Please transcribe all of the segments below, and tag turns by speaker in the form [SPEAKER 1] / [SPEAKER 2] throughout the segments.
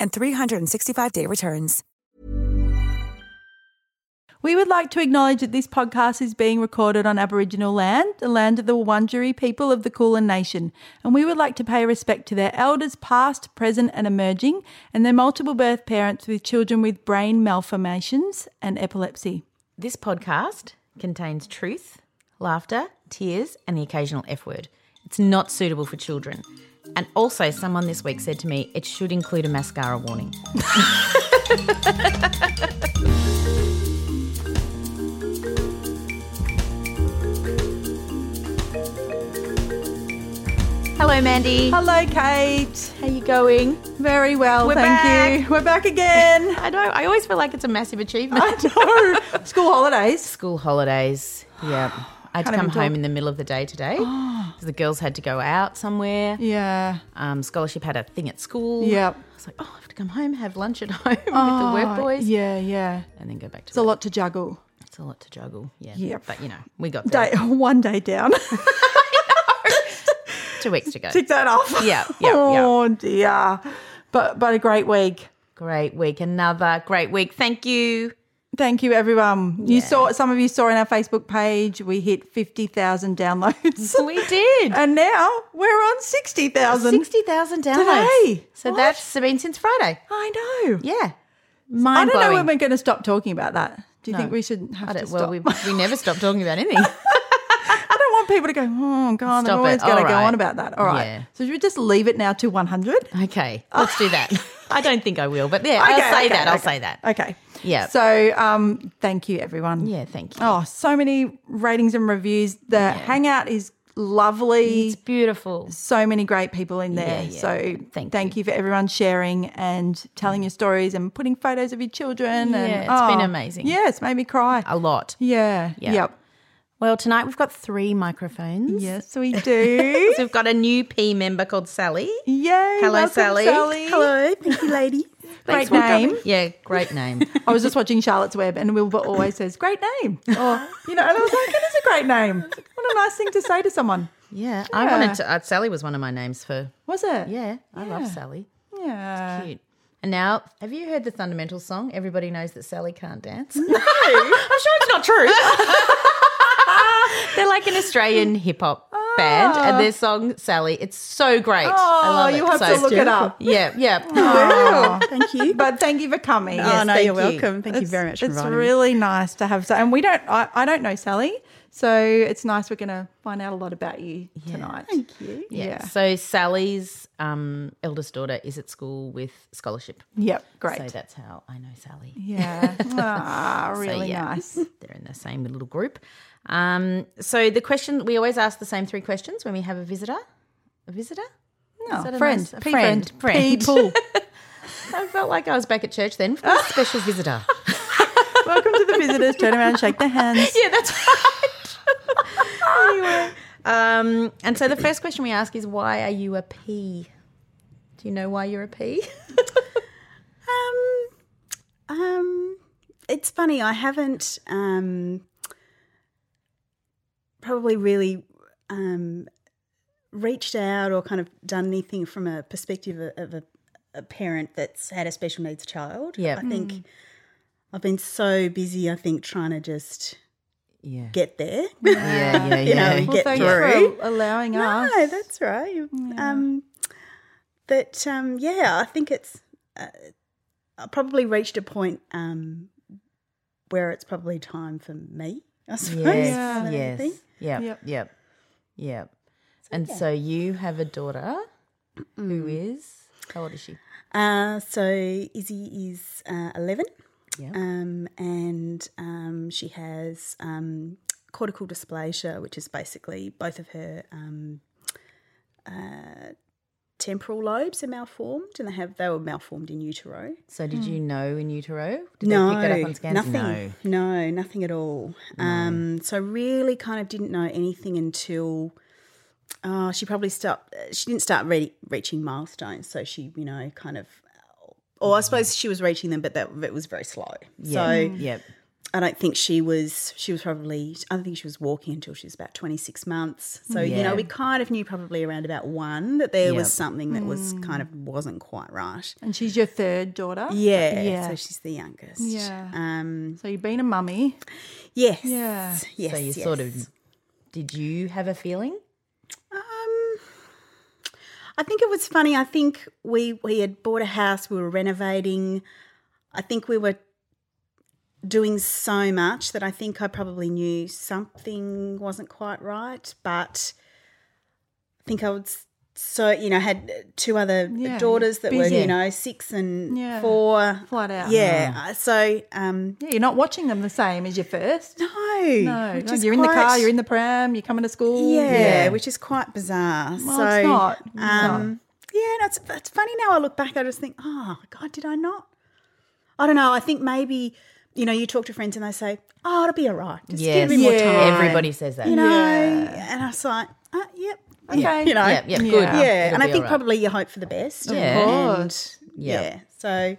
[SPEAKER 1] and 365-day returns.
[SPEAKER 2] We would like to acknowledge that this podcast is being recorded on Aboriginal land, the land of the Wurundjeri people of the Kulin Nation, and we would like to pay respect to their elders past, present and emerging, and their multiple birth parents with children with brain malformations and epilepsy.
[SPEAKER 3] This podcast contains truth, laughter, tears, and the occasional F word. It's not suitable for children. And also, someone this week said to me, it should include a mascara warning. Hello, Mandy.
[SPEAKER 2] Hello Kate.
[SPEAKER 3] How you going?
[SPEAKER 2] Very well,
[SPEAKER 3] We're
[SPEAKER 2] thank
[SPEAKER 3] back.
[SPEAKER 2] you. We're back again.
[SPEAKER 3] I know. I always feel like it's a massive achievement.
[SPEAKER 2] I know. School holidays.
[SPEAKER 3] School holidays. Yeah. I
[SPEAKER 2] Can't
[SPEAKER 3] had to come
[SPEAKER 2] even
[SPEAKER 3] home
[SPEAKER 2] talk.
[SPEAKER 3] in the middle of the day today because the girls had to go out somewhere.
[SPEAKER 2] Yeah.
[SPEAKER 3] Um, scholarship had a thing at school.
[SPEAKER 2] Yep.
[SPEAKER 3] I was like, oh, I have to come home, have lunch at home with the work
[SPEAKER 2] Oh,
[SPEAKER 3] boys,
[SPEAKER 2] Yeah, yeah.
[SPEAKER 3] and then go back to
[SPEAKER 2] It's a
[SPEAKER 3] work.
[SPEAKER 2] lot to juggle.
[SPEAKER 3] It's a lot to juggle. Yeah.
[SPEAKER 2] Yep.
[SPEAKER 3] But you know, we got there.
[SPEAKER 2] Day one day down.
[SPEAKER 3] two weeks to go.
[SPEAKER 2] Tick that off.
[SPEAKER 3] Yeah, yeah, yeah.
[SPEAKER 2] Oh dear. But but a great week.
[SPEAKER 3] Great week. Another great week. Thank you.
[SPEAKER 2] Thank you, everyone. You saw some of you saw in our Facebook page we hit fifty thousand downloads,
[SPEAKER 3] We did.
[SPEAKER 2] and now we're on sixty thousand.
[SPEAKER 3] 60,000 downloads.
[SPEAKER 2] Today.
[SPEAKER 3] So
[SPEAKER 2] What?
[SPEAKER 3] that's been since Friday.
[SPEAKER 2] I know.
[SPEAKER 3] Yeah.
[SPEAKER 2] I don't
[SPEAKER 3] Mind
[SPEAKER 2] know
[SPEAKER 3] blowing.
[SPEAKER 2] when we're going to stop talking about that. Do you think we should have
[SPEAKER 3] I
[SPEAKER 2] to
[SPEAKER 3] don't,
[SPEAKER 2] stop?
[SPEAKER 3] well, we, we never stop talking about anything.
[SPEAKER 2] I don't want people to go. Oh God,
[SPEAKER 3] Stop
[SPEAKER 2] they're always
[SPEAKER 3] it.
[SPEAKER 2] going
[SPEAKER 3] All
[SPEAKER 2] to go
[SPEAKER 3] right.
[SPEAKER 2] on about that. All right.
[SPEAKER 3] Yeah.
[SPEAKER 2] So should we just leave it now to one hundred?
[SPEAKER 3] okay. Let's do that. I don't think I will, but yeah, I'll
[SPEAKER 2] Okay,
[SPEAKER 3] say
[SPEAKER 2] okay,
[SPEAKER 3] that. I'll
[SPEAKER 2] okay.
[SPEAKER 3] say that.
[SPEAKER 2] Okay.
[SPEAKER 3] Yeah.
[SPEAKER 2] So um, thank you, everyone.
[SPEAKER 3] Yeah, thank you.
[SPEAKER 2] Oh, so many ratings and reviews. The hangout is lovely.
[SPEAKER 3] It's beautiful.
[SPEAKER 2] so many great people in there.
[SPEAKER 3] Yeah, yeah.
[SPEAKER 2] So
[SPEAKER 3] Thank
[SPEAKER 2] you. for everyone sharing and telling your stories and putting photos of your children. and,
[SPEAKER 3] Yeah, it's been
[SPEAKER 2] oh,
[SPEAKER 3] amazing.
[SPEAKER 2] Yeah, it's made me cry.
[SPEAKER 3] A lot.
[SPEAKER 2] yeah.
[SPEAKER 3] Yeah.
[SPEAKER 2] Yep.
[SPEAKER 3] Well, tonight we've got three microphones.
[SPEAKER 2] Yes, we do.
[SPEAKER 3] So we've got a new P member called Sally.
[SPEAKER 2] Yay.
[SPEAKER 3] Hello,
[SPEAKER 2] welcome,
[SPEAKER 3] Sally.
[SPEAKER 2] Hello.
[SPEAKER 3] Thank you, lady.
[SPEAKER 2] Great name.
[SPEAKER 3] Yeah, great name.
[SPEAKER 2] I was just watching Charlotte's Web and Wilbur always says, great name. Or, you know, and I was like, it is a great name. What a nice thing to say to someone.
[SPEAKER 3] Yeah, I wanted to. Uh, Sally was one of my names for.
[SPEAKER 2] Was it?
[SPEAKER 3] Yeah, I love Sally.
[SPEAKER 2] Yeah.
[SPEAKER 3] Cute. And now, have you heard the Fundamental song? Everybody knows that Sally can't dance. No, I'm sure it's not true. They're like an Australian hip hop band, and their song Sally. It's so great. I
[SPEAKER 2] Oh,
[SPEAKER 3] love it.
[SPEAKER 2] you'll have
[SPEAKER 3] So-
[SPEAKER 2] to look it up.
[SPEAKER 3] Yeah, yeah.
[SPEAKER 2] Oh.
[SPEAKER 4] Thank you.
[SPEAKER 2] But thank you for coming.
[SPEAKER 4] oh no,
[SPEAKER 3] thank
[SPEAKER 4] you're
[SPEAKER 3] you.
[SPEAKER 4] welcome. Thank you very much for
[SPEAKER 2] It's
[SPEAKER 4] inviting me.
[SPEAKER 2] really nice to have so and we don't I, I don't know Sally, so it's nice we're gonna find out a lot about you tonight. Thank you. Yeah.
[SPEAKER 3] Yeah. So Sally's um, eldest daughter is at school with scholarship.
[SPEAKER 2] Yep, great.
[SPEAKER 3] So that's how I know Sally.
[SPEAKER 2] yeah. Ah, really
[SPEAKER 3] yeah.
[SPEAKER 2] nice.
[SPEAKER 3] They're in the same little group. Um, so the question we always ask the same three questions when we have a visitor. A visitor?
[SPEAKER 2] No,
[SPEAKER 3] that a
[SPEAKER 2] Oh, friend,
[SPEAKER 3] nice- a
[SPEAKER 2] P
[SPEAKER 3] friend, friend.
[SPEAKER 2] people.
[SPEAKER 3] I felt like I was back at church then. A special visitor.
[SPEAKER 2] Welcome to the visitors. Turn around, shake their hands.
[SPEAKER 3] yeah, that's right. anyway, um, and so the first question we ask is, why are you a P? Do you know why you're a P?
[SPEAKER 4] Um, um, it it's funny. I haven't um, probably really um, reached out or kind of done anything from a perspective of, of a, a parent that's had a special needs child.
[SPEAKER 3] Yeah. Mm.
[SPEAKER 4] I think I've been so busy. I think trying to just
[SPEAKER 3] Yeah.
[SPEAKER 4] get there.
[SPEAKER 3] yeah, yeah,
[SPEAKER 4] you know,
[SPEAKER 3] yeah.
[SPEAKER 4] and
[SPEAKER 2] Well,
[SPEAKER 4] get
[SPEAKER 2] thanks
[SPEAKER 4] through.
[SPEAKER 2] for allowing us.
[SPEAKER 4] No, that's right. You- Um, but um, yeah, I think it's uh, I probably reached a point um, where it's probably time for me. I suppose.
[SPEAKER 3] Yes.
[SPEAKER 4] I
[SPEAKER 3] Yes.
[SPEAKER 4] think.
[SPEAKER 3] Yep. Yep.
[SPEAKER 2] Yep.
[SPEAKER 3] Yep. And so you have a daughter who is how old is she?
[SPEAKER 4] Uh, so Izzy is uh, eleven,
[SPEAKER 3] Yeah.
[SPEAKER 4] um, and um, she has um, cortical dysplasia, which is basically both of her um, uh, temporal lobes are malformed, and they have they were malformed in utero.
[SPEAKER 3] So did you know in utero? Did
[SPEAKER 4] no,
[SPEAKER 3] they pick that up on scans?
[SPEAKER 4] nothing. No. nothing at all. Um, so really, kind of didn't know anything until uh, she probably start. She didn't start re- reaching milestones, so she, you know, kind of. Or I suppose she was reaching them, but that it was very slow.
[SPEAKER 3] Yeah.
[SPEAKER 4] So
[SPEAKER 3] Yep.
[SPEAKER 4] I don't think she was. She was probably. I don't think she was walking until she was about twenty six months. So you
[SPEAKER 3] Yeah.
[SPEAKER 4] know, we kind of knew probably around about one that there
[SPEAKER 3] Yep.
[SPEAKER 4] was something that was
[SPEAKER 3] Mm.
[SPEAKER 4] kind of wasn't quite right.
[SPEAKER 2] And she's your third daughter.
[SPEAKER 4] Yeah.
[SPEAKER 2] Yeah.
[SPEAKER 4] So she's the youngest.
[SPEAKER 2] Yeah.
[SPEAKER 4] Um,
[SPEAKER 2] So you've been a mummy.
[SPEAKER 4] Yes.
[SPEAKER 2] Yeah.
[SPEAKER 4] Yes.
[SPEAKER 3] so you
[SPEAKER 4] yes.
[SPEAKER 3] sort of did you have a feeling?
[SPEAKER 4] Um, I think it was funny. I think we we had bought a house. We were renovating. I think we were doing so much that I think I probably knew something wasn't quite right. But I think I was so you know had two other
[SPEAKER 2] Yeah,
[SPEAKER 4] daughters that were
[SPEAKER 2] busy.
[SPEAKER 4] you know six and
[SPEAKER 2] Yeah.
[SPEAKER 4] four.
[SPEAKER 2] Flat out.
[SPEAKER 4] Yeah.
[SPEAKER 3] Oh.
[SPEAKER 4] uh, So um,
[SPEAKER 2] Yeah, you're not watching them the same as your first.
[SPEAKER 4] no,
[SPEAKER 2] No,
[SPEAKER 4] which
[SPEAKER 2] no,
[SPEAKER 4] is
[SPEAKER 2] you're in the car,
[SPEAKER 4] Oh, quite-
[SPEAKER 2] you're in the pram, you're coming to school.
[SPEAKER 4] Yeah, which is quite bizarre.
[SPEAKER 2] Well,
[SPEAKER 4] so,
[SPEAKER 2] it's not. It's
[SPEAKER 4] Um, yeah, that's that's funny. Now I look back, I just think, oh God, did I not? I don't know. I think maybe you know, you talk to friends and they say, oh, it'll be all right. Just
[SPEAKER 3] Yes.
[SPEAKER 4] give me more
[SPEAKER 2] Yeah.
[SPEAKER 4] time.
[SPEAKER 3] Everybody says that.
[SPEAKER 4] you know,
[SPEAKER 2] Yeah.
[SPEAKER 4] and I was like, uh, yep,
[SPEAKER 2] Okay.
[SPEAKER 4] you know,
[SPEAKER 3] Yep, yep,
[SPEAKER 2] Yeah.
[SPEAKER 3] good.
[SPEAKER 2] Yeah,
[SPEAKER 4] yeah.
[SPEAKER 3] It'll
[SPEAKER 4] And I
[SPEAKER 3] be
[SPEAKER 4] think
[SPEAKER 3] all right.
[SPEAKER 4] probably you hope for the best.
[SPEAKER 3] Yeah.
[SPEAKER 2] Of
[SPEAKER 4] and yeah. So,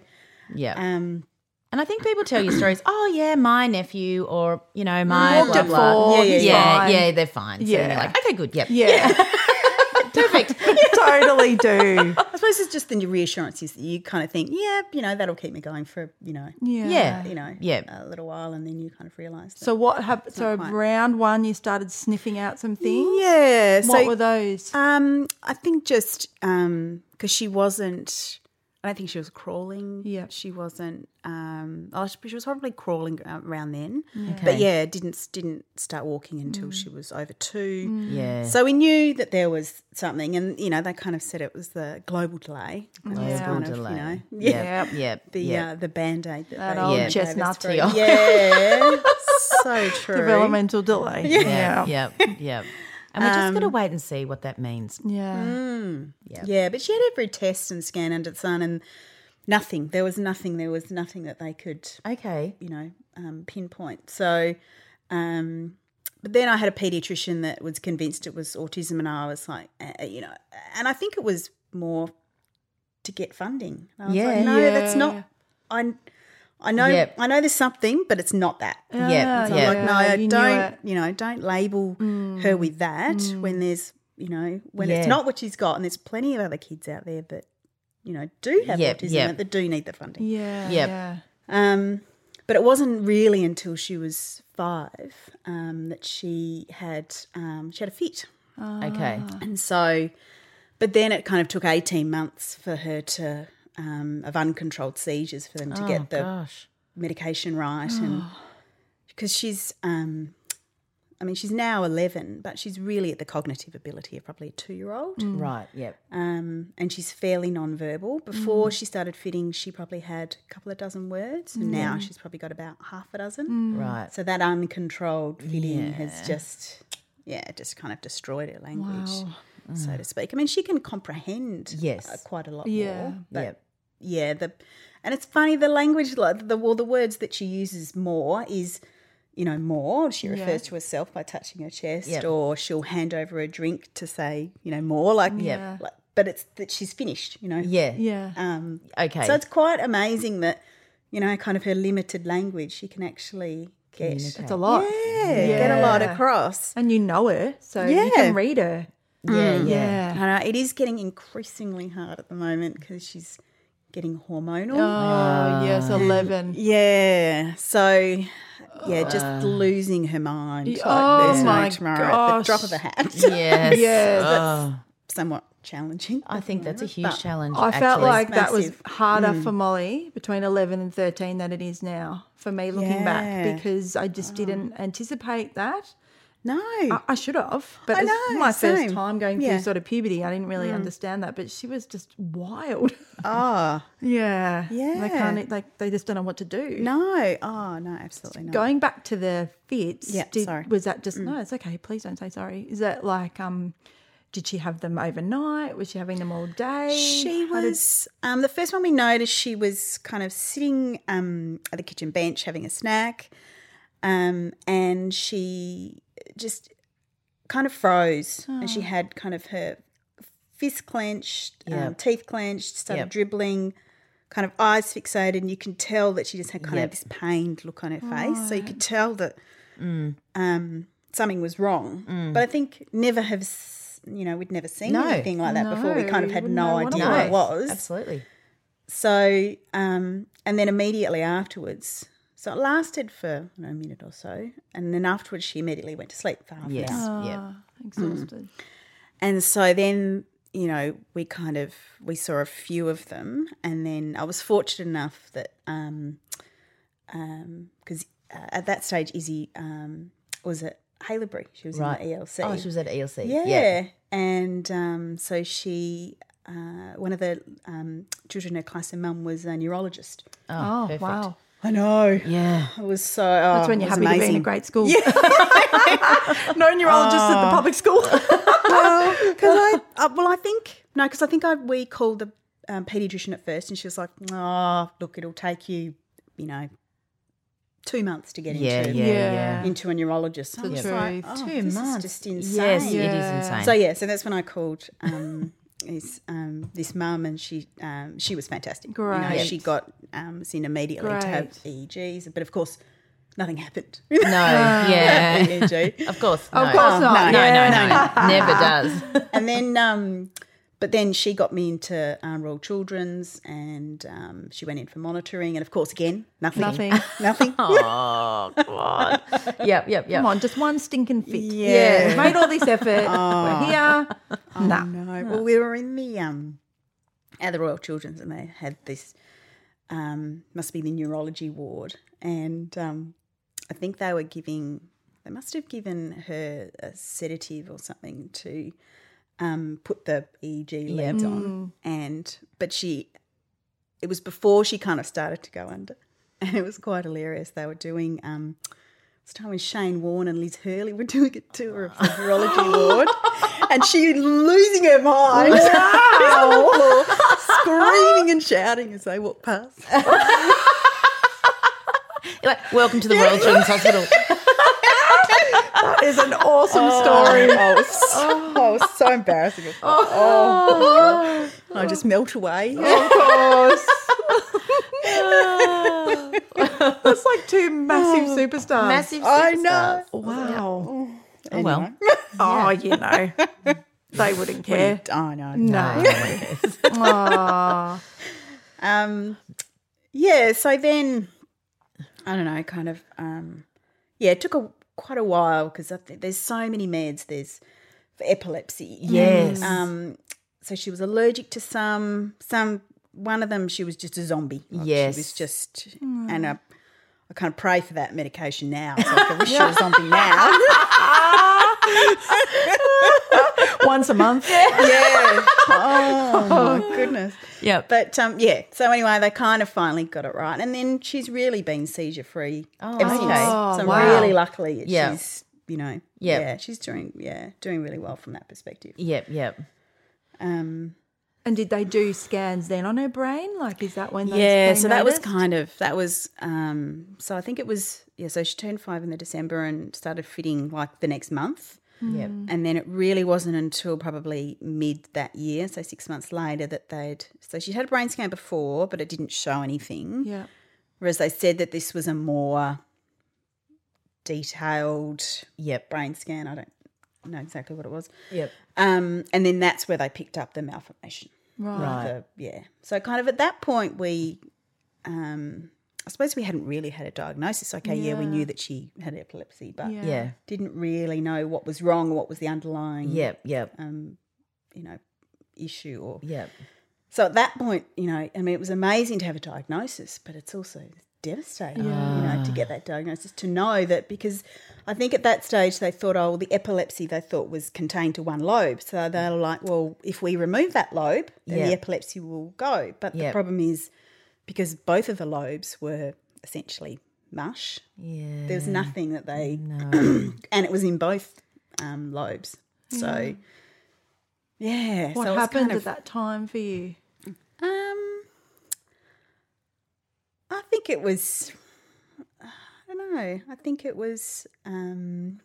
[SPEAKER 3] Yeah.
[SPEAKER 4] um,
[SPEAKER 3] and I think people tell you stories, oh yeah, my nephew or you know, my
[SPEAKER 2] Walked
[SPEAKER 3] blah,
[SPEAKER 2] at
[SPEAKER 3] blah.
[SPEAKER 2] four,
[SPEAKER 4] Yeah,
[SPEAKER 3] yeah,
[SPEAKER 4] he's
[SPEAKER 3] yeah,
[SPEAKER 2] fine.
[SPEAKER 3] they're fine. So
[SPEAKER 2] Yeah.
[SPEAKER 3] you're like, okay, good, yep.
[SPEAKER 2] Yeah.
[SPEAKER 3] Perfect.
[SPEAKER 2] totally do.
[SPEAKER 4] I suppose it's just the reassurance is that you kind of think, yeah, you know, that'll keep me going for you know,
[SPEAKER 2] Yeah.
[SPEAKER 3] Yeah.
[SPEAKER 4] you know,
[SPEAKER 3] Yeah.
[SPEAKER 4] a little while, and then you kind of realise. that-
[SPEAKER 2] So what happened? So
[SPEAKER 4] quite.
[SPEAKER 2] round one, you started sniffing out some things.
[SPEAKER 4] yeah,
[SPEAKER 2] What
[SPEAKER 4] so
[SPEAKER 2] were those?
[SPEAKER 4] Um, I think just because she wasn't. I don't think she was crawling.
[SPEAKER 2] Yeah.
[SPEAKER 4] she wasn't. Um, oh, she, she was probably crawling around then.
[SPEAKER 3] Okay.
[SPEAKER 4] But yeah, didn't didn't start walking
[SPEAKER 2] Mm.
[SPEAKER 4] until she was over two.
[SPEAKER 3] Yeah.
[SPEAKER 4] So we knew that there was something, and you know they kind of said it was the global delay. Global
[SPEAKER 3] Global
[SPEAKER 4] you know,
[SPEAKER 3] delay.
[SPEAKER 4] yeah.
[SPEAKER 3] Yep. Yep.
[SPEAKER 4] The
[SPEAKER 3] yep.
[SPEAKER 4] uh, the band aid that,
[SPEAKER 2] That
[SPEAKER 4] they
[SPEAKER 2] old
[SPEAKER 4] gave us
[SPEAKER 2] chestnut
[SPEAKER 4] for-
[SPEAKER 2] heel.
[SPEAKER 4] Yeah, so true.
[SPEAKER 2] Developmental delay. Yeah.
[SPEAKER 3] Yeah,
[SPEAKER 2] uh, Yeah. Um,
[SPEAKER 3] yep, yep. And we're just going to wait and see what that means.
[SPEAKER 4] Mm. Yeah, but she had every test and scan under the sun and nothing. There was nothing. There was nothing that they could,
[SPEAKER 3] Okay.
[SPEAKER 4] you know, um, pinpoint. So, um, but then I had a pediatrician that was convinced it was autism, and I was like, uh, you know, and I think it was more to get funding. I was
[SPEAKER 3] Yeah.
[SPEAKER 4] like, no, that's not. I, I know,
[SPEAKER 3] Yep.
[SPEAKER 4] I know, there's something, but it's not that.
[SPEAKER 3] yep,
[SPEAKER 2] Yeah,
[SPEAKER 4] So
[SPEAKER 3] yep.
[SPEAKER 4] I'm like, no,
[SPEAKER 2] Yeah, you knew
[SPEAKER 4] don't,
[SPEAKER 2] it. Mm.
[SPEAKER 4] you know, don't label her with that when there's, you know, when
[SPEAKER 3] Yeah.
[SPEAKER 4] it's not what she's got. And there's plenty of other kids out there that, you know, do have
[SPEAKER 3] Yep,
[SPEAKER 4] autism
[SPEAKER 3] yep.
[SPEAKER 4] that- that do need the funding.
[SPEAKER 2] Yeah.
[SPEAKER 3] Yep.
[SPEAKER 2] Yeah.
[SPEAKER 4] Um, but it wasn't really until she was five um, that she had um, she had a fit.
[SPEAKER 3] Okay.
[SPEAKER 2] Uh, Mm.
[SPEAKER 4] And so, but then it kind of took 18 months for her to, um, of uncontrolled seizures for them to
[SPEAKER 2] Oh,
[SPEAKER 4] get the
[SPEAKER 3] Gosh.
[SPEAKER 4] medication right and
[SPEAKER 2] Ah.
[SPEAKER 4] because she's um I mean she's now 11 but she's really at the cognitive ability of probably a 2-year-old
[SPEAKER 2] Mm.
[SPEAKER 3] Right. Yep.
[SPEAKER 4] um and she's fairly nonverbal
[SPEAKER 2] Mm.
[SPEAKER 4] before she started fitting she probably had a couple of dozen words and now she's probably got about half a dozen
[SPEAKER 2] mm,
[SPEAKER 3] Right.
[SPEAKER 4] so that uncontrolled fitting has just yeah just kind of destroyed her language so
[SPEAKER 2] Mm.
[SPEAKER 4] to speak I mean she can comprehend
[SPEAKER 3] Yes.
[SPEAKER 4] uh, quite a lot
[SPEAKER 2] Yeah.
[SPEAKER 4] more but
[SPEAKER 3] yep.
[SPEAKER 4] yeah the and it's funny the language like the well the words that she uses more is you know more she refers to herself by touching her chest
[SPEAKER 3] Yep.
[SPEAKER 4] or she'll hand over a drink to say you know more like yeah
[SPEAKER 3] Yep.
[SPEAKER 4] like, but it's that she's finished you know
[SPEAKER 3] Yeah.
[SPEAKER 2] Yeah.
[SPEAKER 4] um
[SPEAKER 3] Okay.
[SPEAKER 4] so it's quite amazing that you know, kind of her limited language, she can actually get
[SPEAKER 2] That's a lot.
[SPEAKER 4] yeah, get a lot
[SPEAKER 2] Yeah.
[SPEAKER 4] across.
[SPEAKER 2] And you know her, so you
[SPEAKER 4] Yeah.
[SPEAKER 2] can read her.
[SPEAKER 3] Yeah, yeah.
[SPEAKER 2] Yeah.
[SPEAKER 4] I know uh, it is getting increasingly hard at the moment because she's getting hormonal.
[SPEAKER 2] Oh, yes, 11.
[SPEAKER 4] Yeah. So, yeah, just
[SPEAKER 3] Uh.
[SPEAKER 4] losing her mind. Like,
[SPEAKER 2] Oh
[SPEAKER 4] there's
[SPEAKER 2] my
[SPEAKER 4] no tomorrow at
[SPEAKER 2] gosh.
[SPEAKER 4] the drop of a hat.
[SPEAKER 3] Yes.
[SPEAKER 2] mm, Yeah,
[SPEAKER 3] Oh,
[SPEAKER 4] Somewhat challenging.
[SPEAKER 3] I think that's a huge
[SPEAKER 4] But-
[SPEAKER 3] challenge.
[SPEAKER 2] I felt
[SPEAKER 3] actually.
[SPEAKER 2] like that was
[SPEAKER 4] massive.
[SPEAKER 2] harder for Molly between 11 and 13 than it is now for me looking back
[SPEAKER 4] Yeah. Oh.
[SPEAKER 2] because I just didn't anticipate that.
[SPEAKER 4] No.
[SPEAKER 3] Uh-uh.
[SPEAKER 2] I, I should have, but
[SPEAKER 4] I
[SPEAKER 2] it's
[SPEAKER 4] know,
[SPEAKER 2] my first
[SPEAKER 4] same.
[SPEAKER 2] time going
[SPEAKER 4] Yeah. Mm.
[SPEAKER 2] through sort of puberty. I didn't really understand that, but she was just wild.
[SPEAKER 4] oh,
[SPEAKER 2] yeah. They
[SPEAKER 4] Yeah.
[SPEAKER 2] can't, e, like, they just don't know what to do.
[SPEAKER 4] no. Oh, no, absolutely not.
[SPEAKER 2] Going back to the fits,
[SPEAKER 4] Yeah,
[SPEAKER 2] did,
[SPEAKER 4] sorry. Mm.
[SPEAKER 2] was that just, no, it's okay, please don't say sorry. Is that like, um, did she have them overnight? Was she having them all day?
[SPEAKER 4] She
[SPEAKER 2] How did-
[SPEAKER 4] was um, the first one we noticed. She was kind of sitting um, at the kitchen bench having a snack, um, and she just kind of froze. And
[SPEAKER 3] Oh.
[SPEAKER 4] she had kind of her fist clenched, um,
[SPEAKER 3] Yep.
[SPEAKER 4] teeth clenched, started
[SPEAKER 3] Yep.
[SPEAKER 4] dribbling, kind of eyes fixated, and you can tell that she just had kind
[SPEAKER 3] Yep.
[SPEAKER 4] of this pained look on her face. So you could tell that
[SPEAKER 3] Mm.
[SPEAKER 4] um, something was wrong. But I think never have. s- You know, we'd never seen
[SPEAKER 3] No.
[SPEAKER 4] anything like that before. We
[SPEAKER 2] No,
[SPEAKER 4] kind of
[SPEAKER 2] you
[SPEAKER 4] had
[SPEAKER 2] wouldn't
[SPEAKER 4] no
[SPEAKER 2] know what it
[SPEAKER 4] idea
[SPEAKER 3] No,
[SPEAKER 4] what it was.
[SPEAKER 3] Absolutely.
[SPEAKER 4] So, um, and then immediately afterwards, so it lasted for you know, a minute or so, and then afterwards she immediately went to sleep for half
[SPEAKER 3] Yes.
[SPEAKER 4] an hour.
[SPEAKER 3] Yeah.
[SPEAKER 2] Ah, exhausted.
[SPEAKER 4] And so then, you know, we kind of we saw a few of them, and then I was fortunate enough that um, um, because uh, at that stage Izzy um was at Halebury, she was
[SPEAKER 3] Right.
[SPEAKER 4] in the E ELC.
[SPEAKER 3] Oh, she was at ELC.
[SPEAKER 4] Yeah.
[SPEAKER 3] Yeah.
[SPEAKER 4] And um, so she, uh, one of the um, children in her class, her mum was a neurologist.
[SPEAKER 3] Oh, perfect.
[SPEAKER 2] wow.
[SPEAKER 4] I know.
[SPEAKER 3] Yeah.
[SPEAKER 4] It was so.
[SPEAKER 2] That's when you're happy to be in a great school. Ah.
[SPEAKER 4] no neurologist
[SPEAKER 2] Just at the public school.
[SPEAKER 4] Because I, uh, well, I think no, because I think I we called the um, pediatrician at first, and she was like, "Oh, look, it'll take you, you know, two months to get
[SPEAKER 3] Yeah,
[SPEAKER 4] into
[SPEAKER 3] yeah, yeah.
[SPEAKER 4] into a neurologist." So I was
[SPEAKER 2] Yep.
[SPEAKER 4] like,
[SPEAKER 2] Truth.
[SPEAKER 4] oh,
[SPEAKER 3] Two
[SPEAKER 4] this
[SPEAKER 3] months.
[SPEAKER 4] is just
[SPEAKER 3] Yes,
[SPEAKER 4] insane.
[SPEAKER 3] it
[SPEAKER 2] Yeah.
[SPEAKER 3] is insane.
[SPEAKER 4] So yeah, so that's when I called um, his, um, this mum, and she um, she was fantastic. You know,
[SPEAKER 2] Great.
[SPEAKER 4] she got um, seen immediately to have EEGs, but of course, nothing E happened. no,
[SPEAKER 3] no, yeah.
[SPEAKER 4] EEG.
[SPEAKER 3] Of course.
[SPEAKER 2] Of course
[SPEAKER 3] no.
[SPEAKER 2] not.
[SPEAKER 3] No,
[SPEAKER 2] Yeah.
[SPEAKER 3] no, no. Never does.
[SPEAKER 4] and then um but then she got me into um, Royal Children's and um, she went in for monitoring and of course again nothing
[SPEAKER 2] Nothing.
[SPEAKER 4] nothing
[SPEAKER 3] Oh, God. Yep, yep, yep.
[SPEAKER 2] Come on, just one stinking fit.
[SPEAKER 4] Yeah.
[SPEAKER 2] We've made all this effort. We're here. nah.
[SPEAKER 4] Oh, no well we were in the um at the Royal Children's and they had this um must be the neurology ward and um I think they were giving they must have given her a sedative or something to um, put the EEG leads
[SPEAKER 2] Mm.
[SPEAKER 4] on, and but she, it was before she kind of started to go under, and it was quite hilarious. They were doing um, it's time when Shane Warne and Liz Hurley were doing a tour of the virology ward, and she losing her mind, screaming and shouting as they walked past.
[SPEAKER 3] Like, welcome to the Royal Children's Hospital.
[SPEAKER 2] That is an awesome story.
[SPEAKER 4] Oh. I was so, I was so embarrassing. I thought, Oh, God. I just melt away.
[SPEAKER 2] Of course. That's like two Oh. massive superstars.
[SPEAKER 3] Massive
[SPEAKER 4] I
[SPEAKER 3] superstars.
[SPEAKER 4] know.
[SPEAKER 2] Wow.
[SPEAKER 3] Oh, well.
[SPEAKER 2] Oh, you know. They wouldn't care.
[SPEAKER 4] Oh no,
[SPEAKER 2] No. oh.
[SPEAKER 4] Um, yeah. So then, I don't know. Kind of. Um, yeah, it took a quite a while because think there's so many meds. There's for epilepsy.
[SPEAKER 3] Yes.
[SPEAKER 4] Um, so she was allergic to some. Some one of them, she was just a zombie. Like,
[SPEAKER 3] Yes.
[SPEAKER 4] she was just and I, I kind of pray for that medication now. So I wish she was a zombie now.
[SPEAKER 2] Once a month.
[SPEAKER 4] yeah. Oh my goodness.
[SPEAKER 3] Yep.
[SPEAKER 4] But um, yeah, so anyway, they kind of finally got it right, and then she's really been seizure free ever since.
[SPEAKER 3] okay.
[SPEAKER 4] so
[SPEAKER 2] wow.
[SPEAKER 4] really luckily, that
[SPEAKER 3] Yeah.
[SPEAKER 4] she's you know,
[SPEAKER 3] Yeah.
[SPEAKER 4] yeah, she's doing yeah, doing really well from that perspective.
[SPEAKER 3] Yep, yep.
[SPEAKER 4] Um,
[SPEAKER 2] And did they do scans then on her brain? Like, is that when they
[SPEAKER 4] yeah,
[SPEAKER 2] they
[SPEAKER 4] so that was
[SPEAKER 2] noticed?
[SPEAKER 4] kind of that was um, so I think it was yeah, so she turned five in the December and started fitting like the next month. Mm.
[SPEAKER 3] Yep.
[SPEAKER 4] And then it really wasn't until probably mid that year, so six months later, that they'd. So she'd had a brain scan before, but it didn't show anything.
[SPEAKER 2] Yeah.
[SPEAKER 4] Whereas they said that this was a more detailed
[SPEAKER 3] Yep.
[SPEAKER 4] brain scan. I don't know exactly what it was.
[SPEAKER 3] Yep.
[SPEAKER 4] Um, and then that's where they picked up the malformation.
[SPEAKER 2] Right.
[SPEAKER 4] The- yeah. So kind of at that point we um I suppose we hadn't really had a diagnosis. Okay, yeah, we knew that she had epilepsy, but
[SPEAKER 2] Yeah.
[SPEAKER 3] Yeah.
[SPEAKER 4] didn't really know what was wrong, what was the underlying
[SPEAKER 3] Yep. Yep.
[SPEAKER 4] um, you know, issue or
[SPEAKER 3] Yep.
[SPEAKER 4] so at that point, you know, I mean, it was amazing to have a diagnosis, but it's also devastating, you know, to get that diagnosis, to know that because I think at that stage they thought, oh, well, the epilepsy they thought was contained to one lobe. So they were like, well, if we remove that lobe, then
[SPEAKER 3] Yeah.
[SPEAKER 4] the epilepsy will go. But
[SPEAKER 3] Yeah.
[SPEAKER 4] the problem is because both of the lobes were essentially mush,
[SPEAKER 3] Yeah.
[SPEAKER 4] there was nothing that they, and it was in both um, lobes. So, yeah.
[SPEAKER 2] What
[SPEAKER 4] so it was
[SPEAKER 2] happened
[SPEAKER 4] kind
[SPEAKER 2] at
[SPEAKER 4] of-
[SPEAKER 2] that time for you?
[SPEAKER 4] um, I think it was. I don't know. I think it was. Um,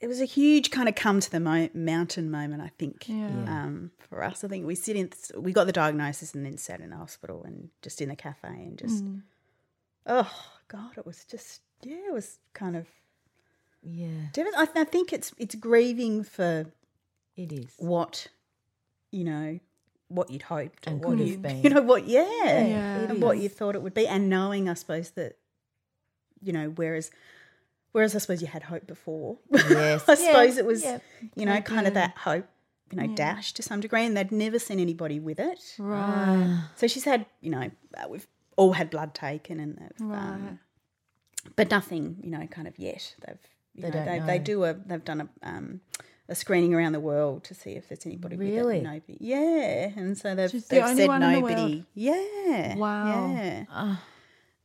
[SPEAKER 4] it was a huge kind of come to the mo- mountain moment. I think. Um, for us, I think we sit in. We got the diagnosis and then sat in the hospital and just in the cafe and just. Oh God! It was just yeah. It was kind of.
[SPEAKER 3] Yeah.
[SPEAKER 4] devas- I, I think it's it's grieving for
[SPEAKER 3] It is.
[SPEAKER 4] what you know what you'd hoped
[SPEAKER 3] And
[SPEAKER 4] or
[SPEAKER 3] could
[SPEAKER 4] what
[SPEAKER 3] have
[SPEAKER 4] you,
[SPEAKER 3] been.
[SPEAKER 4] you know what yeah,
[SPEAKER 2] Yeah.
[SPEAKER 4] and what you thought it would be and knowing i suppose that you know whereas whereas i suppose you had hope before
[SPEAKER 3] Yes.
[SPEAKER 4] i
[SPEAKER 3] Yeah,
[SPEAKER 4] suppose it was
[SPEAKER 3] yeah.
[SPEAKER 4] you know kind of that hope you know dash to some degree and they'd never seen anybody with it
[SPEAKER 2] Right.
[SPEAKER 4] so she's had you know uh, we've all had blood taken and they've, um, but nothing you know kind of yet they've you
[SPEAKER 3] They
[SPEAKER 4] know,
[SPEAKER 3] don't
[SPEAKER 4] they,
[SPEAKER 3] know.
[SPEAKER 4] they do a they've done a um a screening around the world to see if there's anybody with
[SPEAKER 3] Really?
[SPEAKER 4] it. Nobody. Yeah. And so they've,
[SPEAKER 2] She's the
[SPEAKER 4] they've
[SPEAKER 2] only
[SPEAKER 4] said
[SPEAKER 2] one in the world.
[SPEAKER 4] nobody. Yeah.
[SPEAKER 2] Wow. Ah.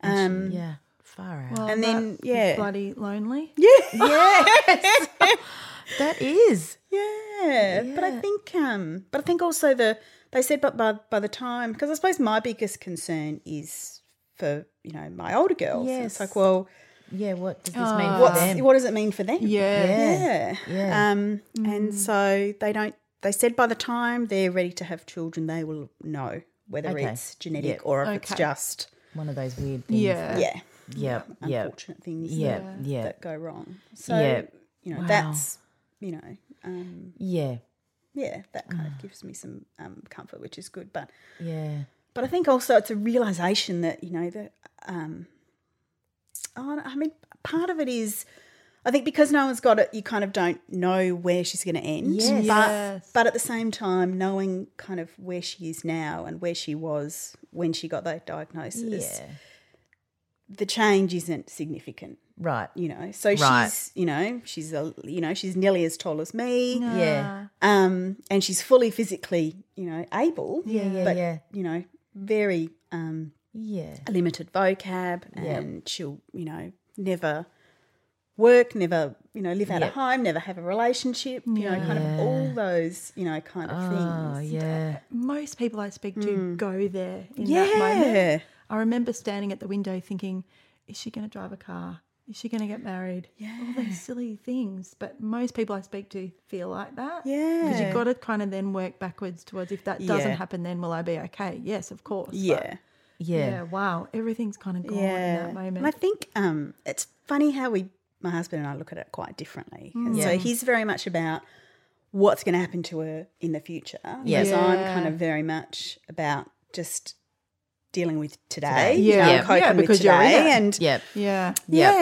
[SPEAKER 4] Yeah.
[SPEAKER 3] Um, yeah. Far out.
[SPEAKER 2] Well,
[SPEAKER 4] And then,
[SPEAKER 2] that is
[SPEAKER 4] yeah.
[SPEAKER 2] bloody lonely.
[SPEAKER 3] yes. that is.
[SPEAKER 4] Yeah, but I think, um, but I think also the they said, but by by the time, because I suppose my biggest concern is for you know my older girls. And
[SPEAKER 3] Yes.
[SPEAKER 4] it's like, well,
[SPEAKER 3] Yeah. What does this mean for
[SPEAKER 4] what's,
[SPEAKER 3] them?
[SPEAKER 4] what does it mean for them?
[SPEAKER 2] Yeah. Mm.
[SPEAKER 4] yeah,
[SPEAKER 3] Yeah.
[SPEAKER 4] Um, and so they don't. They said by the time they're ready to have children, they will know whether
[SPEAKER 3] Okay.
[SPEAKER 4] it's genetic
[SPEAKER 3] Yep.
[SPEAKER 4] or if it's
[SPEAKER 2] Okay.
[SPEAKER 4] just
[SPEAKER 3] One of those weird things.
[SPEAKER 2] Oh. Yeah.
[SPEAKER 4] yeah,
[SPEAKER 3] Yeah. Yeah.
[SPEAKER 4] unfortunate things
[SPEAKER 3] Yeah.
[SPEAKER 4] that,
[SPEAKER 3] Yeah.
[SPEAKER 4] that go wrong. So
[SPEAKER 3] Yeah.
[SPEAKER 4] you know
[SPEAKER 3] Wow.
[SPEAKER 4] that's you know um,
[SPEAKER 3] Yeah.
[SPEAKER 4] yeah that kind
[SPEAKER 3] Mm.
[SPEAKER 4] of gives me some um, comfort, which is good. But
[SPEAKER 3] Yeah.
[SPEAKER 4] but I think also it's a realization that you know that um, oh, I mean part of it is I think because no one's got it, you kind of don't know where she's going to end.
[SPEAKER 3] Yes.
[SPEAKER 4] But
[SPEAKER 2] Yes.
[SPEAKER 4] but at the same time, knowing kind of where she is now and where she was when she got that diagnosis,
[SPEAKER 3] Yeah.
[SPEAKER 4] the change isn't significant.
[SPEAKER 3] Right.
[SPEAKER 4] You know, so
[SPEAKER 3] Right.
[SPEAKER 4] she's you know she's a you know she's nearly as tall as me,
[SPEAKER 3] Yeah.
[SPEAKER 4] um, and she's fully physically you know able.
[SPEAKER 3] Yeah. Yeah.
[SPEAKER 4] but
[SPEAKER 3] yeah.
[SPEAKER 4] you know very um,
[SPEAKER 3] Yeah.
[SPEAKER 4] a limited vocab
[SPEAKER 3] Yeah.
[SPEAKER 4] and she'll, you know, never work, never, you know, live out
[SPEAKER 3] Yeah.
[SPEAKER 4] of home, never have a relationship, you know, kind of all those, you know, kind of
[SPEAKER 2] Ah,
[SPEAKER 3] Oh,
[SPEAKER 4] things.
[SPEAKER 3] yeah.
[SPEAKER 2] Most people I speak to go there in that moment.
[SPEAKER 4] Mm. Yeah.
[SPEAKER 2] I remember standing at the window thinking, is she going to drive a car? Is she going to get married? Yeah. All those silly things. But most people I speak to feel like that. Because
[SPEAKER 4] Yeah.
[SPEAKER 2] you've got to kind of then work backwards towards if that doesn't
[SPEAKER 4] Yeah.
[SPEAKER 2] happen, then will I be okay? Yes, of course. but-
[SPEAKER 4] Yeah.
[SPEAKER 2] yeah.
[SPEAKER 3] Yeah.
[SPEAKER 2] Wow. Everything's kind of gone in that moment.
[SPEAKER 4] And I think um, it's funny how we, my husband and I, look at it quite differently. And
[SPEAKER 2] Mm.
[SPEAKER 4] So he's very much about what's going to happen to her in the future.
[SPEAKER 3] Yes.
[SPEAKER 4] Whereas I'm
[SPEAKER 2] Yeah.
[SPEAKER 4] kind of very much about just dealing with today. you
[SPEAKER 2] Yeah.
[SPEAKER 4] know,
[SPEAKER 2] Yeah.
[SPEAKER 4] coping
[SPEAKER 2] Yeah,
[SPEAKER 4] with
[SPEAKER 2] because you're in
[SPEAKER 4] today
[SPEAKER 2] it.
[SPEAKER 4] and
[SPEAKER 3] Yep.
[SPEAKER 2] yeah.
[SPEAKER 4] Yeah.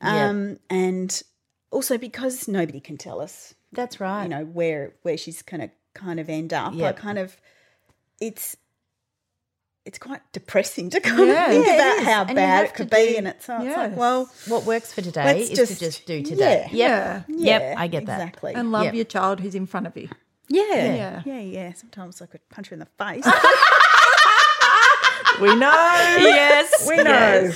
[SPEAKER 3] Yeah.
[SPEAKER 4] Um, and also because nobody can tell us,
[SPEAKER 3] That's right.
[SPEAKER 4] you know, where where she's gonna kind of end up.
[SPEAKER 3] Yeah.
[SPEAKER 4] I kind of it's it's quite depressing to kind
[SPEAKER 2] Yeah.
[SPEAKER 4] of think
[SPEAKER 3] Yeah, it
[SPEAKER 4] about
[SPEAKER 3] is.
[SPEAKER 4] how
[SPEAKER 3] And you
[SPEAKER 4] bad
[SPEAKER 3] have
[SPEAKER 4] it could
[SPEAKER 3] to
[SPEAKER 4] be
[SPEAKER 3] do-
[SPEAKER 4] and it's, oh, it's
[SPEAKER 2] Yes.
[SPEAKER 4] like, well,
[SPEAKER 3] what works for today
[SPEAKER 4] Let's
[SPEAKER 3] is to
[SPEAKER 4] just-
[SPEAKER 3] just do today.
[SPEAKER 4] yeah.
[SPEAKER 3] Yep.
[SPEAKER 4] yeah,
[SPEAKER 3] Yep. I get that.
[SPEAKER 4] Exactly.
[SPEAKER 2] And love
[SPEAKER 3] Yeah.
[SPEAKER 2] your child who's in front of you.
[SPEAKER 4] yeah.
[SPEAKER 2] Yeah.
[SPEAKER 4] yeah. Yeah, Sometimes I could punch her in the face.
[SPEAKER 3] We know. yes. We know.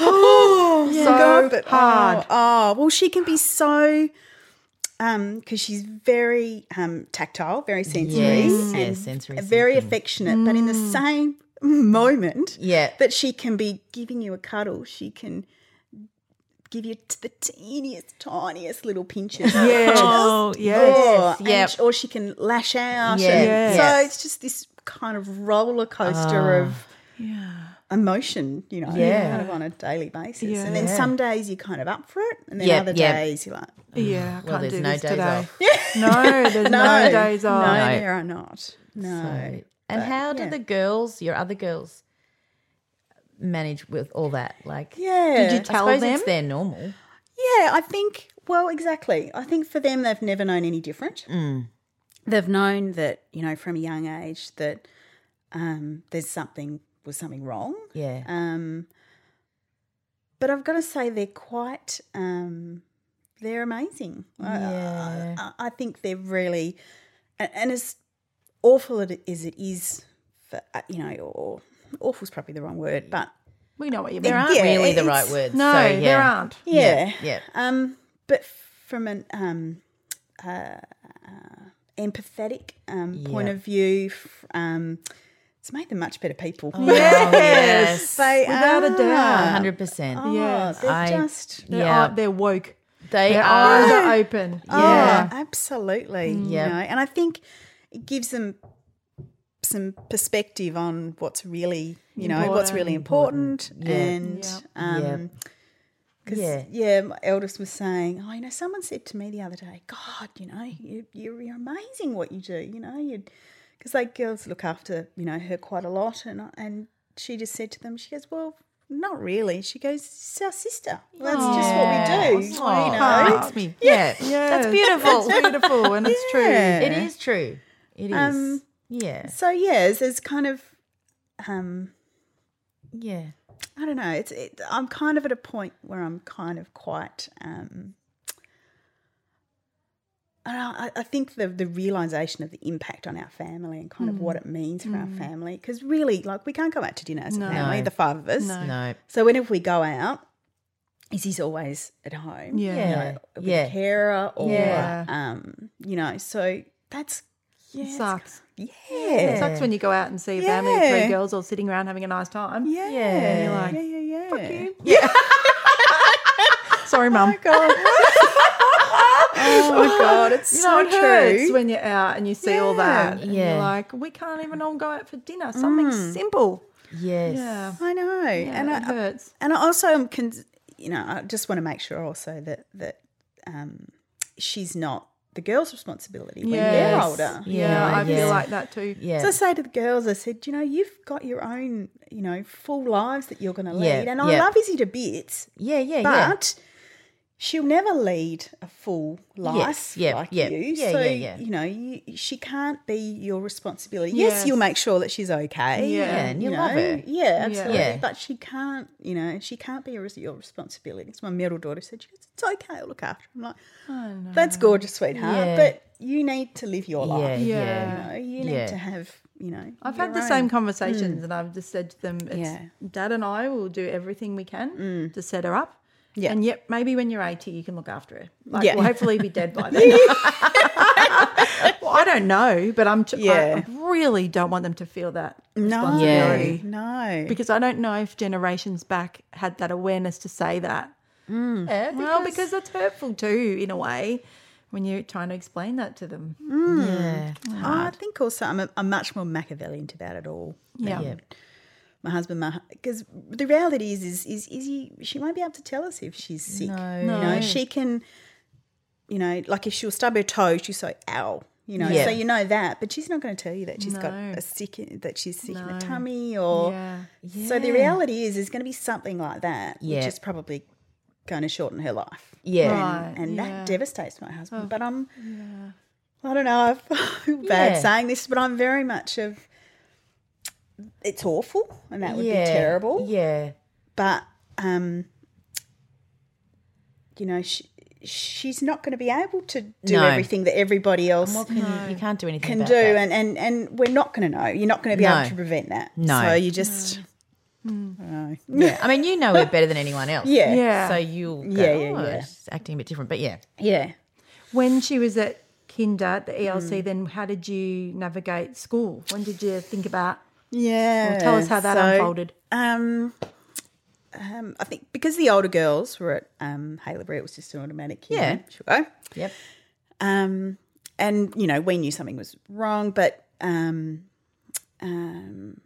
[SPEAKER 4] oh, so
[SPEAKER 2] God, but-
[SPEAKER 4] hard. Oh, well, she can be so um because she's very um tactile, very sensory,
[SPEAKER 3] Yes,
[SPEAKER 4] and
[SPEAKER 3] yes, sensory
[SPEAKER 4] very
[SPEAKER 3] seeking.
[SPEAKER 4] affectionate. But in the same moment,
[SPEAKER 3] Yeah.
[SPEAKER 4] that she can be giving you a cuddle, she can. Give you t- the teeniest, tiniest little pinches.
[SPEAKER 2] Yes.
[SPEAKER 4] Just-
[SPEAKER 2] Oh, yes.
[SPEAKER 4] Oh, and
[SPEAKER 3] Yep.
[SPEAKER 4] sh- Or she can lash out.
[SPEAKER 3] Yeah,
[SPEAKER 4] and-
[SPEAKER 3] yes. Ah.
[SPEAKER 4] So it's just this kind of roller coaster of emotion, you know,
[SPEAKER 3] Yeah.
[SPEAKER 4] kind of on a daily basis.
[SPEAKER 2] Yeah.
[SPEAKER 4] And then some days you're kind of up for it, and then
[SPEAKER 3] Yep,
[SPEAKER 4] other
[SPEAKER 3] yep.
[SPEAKER 4] days you're like,
[SPEAKER 2] Yeah, I
[SPEAKER 3] Well,
[SPEAKER 2] can't
[SPEAKER 3] there's
[SPEAKER 2] do
[SPEAKER 3] no
[SPEAKER 2] this
[SPEAKER 3] days
[SPEAKER 2] today.
[SPEAKER 3] off.
[SPEAKER 2] No, there's no, days off.
[SPEAKER 4] No,
[SPEAKER 3] No.
[SPEAKER 4] there are not. No.
[SPEAKER 3] And how do the girls, your other girls, manage with all that? Like,
[SPEAKER 4] Yeah.
[SPEAKER 2] Did you tell
[SPEAKER 3] I suppose
[SPEAKER 2] them?
[SPEAKER 3] it's their normal.
[SPEAKER 4] Yeah, I think, well, exactly. I think for them, they've never known any different.
[SPEAKER 2] Mm.
[SPEAKER 4] They've known that, you know, from a young age that um, there's something, was something wrong.
[SPEAKER 3] Yeah.
[SPEAKER 4] Um, but I've got to say, they're quite, um, they're amazing. I-
[SPEAKER 3] Yeah.
[SPEAKER 4] I, I, I think they're really, and, and as awful it- as it is, for, uh, you know, or awful's probably the wrong word, but
[SPEAKER 2] We know what you mean.
[SPEAKER 3] there aren't
[SPEAKER 4] yeah,
[SPEAKER 3] really the right
[SPEAKER 4] it's-
[SPEAKER 3] words.
[SPEAKER 2] No,
[SPEAKER 3] so, yeah.
[SPEAKER 2] there aren't.
[SPEAKER 4] yeah.
[SPEAKER 3] Yeah.
[SPEAKER 4] Um, but from an um, uh, uh, empathetic um, point
[SPEAKER 3] Yeah.
[SPEAKER 4] of view, f- um, it's made them much better people.
[SPEAKER 3] yes. Ah,
[SPEAKER 4] They
[SPEAKER 2] Without a
[SPEAKER 4] are.
[SPEAKER 2] doubt.
[SPEAKER 3] 100%.
[SPEAKER 4] Oh,
[SPEAKER 2] Yes.
[SPEAKER 4] they're
[SPEAKER 3] I-
[SPEAKER 4] just.
[SPEAKER 2] They're,
[SPEAKER 3] Yeah. Oh.
[SPEAKER 2] are, they're woke.
[SPEAKER 3] They
[SPEAKER 2] Their
[SPEAKER 3] are.
[SPEAKER 2] eyes are open.
[SPEAKER 4] Yeah,
[SPEAKER 2] Yeah.
[SPEAKER 4] Oh, absolutely.
[SPEAKER 3] Yeah.
[SPEAKER 4] You know, and I think it gives them some perspective on what's really, you know, what's really important, and um 'cause
[SPEAKER 3] Yeah.
[SPEAKER 4] yeah. my eldest was saying, oh, you know, someone said to me the other day, God, you know, you, you're, you're amazing what you do, you know, you because like girls look after, you know, her quite a lot, and I- and she just said to them, she goes, well. Not really. She goes, it's our sister. That's just what we do.
[SPEAKER 3] Oh,
[SPEAKER 4] you know?
[SPEAKER 3] that makes me. Yeah.
[SPEAKER 2] Yes,
[SPEAKER 3] That's beautiful.
[SPEAKER 2] It's beautiful and it's true.
[SPEAKER 4] Yeah.
[SPEAKER 3] It is true. It is.
[SPEAKER 4] Um,
[SPEAKER 3] yeah.
[SPEAKER 4] So yeah, it's, it's kind of, um,
[SPEAKER 3] Yeah.
[SPEAKER 4] I don't know. It's it, I'm kind of at a point where I'm kind of quite. Um, I, don't know, I, I think the the realization of the impact on our family and kind of what it means for our family because really, like, we can't go out to dinner as a family, the five of us.
[SPEAKER 3] No.
[SPEAKER 4] So whenever we go out, is he's always at home?
[SPEAKER 2] Yeah.
[SPEAKER 4] you know,
[SPEAKER 3] Yeah.
[SPEAKER 4] with
[SPEAKER 3] Yeah.
[SPEAKER 4] a carer or
[SPEAKER 2] Yeah.
[SPEAKER 4] um, you know. So that's
[SPEAKER 2] It
[SPEAKER 4] yeah, it's-
[SPEAKER 2] sucks.
[SPEAKER 4] yeah.
[SPEAKER 2] It sucks when you go out and see a family of
[SPEAKER 4] Yeah.
[SPEAKER 2] three girls all sitting around having a nice time.
[SPEAKER 4] Yeah.
[SPEAKER 3] Yeah. You're
[SPEAKER 2] like,
[SPEAKER 4] yeah, yeah, yeah. Fuck you.
[SPEAKER 2] Sorry, mum.
[SPEAKER 4] Oh my god, it's
[SPEAKER 2] You
[SPEAKER 4] so
[SPEAKER 2] know, it hurts
[SPEAKER 4] true.
[SPEAKER 2] when you're out and you see all that. And
[SPEAKER 3] Yeah.
[SPEAKER 2] You're like, we can't even all go out for dinner.
[SPEAKER 4] Mm.
[SPEAKER 2] Something simple.
[SPEAKER 3] Yes.
[SPEAKER 2] Yeah.
[SPEAKER 4] I know. and
[SPEAKER 2] it
[SPEAKER 4] I
[SPEAKER 2] hurts.
[SPEAKER 4] and I also am con- you know, I just want to make sure also that that um she's not the girl's responsibility when they're
[SPEAKER 2] Yes.
[SPEAKER 4] older.
[SPEAKER 2] Yeah,
[SPEAKER 3] Yeah,
[SPEAKER 2] I
[SPEAKER 3] yeah.
[SPEAKER 2] feel like that too.
[SPEAKER 3] Yeah.
[SPEAKER 4] So I say to the girls, I said, you know, you've got your own, you know, full lives that you're going to lead,
[SPEAKER 3] Yeah,
[SPEAKER 4] and I
[SPEAKER 3] yeah.
[SPEAKER 4] love Izzy to bits,
[SPEAKER 3] yeah. Yeah. yeah.
[SPEAKER 4] but she'll never lead a full life
[SPEAKER 3] Yes, yeah,
[SPEAKER 4] like
[SPEAKER 3] yeah,
[SPEAKER 4] you.
[SPEAKER 3] yeah,
[SPEAKER 4] so
[SPEAKER 3] yeah, yeah.
[SPEAKER 4] you know, you, she can't be your responsibility. Yes,
[SPEAKER 2] Yes.
[SPEAKER 4] you'll make sure that she's okay.
[SPEAKER 2] Yeah. Yeah,
[SPEAKER 3] and you
[SPEAKER 4] know,
[SPEAKER 3] love her.
[SPEAKER 4] Yeah, absolutely.
[SPEAKER 3] Yeah.
[SPEAKER 4] But she can't, you know, she can't be your your responsibility. It's my middle daughter said, she goes, "It's okay, I'll look after." her." I'm like, "That's gorgeous, sweetheart,
[SPEAKER 3] Yeah.
[SPEAKER 4] but you need to live your
[SPEAKER 3] Yeah.
[SPEAKER 4] life.
[SPEAKER 3] Yeah.
[SPEAKER 4] You know, you need
[SPEAKER 3] Yeah.
[SPEAKER 4] to have, you know."
[SPEAKER 2] I've
[SPEAKER 4] your
[SPEAKER 2] had the
[SPEAKER 4] own-
[SPEAKER 2] same conversations, and I've just said to them, it's,
[SPEAKER 4] Yeah.
[SPEAKER 2] "Dad and I will do everything we can to set her up."
[SPEAKER 4] Yeah.
[SPEAKER 2] And yet, maybe when you're 80, you can look after her. Like,
[SPEAKER 4] Yeah.
[SPEAKER 2] we'll hopefully be dead by then. well, I don't know, but I'm. T-
[SPEAKER 4] Yeah.
[SPEAKER 2] I really don't want them to feel that
[SPEAKER 4] No,
[SPEAKER 3] Yeah.
[SPEAKER 4] no.
[SPEAKER 2] because I don't know if generations back had that awareness to say that.
[SPEAKER 3] Yeah,
[SPEAKER 2] well, because that's hurtful too, in a way, when you're trying to explain that to them.
[SPEAKER 3] yeah.
[SPEAKER 4] I think also I'm, a, I'm much more Machiavellian about it all.
[SPEAKER 2] Yeah.
[SPEAKER 3] Yeah.
[SPEAKER 4] my husband, my because the reality is, is, is Izzy, she won't be able to tell us if she's sick. You know, she can, you know, like if she'll stub her toe, she'll say, ow, you know,
[SPEAKER 3] Yeah.
[SPEAKER 4] so you know that, but she's not going to tell you that she's got
[SPEAKER 2] No.
[SPEAKER 4] a sick, that she's sick in the tummy or.
[SPEAKER 2] Yeah.
[SPEAKER 4] So the reality is, there's going to be something like that,
[SPEAKER 3] Yeah.
[SPEAKER 4] which is probably going to shorten her life.
[SPEAKER 3] Uh, Yeah. Oh,
[SPEAKER 2] Right.
[SPEAKER 4] And
[SPEAKER 2] yeah.
[SPEAKER 4] that devastates my husband. But I'm, I don't know, I feel bad
[SPEAKER 3] Yeah.
[SPEAKER 4] saying this, but I'm very much of, it's awful and that would
[SPEAKER 3] yeah.
[SPEAKER 4] be terrible.
[SPEAKER 3] Yeah.
[SPEAKER 4] But, um, you know, she, she's not going to be able to do
[SPEAKER 3] No.
[SPEAKER 4] everything that everybody else
[SPEAKER 3] What can you, you can't do anything
[SPEAKER 4] can
[SPEAKER 3] about
[SPEAKER 4] do.
[SPEAKER 3] that.
[SPEAKER 4] And, and, and we're not going to know. You're not going to be
[SPEAKER 3] No.
[SPEAKER 4] able to prevent that.
[SPEAKER 3] No. Hmm.
[SPEAKER 4] So you just, I don't know. Yeah.
[SPEAKER 3] I mean, you know it better than anyone else.
[SPEAKER 4] Yeah.
[SPEAKER 2] Yeah.
[SPEAKER 3] So you'll go,
[SPEAKER 4] Yeah, yeah,
[SPEAKER 3] "Oh,
[SPEAKER 4] yeah.
[SPEAKER 3] she's acting a bit different. But yeah.
[SPEAKER 4] Yeah.
[SPEAKER 2] When she was at kinder at the ELC, then how did you navigate school? When did you think about?
[SPEAKER 4] Yeah.
[SPEAKER 2] Well, tell us how that
[SPEAKER 4] So,
[SPEAKER 2] unfolded.
[SPEAKER 4] Um, um, I think because the older girls were at um, Halebury, it was just an automatic. you
[SPEAKER 3] Yeah.
[SPEAKER 4] know, sure.
[SPEAKER 3] Yep.
[SPEAKER 4] Um, and you know, we knew something was wrong, but um, um,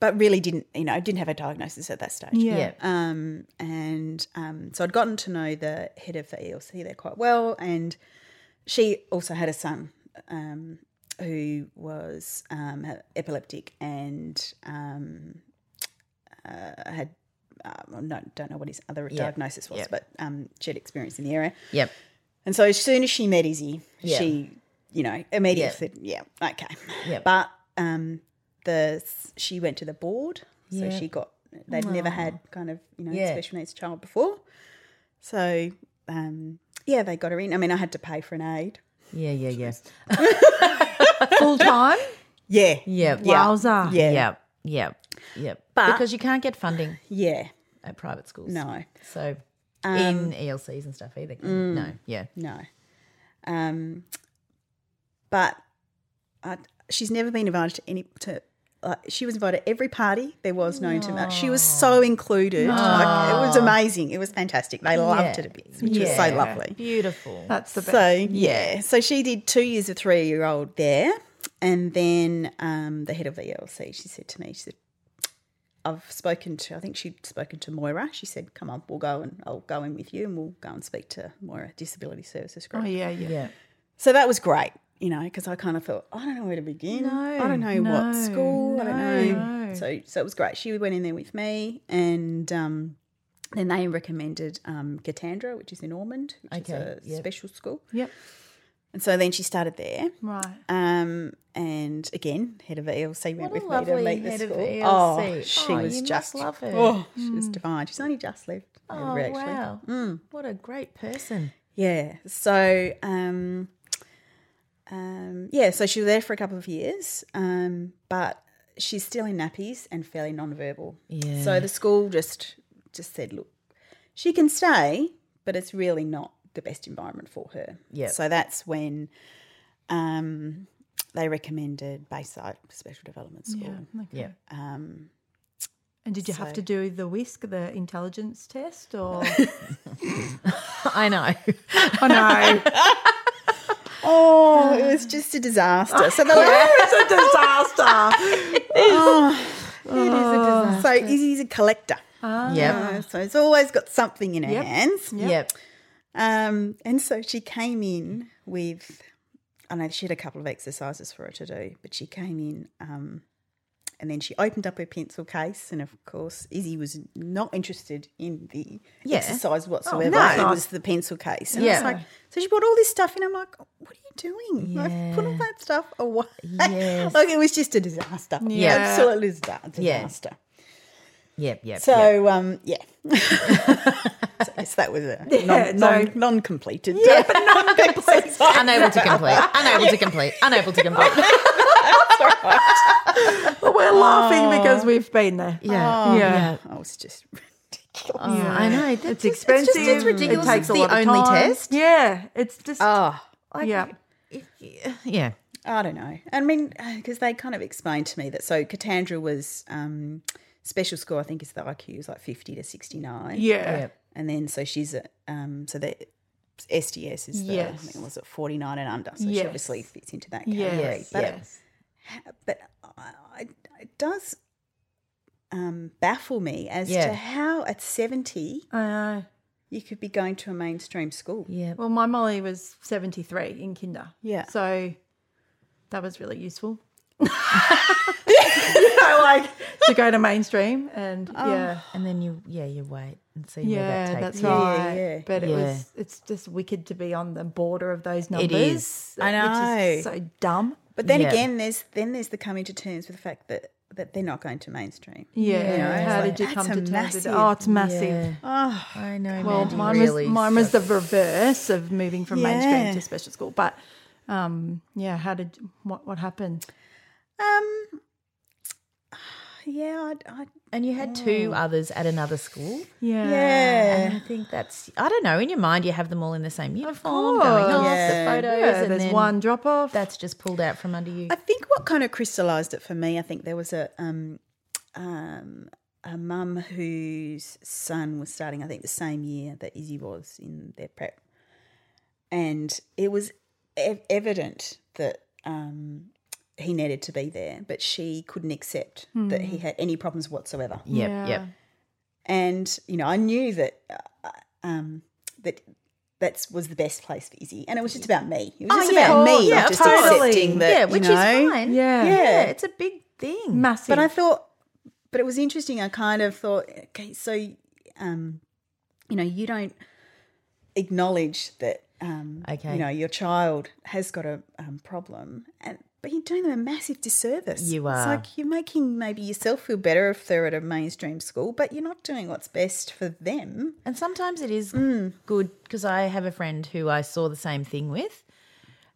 [SPEAKER 4] but really didn't, you know, didn't have a diagnosis at that stage.
[SPEAKER 3] Yeah.
[SPEAKER 4] Um, and um, so I'd gotten to know the head of the ELC there quite well, and she also had a son um, who was um, epileptic and um, uh, had. Uh, no, don't know what his other diagnosis was,
[SPEAKER 3] Yep.
[SPEAKER 4] but um, she had experience in the area.
[SPEAKER 3] Yep.
[SPEAKER 4] And so as soon as she met Izzy,
[SPEAKER 3] Yeah.
[SPEAKER 4] she, you know, immediately said, yeah, okay.
[SPEAKER 3] Yeah.
[SPEAKER 4] But um, the she went to the board, so she got they'd never had kind of you know
[SPEAKER 3] Yeah.
[SPEAKER 4] special needs child before, so um, yeah, they got her in. I mean, I had to pay for an aid.
[SPEAKER 3] Yeah. Yeah. Yeah.
[SPEAKER 2] Full time?
[SPEAKER 4] Yeah,
[SPEAKER 3] Yeah.
[SPEAKER 4] Yeah.
[SPEAKER 2] Wowza.
[SPEAKER 4] yeah, yeah.
[SPEAKER 3] Yeah. Yeah. Yeah.
[SPEAKER 4] But-
[SPEAKER 3] because you can't get funding at private schools.
[SPEAKER 4] No,
[SPEAKER 3] So in ELCs and stuff either. can you? No. Yeah.
[SPEAKER 4] no. Um, but I, she's never been invited to any to. Like, she was invited to every party there was known to man. She was so included. Like, it was amazing. It was fantastic. They loved
[SPEAKER 3] Yeah.
[SPEAKER 4] it a bit, which was so
[SPEAKER 3] Yeah.
[SPEAKER 4] lovely.
[SPEAKER 3] Beautiful.
[SPEAKER 2] That's the best.
[SPEAKER 4] So yeah, so she did two years of three year old there, and then um, the head of the ELC she said to me, she said, "I've spoken to, I think she'd spoken to Moira. She said, come on, we'll go and I'll go in with you, and we'll go and speak to Moira Disability Services Group.'
[SPEAKER 2] Oh, yeah, yeah.
[SPEAKER 3] yeah.
[SPEAKER 4] So that was great, you know, because I kind of thought I don't know where to begin. I don't know
[SPEAKER 2] no,
[SPEAKER 4] what school. I don't know.
[SPEAKER 2] no.
[SPEAKER 4] So so it was great. She went in there with me, and um, then they recommended um, Katandra, which is in Ormond, which
[SPEAKER 3] Okay,
[SPEAKER 4] is a
[SPEAKER 3] yep.
[SPEAKER 4] special school.
[SPEAKER 2] Yep.
[SPEAKER 4] And so then she started there.
[SPEAKER 2] Right.
[SPEAKER 4] Um, and again, head of ELC went
[SPEAKER 3] What a
[SPEAKER 4] with me to
[SPEAKER 3] lovely
[SPEAKER 4] meet the
[SPEAKER 3] head of
[SPEAKER 4] school.
[SPEAKER 3] ELC.
[SPEAKER 4] Oh, she
[SPEAKER 3] Oh,
[SPEAKER 4] was
[SPEAKER 3] you must
[SPEAKER 4] just
[SPEAKER 3] love her. Mm.
[SPEAKER 4] Oh, she was divine. She's only just left.
[SPEAKER 3] Oh
[SPEAKER 4] Edinburgh, actually.
[SPEAKER 3] wow! What a great person.
[SPEAKER 4] Yeah. So, um, um, yeah. So she was there for a couple of years, um, but she's still in nappies and fairly nonverbal.
[SPEAKER 3] Yeah.
[SPEAKER 4] So the school just just said, look, she can stay, but it's really not the best environment for her.
[SPEAKER 3] Yep.
[SPEAKER 4] So that's when um, they recommended Bayside Special Development School.
[SPEAKER 3] Yeah.
[SPEAKER 4] Um,
[SPEAKER 2] And did you have to do the whisk, the intelligence test, or
[SPEAKER 3] I know.
[SPEAKER 2] oh no,
[SPEAKER 4] oh, it was just a disaster. So the
[SPEAKER 2] Um, it's a disaster.
[SPEAKER 4] Oh, So Izzy's a collector.
[SPEAKER 2] Ah,
[SPEAKER 3] Yep.
[SPEAKER 4] Uh, so it's always got something in her
[SPEAKER 2] Yep.
[SPEAKER 4] hands.
[SPEAKER 3] Yep.
[SPEAKER 4] Um, and so she came in with, I know she had a couple of exercises for her to do, but she came in um, and then she opened up her pencil case. And of course, Izzy was not interested in the
[SPEAKER 3] Yeah. Oh,
[SPEAKER 4] exercise whatsoever.
[SPEAKER 2] no.
[SPEAKER 4] It was the pencil case. And
[SPEAKER 3] Yeah.
[SPEAKER 4] it's like, so she brought all this stuff in. I'm like, what are you doing? Like, put all that stuff away.
[SPEAKER 3] Yes.
[SPEAKER 4] like, it was just a disaster.
[SPEAKER 2] Yeah.
[SPEAKER 4] Absolute disa-
[SPEAKER 3] Yeah.
[SPEAKER 4] disaster.
[SPEAKER 3] Yep. Yep. yep.
[SPEAKER 4] So um, yeah. so, yes, that was a non,
[SPEAKER 2] so-
[SPEAKER 4] non, non-completed. uh, Yeah, but non-completed.
[SPEAKER 3] unable to complete. Unable to complete. Unable to complete.
[SPEAKER 2] We're laughing because we've been there.
[SPEAKER 3] Yeah.
[SPEAKER 2] yeah.
[SPEAKER 4] I was just
[SPEAKER 3] Oh,
[SPEAKER 4] ridiculous.
[SPEAKER 3] I know. That's
[SPEAKER 2] It's expensive.
[SPEAKER 3] It's, just, it's ridiculous.
[SPEAKER 2] It takes
[SPEAKER 3] it's
[SPEAKER 2] a
[SPEAKER 3] the
[SPEAKER 2] lot of
[SPEAKER 3] only
[SPEAKER 2] time.
[SPEAKER 3] test.
[SPEAKER 2] Yeah, it's just
[SPEAKER 4] Oh,
[SPEAKER 2] yeah.
[SPEAKER 3] Yeah.
[SPEAKER 4] I don't know. I mean, because they kind of explained to me that so Katandra was um, special school. I think is the IQ is like fifty to sixty-nine.
[SPEAKER 2] yeah,
[SPEAKER 3] Yep.
[SPEAKER 4] and then so she's at, um, so the SDS is the I
[SPEAKER 2] Yes.
[SPEAKER 4] think it was at forty-nine and under. So
[SPEAKER 2] Yes.
[SPEAKER 4] she obviously fits into that
[SPEAKER 2] Yes,
[SPEAKER 4] category. But
[SPEAKER 3] yeah.
[SPEAKER 4] but I, I- it does um, baffle me as
[SPEAKER 3] Yeah.
[SPEAKER 4] to how at 70
[SPEAKER 2] I know.
[SPEAKER 4] you could be going to a mainstream school.
[SPEAKER 3] Yep.
[SPEAKER 2] Well, my Molly was seventy three in kinder.
[SPEAKER 4] Yeah.
[SPEAKER 2] so that was really useful. you know, like to go to mainstream and yeah.
[SPEAKER 3] And then you, yeah, you wait and see where
[SPEAKER 2] Yeah,
[SPEAKER 3] that takes
[SPEAKER 2] that's
[SPEAKER 3] you.
[SPEAKER 2] right.
[SPEAKER 4] Yeah, yeah.
[SPEAKER 2] But it
[SPEAKER 3] Yeah.
[SPEAKER 2] was it's just wicked to be on the border of those numbers.
[SPEAKER 3] is.
[SPEAKER 4] I
[SPEAKER 2] Which is so dumb.
[SPEAKER 4] But then
[SPEAKER 3] Yeah.
[SPEAKER 4] again, there's then there's the coming to terms with the fact that that they're not going to mainstream.
[SPEAKER 2] Yeah.
[SPEAKER 4] it's
[SPEAKER 2] How
[SPEAKER 4] like,
[SPEAKER 2] did you
[SPEAKER 4] that's
[SPEAKER 2] come
[SPEAKER 4] a
[SPEAKER 2] to terms with it?
[SPEAKER 4] massive-
[SPEAKER 2] Oh, it's massive.
[SPEAKER 4] Oh,
[SPEAKER 3] I know.
[SPEAKER 2] Well,
[SPEAKER 3] Mandy,
[SPEAKER 2] mine
[SPEAKER 3] really
[SPEAKER 2] was mine was the
[SPEAKER 3] sucks.
[SPEAKER 2] reverse of moving from mainstream
[SPEAKER 4] Yeah.
[SPEAKER 2] to special school. But um, yeah, how did what what happened?
[SPEAKER 4] um, yeah, I, I,
[SPEAKER 3] And you had two others at another school.
[SPEAKER 2] Mm. Yeah,
[SPEAKER 4] yeah,
[SPEAKER 3] And I think that's, I don't know, in your mind you have them all in the same uniform, going
[SPEAKER 2] course.
[SPEAKER 3] off
[SPEAKER 4] Yeah.
[SPEAKER 3] the photos.
[SPEAKER 2] Yeah,
[SPEAKER 3] and
[SPEAKER 2] there's
[SPEAKER 3] then
[SPEAKER 2] one drop off.
[SPEAKER 3] That's just pulled out from under you.
[SPEAKER 4] I think what kind of crystallised it for me, I think there was a um, um, a mum whose son was starting, I think, the same year that Izzy was in their prep, and it was ev- evident that um, he needed to be there, but she couldn't accept that
[SPEAKER 3] Hmm.
[SPEAKER 4] he had any problems whatsoever.
[SPEAKER 3] Yep, yep.
[SPEAKER 4] And you know, I knew that uh, um, that that was the best place for Izzy, and it was just about me. It was just
[SPEAKER 3] yeah.
[SPEAKER 4] about me,
[SPEAKER 3] Yeah,
[SPEAKER 4] not
[SPEAKER 3] of
[SPEAKER 4] just
[SPEAKER 3] course.
[SPEAKER 4] accepting that.
[SPEAKER 3] yeah,
[SPEAKER 4] you
[SPEAKER 3] which
[SPEAKER 4] know.
[SPEAKER 3] is fine.
[SPEAKER 2] Yeah.
[SPEAKER 3] yeah, it's a big thing.
[SPEAKER 2] Massive.
[SPEAKER 4] But I thought, but it was interesting. I kind of thought, okay, so, um, you know, you don't acknowledge that, um,
[SPEAKER 3] Okay.
[SPEAKER 4] you know, your child has got a um, problem, and but you're doing them a massive disservice.
[SPEAKER 3] You
[SPEAKER 4] It's
[SPEAKER 3] are.
[SPEAKER 4] like you're making maybe yourself feel better if they're at a mainstream school, but you're not doing what's best for them.
[SPEAKER 3] And sometimes it is
[SPEAKER 4] Mm.
[SPEAKER 3] good because I have a friend who I saw the same thing with,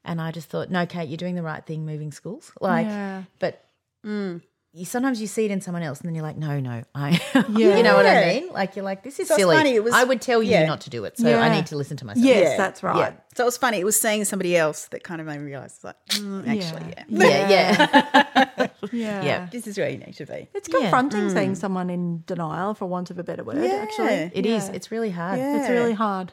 [SPEAKER 3] and I just thought, no, Kate, you're doing the right thing moving schools. Like,
[SPEAKER 2] Yeah.
[SPEAKER 3] but
[SPEAKER 4] Mm.
[SPEAKER 3] you sometimes you see it in someone else, and then you're like, no, no, I,
[SPEAKER 2] Yeah.
[SPEAKER 3] you know what I
[SPEAKER 4] Yeah.
[SPEAKER 3] mean? Like, you're like, this is
[SPEAKER 4] So it's
[SPEAKER 3] silly.
[SPEAKER 4] funny, it was-
[SPEAKER 3] I would tell you
[SPEAKER 4] yeah.
[SPEAKER 3] not to do it, so I
[SPEAKER 2] Yeah.
[SPEAKER 3] need to listen to myself.
[SPEAKER 2] yes, that's right.
[SPEAKER 4] Yeah. So it was funny. It was seeing somebody else that kind of made me realize, like, mm, actually, yeah.
[SPEAKER 3] yeah, yeah.
[SPEAKER 2] Yeah.
[SPEAKER 3] Yeah.
[SPEAKER 4] this is where you need to be.
[SPEAKER 2] It's confronting
[SPEAKER 4] Hmm.
[SPEAKER 2] seeing someone in denial, for want of a better word, actually.
[SPEAKER 3] It is. It's really hard.
[SPEAKER 2] It's really hard.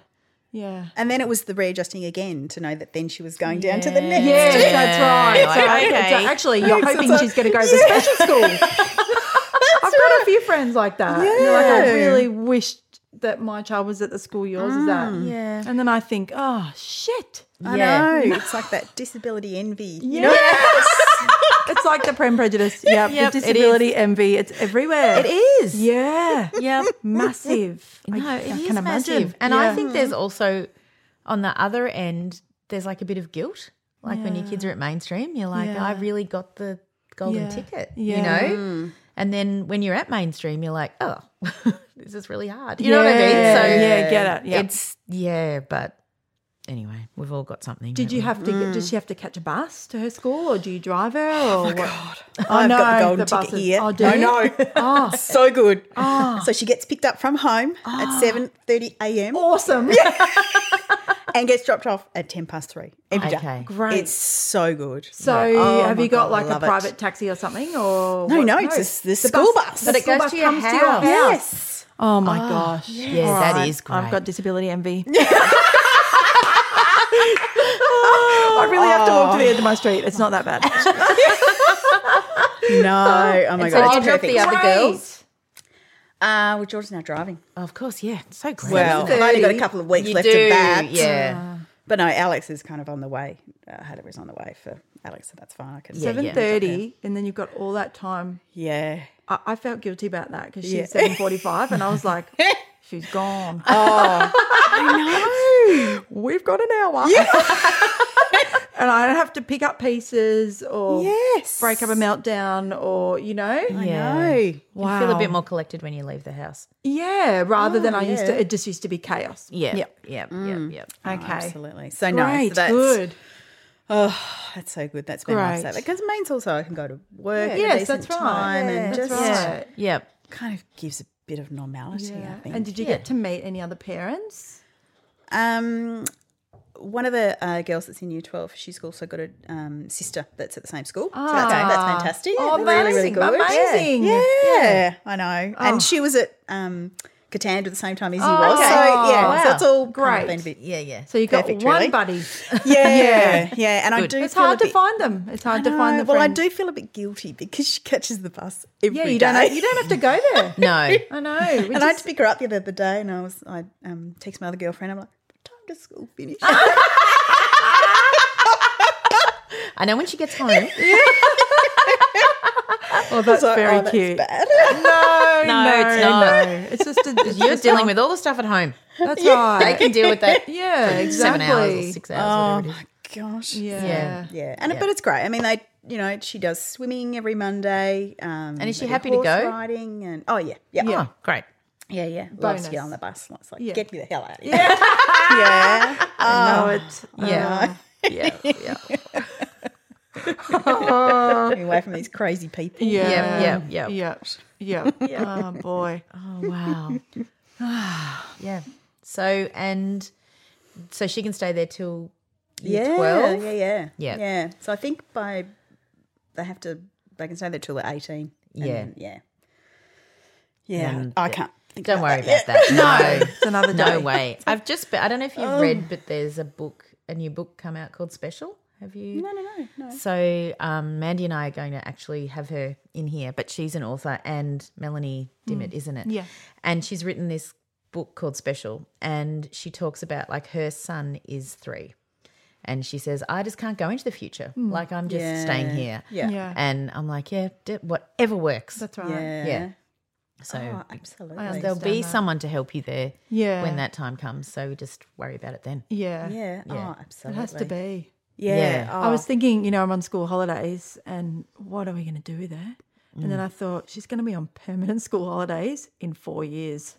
[SPEAKER 2] Yeah.
[SPEAKER 4] And then it was the readjusting again to know that then she was going down to the next.
[SPEAKER 2] Yes, that's right.
[SPEAKER 3] Yeah.
[SPEAKER 2] So, okay,
[SPEAKER 3] Okay.
[SPEAKER 2] so actually, you're hoping she's going to go to special school. I've got a few friends like that. Yeah. Like, I really wished that my child was at the school yours is at.
[SPEAKER 3] Mm. Yeah. Uh,
[SPEAKER 2] And then I think, oh, shit.
[SPEAKER 4] I
[SPEAKER 3] Yeah.
[SPEAKER 4] know. It's like that disability envy. You know?
[SPEAKER 2] Yes. it's like the Prem Prejudice. Yeah,
[SPEAKER 3] Yep, it
[SPEAKER 2] the
[SPEAKER 3] is.
[SPEAKER 2] disability envy. It's everywhere.
[SPEAKER 3] It is.
[SPEAKER 2] Yeah.
[SPEAKER 3] Yeah.
[SPEAKER 2] Massive.
[SPEAKER 3] No, it is
[SPEAKER 2] can
[SPEAKER 3] massive.
[SPEAKER 2] imagine.
[SPEAKER 3] And
[SPEAKER 2] Yeah. Mm-hmm.
[SPEAKER 3] I think there's also on the other end, there's like a bit of guilt. Like when your kids are at mainstream, you're like,
[SPEAKER 2] Yeah.
[SPEAKER 3] I really got the golden
[SPEAKER 2] Yeah.
[SPEAKER 3] ticket,
[SPEAKER 2] Yeah.
[SPEAKER 3] you know? And then when you're at mainstream, you're like, oh, this is really hard. You know what I mean?
[SPEAKER 2] Yeah,
[SPEAKER 3] So
[SPEAKER 2] yeah, get it. Yeah.
[SPEAKER 3] It's, yeah, but anyway, we've all got something.
[SPEAKER 2] Did
[SPEAKER 3] don't
[SPEAKER 2] you
[SPEAKER 3] we?
[SPEAKER 2] have to? Get,
[SPEAKER 4] Mm.
[SPEAKER 2] did she have to catch a bus to her school, or do you drive her?
[SPEAKER 4] Oh
[SPEAKER 2] Or what? I
[SPEAKER 4] I've
[SPEAKER 2] know
[SPEAKER 4] got the golden ticket
[SPEAKER 2] buses.
[SPEAKER 4] here.
[SPEAKER 2] Oh, do
[SPEAKER 4] I
[SPEAKER 2] you?
[SPEAKER 4] know.
[SPEAKER 2] Oh, Ah.
[SPEAKER 4] so good. So she gets picked up from home at seven thirty a.m.
[SPEAKER 2] Oh. awesome.
[SPEAKER 4] and gets dropped off at ten past three every day.
[SPEAKER 3] Okay.
[SPEAKER 2] Great.
[SPEAKER 4] It's so good.
[SPEAKER 2] So
[SPEAKER 4] Oh
[SPEAKER 2] have
[SPEAKER 4] my
[SPEAKER 2] you got
[SPEAKER 4] God,
[SPEAKER 2] like a
[SPEAKER 4] love it.
[SPEAKER 2] private taxi or something? Or
[SPEAKER 4] No,
[SPEAKER 2] what?
[SPEAKER 4] no, it's just the school bus.
[SPEAKER 3] But it
[SPEAKER 2] school
[SPEAKER 3] goes
[SPEAKER 2] bus
[SPEAKER 3] to your
[SPEAKER 2] comes
[SPEAKER 3] house.
[SPEAKER 4] yes.
[SPEAKER 2] Oh my gosh.
[SPEAKER 3] Yeah,
[SPEAKER 2] All
[SPEAKER 3] that is great.
[SPEAKER 2] I've got disability envy. I really have to walk to the edge of my street. It's not that bad.
[SPEAKER 4] No. Oh my
[SPEAKER 3] And so
[SPEAKER 4] god.
[SPEAKER 3] did you
[SPEAKER 4] it's
[SPEAKER 3] drop
[SPEAKER 4] perfect.
[SPEAKER 3] the other girls?
[SPEAKER 4] Uh, well, George's now driving.
[SPEAKER 3] Of course, yeah. It's so great.
[SPEAKER 4] Well, I've only got a couple of weeks
[SPEAKER 3] you
[SPEAKER 4] left
[SPEAKER 3] do,
[SPEAKER 4] of that. Uh,
[SPEAKER 3] yeah.
[SPEAKER 4] But no, Alex is kind of on the way. Uh, Heather is on the way for Alex, so that's fine. I can.
[SPEAKER 3] Yeah,
[SPEAKER 2] Seven thirty, and then you've got all that time.
[SPEAKER 4] Yeah.
[SPEAKER 2] I, I felt guilty about that because she's
[SPEAKER 4] Yeah.
[SPEAKER 2] seven forty-five, and I was like, she's gone.
[SPEAKER 4] Oh.
[SPEAKER 2] we've got an hour. and I don't have to pick up pieces or
[SPEAKER 4] Yes.
[SPEAKER 2] break up a meltdown or, you know?
[SPEAKER 3] Yeah.
[SPEAKER 4] No.
[SPEAKER 3] You feel a bit more collected when you leave the house.
[SPEAKER 2] Yeah, rather than I
[SPEAKER 4] Oh,
[SPEAKER 2] used to, it just used to be chaos.
[SPEAKER 3] Yeah. Yep. Yep.
[SPEAKER 2] Mm.
[SPEAKER 3] Yep. Yep.
[SPEAKER 2] Okay.
[SPEAKER 4] Absolutely. So no,
[SPEAKER 2] Great,
[SPEAKER 4] so that's Oh,
[SPEAKER 2] good.
[SPEAKER 4] That's so good. That's been
[SPEAKER 2] Great.
[SPEAKER 4] lifesaver because it means also I can go to work. at a
[SPEAKER 2] Yes,
[SPEAKER 4] decent
[SPEAKER 2] that's right.
[SPEAKER 4] Time and
[SPEAKER 2] that's
[SPEAKER 4] just
[SPEAKER 2] right.
[SPEAKER 3] Yep.
[SPEAKER 4] kind of gives a bit of normality. I think.
[SPEAKER 2] And did you get to meet any other parents?
[SPEAKER 4] Um, one of the uh, girls that's in Year Twelve, she's also got a um, sister that's at the same school. so that's,
[SPEAKER 2] Ah.
[SPEAKER 4] that's fantastic.
[SPEAKER 2] Oh,
[SPEAKER 4] That's really, really
[SPEAKER 2] amazing,
[SPEAKER 4] good.
[SPEAKER 2] amazing. Oh.
[SPEAKER 4] Yeah, Yeah, I know. And she was at um, Catan at the same time as you
[SPEAKER 3] Oh,
[SPEAKER 4] was.
[SPEAKER 3] okay.
[SPEAKER 4] So yeah,
[SPEAKER 3] Oh,
[SPEAKER 4] so it's
[SPEAKER 3] wow.
[SPEAKER 4] all kind
[SPEAKER 2] Great.
[SPEAKER 4] of been a bit.
[SPEAKER 3] Yeah. Yeah.
[SPEAKER 2] So you got
[SPEAKER 4] Perfect,
[SPEAKER 2] one
[SPEAKER 4] really.
[SPEAKER 2] buddy.
[SPEAKER 4] Yeah, yeah, And I do.
[SPEAKER 2] It's
[SPEAKER 4] feel a
[SPEAKER 2] hard to
[SPEAKER 4] bit-
[SPEAKER 2] find them. It's hard to
[SPEAKER 4] No,
[SPEAKER 2] find the
[SPEAKER 4] well, I
[SPEAKER 2] friends.
[SPEAKER 4] do feel a bit guilty because she catches the bus every day.
[SPEAKER 2] Yeah, you don't, have, you don't have to go there.
[SPEAKER 3] No.
[SPEAKER 2] I know. We
[SPEAKER 4] and I had
[SPEAKER 2] just-
[SPEAKER 4] to pick her up the other day, and I was I um, text my other girlfriend. I'm like, what time does school finish?
[SPEAKER 2] Ah.
[SPEAKER 3] I know when she gets home.
[SPEAKER 2] oh, that's
[SPEAKER 4] So,
[SPEAKER 2] very
[SPEAKER 4] oh, that's
[SPEAKER 2] cute.
[SPEAKER 4] bad.
[SPEAKER 2] No,
[SPEAKER 3] No,
[SPEAKER 2] no,
[SPEAKER 3] it's not.
[SPEAKER 2] no. It's just a, it's
[SPEAKER 3] You're
[SPEAKER 2] just
[SPEAKER 3] dealing
[SPEAKER 2] not-
[SPEAKER 3] with all the stuff at home.
[SPEAKER 2] That's
[SPEAKER 3] They
[SPEAKER 2] right.
[SPEAKER 3] can deal with that.
[SPEAKER 2] Yeah, exactly.
[SPEAKER 3] Seven hours or six hours.
[SPEAKER 4] Oh
[SPEAKER 3] whatever it
[SPEAKER 4] my gosh.
[SPEAKER 2] Yeah.
[SPEAKER 3] Yeah.
[SPEAKER 2] yeah.
[SPEAKER 4] Yeah, and but it's great. I mean, they, you know, she does swimming every Monday. Um, and
[SPEAKER 3] is she happy to go?
[SPEAKER 4] Riding and oh yeah, yeah,
[SPEAKER 3] is. Oh, great.
[SPEAKER 4] yeah, yeah. Loves
[SPEAKER 2] Bonus.
[SPEAKER 4] to get on the bus. Lots like
[SPEAKER 2] Yeah.
[SPEAKER 4] get me the hell out of here. Yeah, yeah.
[SPEAKER 2] I know it.
[SPEAKER 3] Yeah. yeah. Yeah.
[SPEAKER 4] Get away from these crazy people.
[SPEAKER 2] Yeah.
[SPEAKER 3] Yeah, yeah,
[SPEAKER 2] Yeah.
[SPEAKER 3] yeah.
[SPEAKER 2] Yeah. Oh, boy.
[SPEAKER 3] Oh wow. Oh, yeah. So and so she can stay there till year
[SPEAKER 4] yeah,
[SPEAKER 3] twelve.
[SPEAKER 4] yeah, yeah,
[SPEAKER 3] Yeah.
[SPEAKER 4] yeah. So I think by they have to they can stay there till they're eighteen. and
[SPEAKER 3] Yeah.
[SPEAKER 4] then- yeah, yeah. I can't. Think
[SPEAKER 3] Don't
[SPEAKER 4] about
[SPEAKER 3] worry
[SPEAKER 4] that
[SPEAKER 3] about
[SPEAKER 4] yet.
[SPEAKER 3] that. No.
[SPEAKER 2] It's another day.
[SPEAKER 3] No way. I've just. Been, I don't know if you've read, but there's a book, a new book come out called Special. Have you?
[SPEAKER 4] No, no, no, no.
[SPEAKER 3] So um, Mandy and I are going to actually have her in here, but she's an author and Melanie Dimmitt, isn't it?
[SPEAKER 2] Yeah.
[SPEAKER 3] And she's written this book called Special, and she talks about like her son is three, and she says, "I just can't go into the future. Like I'm just staying here."
[SPEAKER 4] Hmm. Yeah.
[SPEAKER 2] Yeah.
[SPEAKER 3] And I'm like, "Yeah, d- whatever works."
[SPEAKER 2] That's right.
[SPEAKER 4] Yeah.
[SPEAKER 3] yeah. So
[SPEAKER 4] Oh, absolutely.
[SPEAKER 2] I
[SPEAKER 3] there'll be
[SPEAKER 2] understand that.
[SPEAKER 3] someone to help you there
[SPEAKER 2] Yeah.
[SPEAKER 3] when that time comes. So just worry about it then.
[SPEAKER 2] Yeah.
[SPEAKER 4] Yeah.
[SPEAKER 3] Yeah.
[SPEAKER 4] Oh,
[SPEAKER 2] It
[SPEAKER 4] absolutely.
[SPEAKER 2] has to be.
[SPEAKER 4] Yeah.
[SPEAKER 3] Yeah.
[SPEAKER 4] Oh,
[SPEAKER 2] I was thinking, you know, I'm on school holidays and what are we going to do there? And then I thought, she's going to be on permanent school holidays in four years.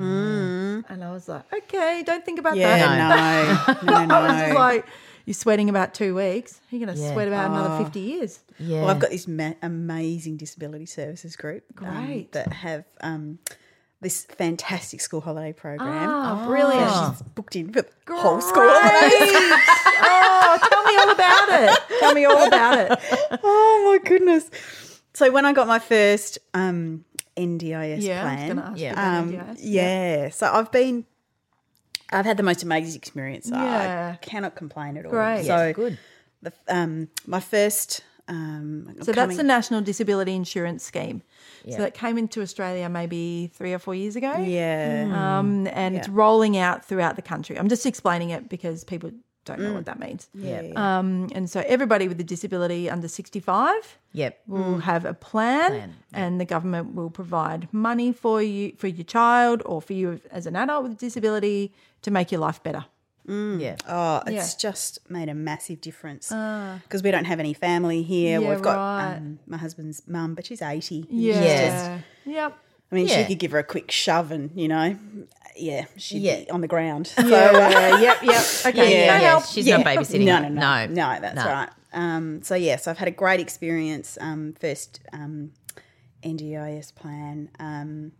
[SPEAKER 2] And I was like, okay, don't think about that.
[SPEAKER 4] yeah. No. No. No.
[SPEAKER 2] I was
[SPEAKER 4] no.
[SPEAKER 2] just like, you're sweating about two weeks. You're going to
[SPEAKER 3] Yeah.
[SPEAKER 2] sweat about another 50 years.
[SPEAKER 3] Yeah.
[SPEAKER 4] Well, I've got this ma- amazing disability services group um,
[SPEAKER 2] Great.
[SPEAKER 4] that have um, this fantastic school holiday program.
[SPEAKER 2] Oh,
[SPEAKER 4] So
[SPEAKER 2] brilliant.
[SPEAKER 4] she's booked in for the whole school holidays.
[SPEAKER 2] oh, tell me all about it. Tell me all about it.
[SPEAKER 4] oh my goodness! So when I got my first um, NDIS
[SPEAKER 2] Yeah, I was
[SPEAKER 4] plan,
[SPEAKER 2] going to ask
[SPEAKER 3] Yeah.
[SPEAKER 2] you about
[SPEAKER 4] Um,
[SPEAKER 2] NDIS.
[SPEAKER 4] yeah. So I've been, I've had the most amazing experience.
[SPEAKER 2] Yeah.
[SPEAKER 4] I cannot complain at all.
[SPEAKER 2] Great.
[SPEAKER 4] So
[SPEAKER 3] Yeah, good.
[SPEAKER 4] The, um, my first. Um,
[SPEAKER 2] So
[SPEAKER 4] coming-
[SPEAKER 2] that's the National Disability Insurance Scheme.
[SPEAKER 3] Yeah.
[SPEAKER 2] So that came into Australia maybe three or four years ago.
[SPEAKER 4] yeah.
[SPEAKER 2] Um, and it's rolling out throughout the country. I'm just explaining it because people don't know what that means.
[SPEAKER 3] Yeah.
[SPEAKER 2] Um, and so everybody with a disability under 65
[SPEAKER 3] Yep.
[SPEAKER 2] will have a plan, and the government will provide money for you for your child or for you as an adult with a disability to make your life better.
[SPEAKER 3] Yeah.
[SPEAKER 4] Oh, it's just made a massive difference because we don't have any family here.
[SPEAKER 2] Yeah,
[SPEAKER 4] We've got
[SPEAKER 2] right.
[SPEAKER 4] um, my husband's mum, but she's eighty.
[SPEAKER 3] Yeah.
[SPEAKER 2] Yep.
[SPEAKER 4] I mean,
[SPEAKER 3] Yeah.
[SPEAKER 4] she could give her a quick shove, and you know, yeah, she'd
[SPEAKER 3] Yeah.
[SPEAKER 4] be on the ground.
[SPEAKER 3] So,
[SPEAKER 4] So,
[SPEAKER 3] uh, yep, yep. Okay.
[SPEAKER 4] Yeah.
[SPEAKER 3] Yeah,
[SPEAKER 4] No
[SPEAKER 3] yeah.
[SPEAKER 4] help.
[SPEAKER 3] She's
[SPEAKER 4] Yeah.
[SPEAKER 3] not babysitting.
[SPEAKER 4] No,
[SPEAKER 3] it.
[SPEAKER 4] no, no, no,
[SPEAKER 3] No.
[SPEAKER 4] that's right. Um, so yes, I've had a great experience. Um, first um, NDIS plan. Um,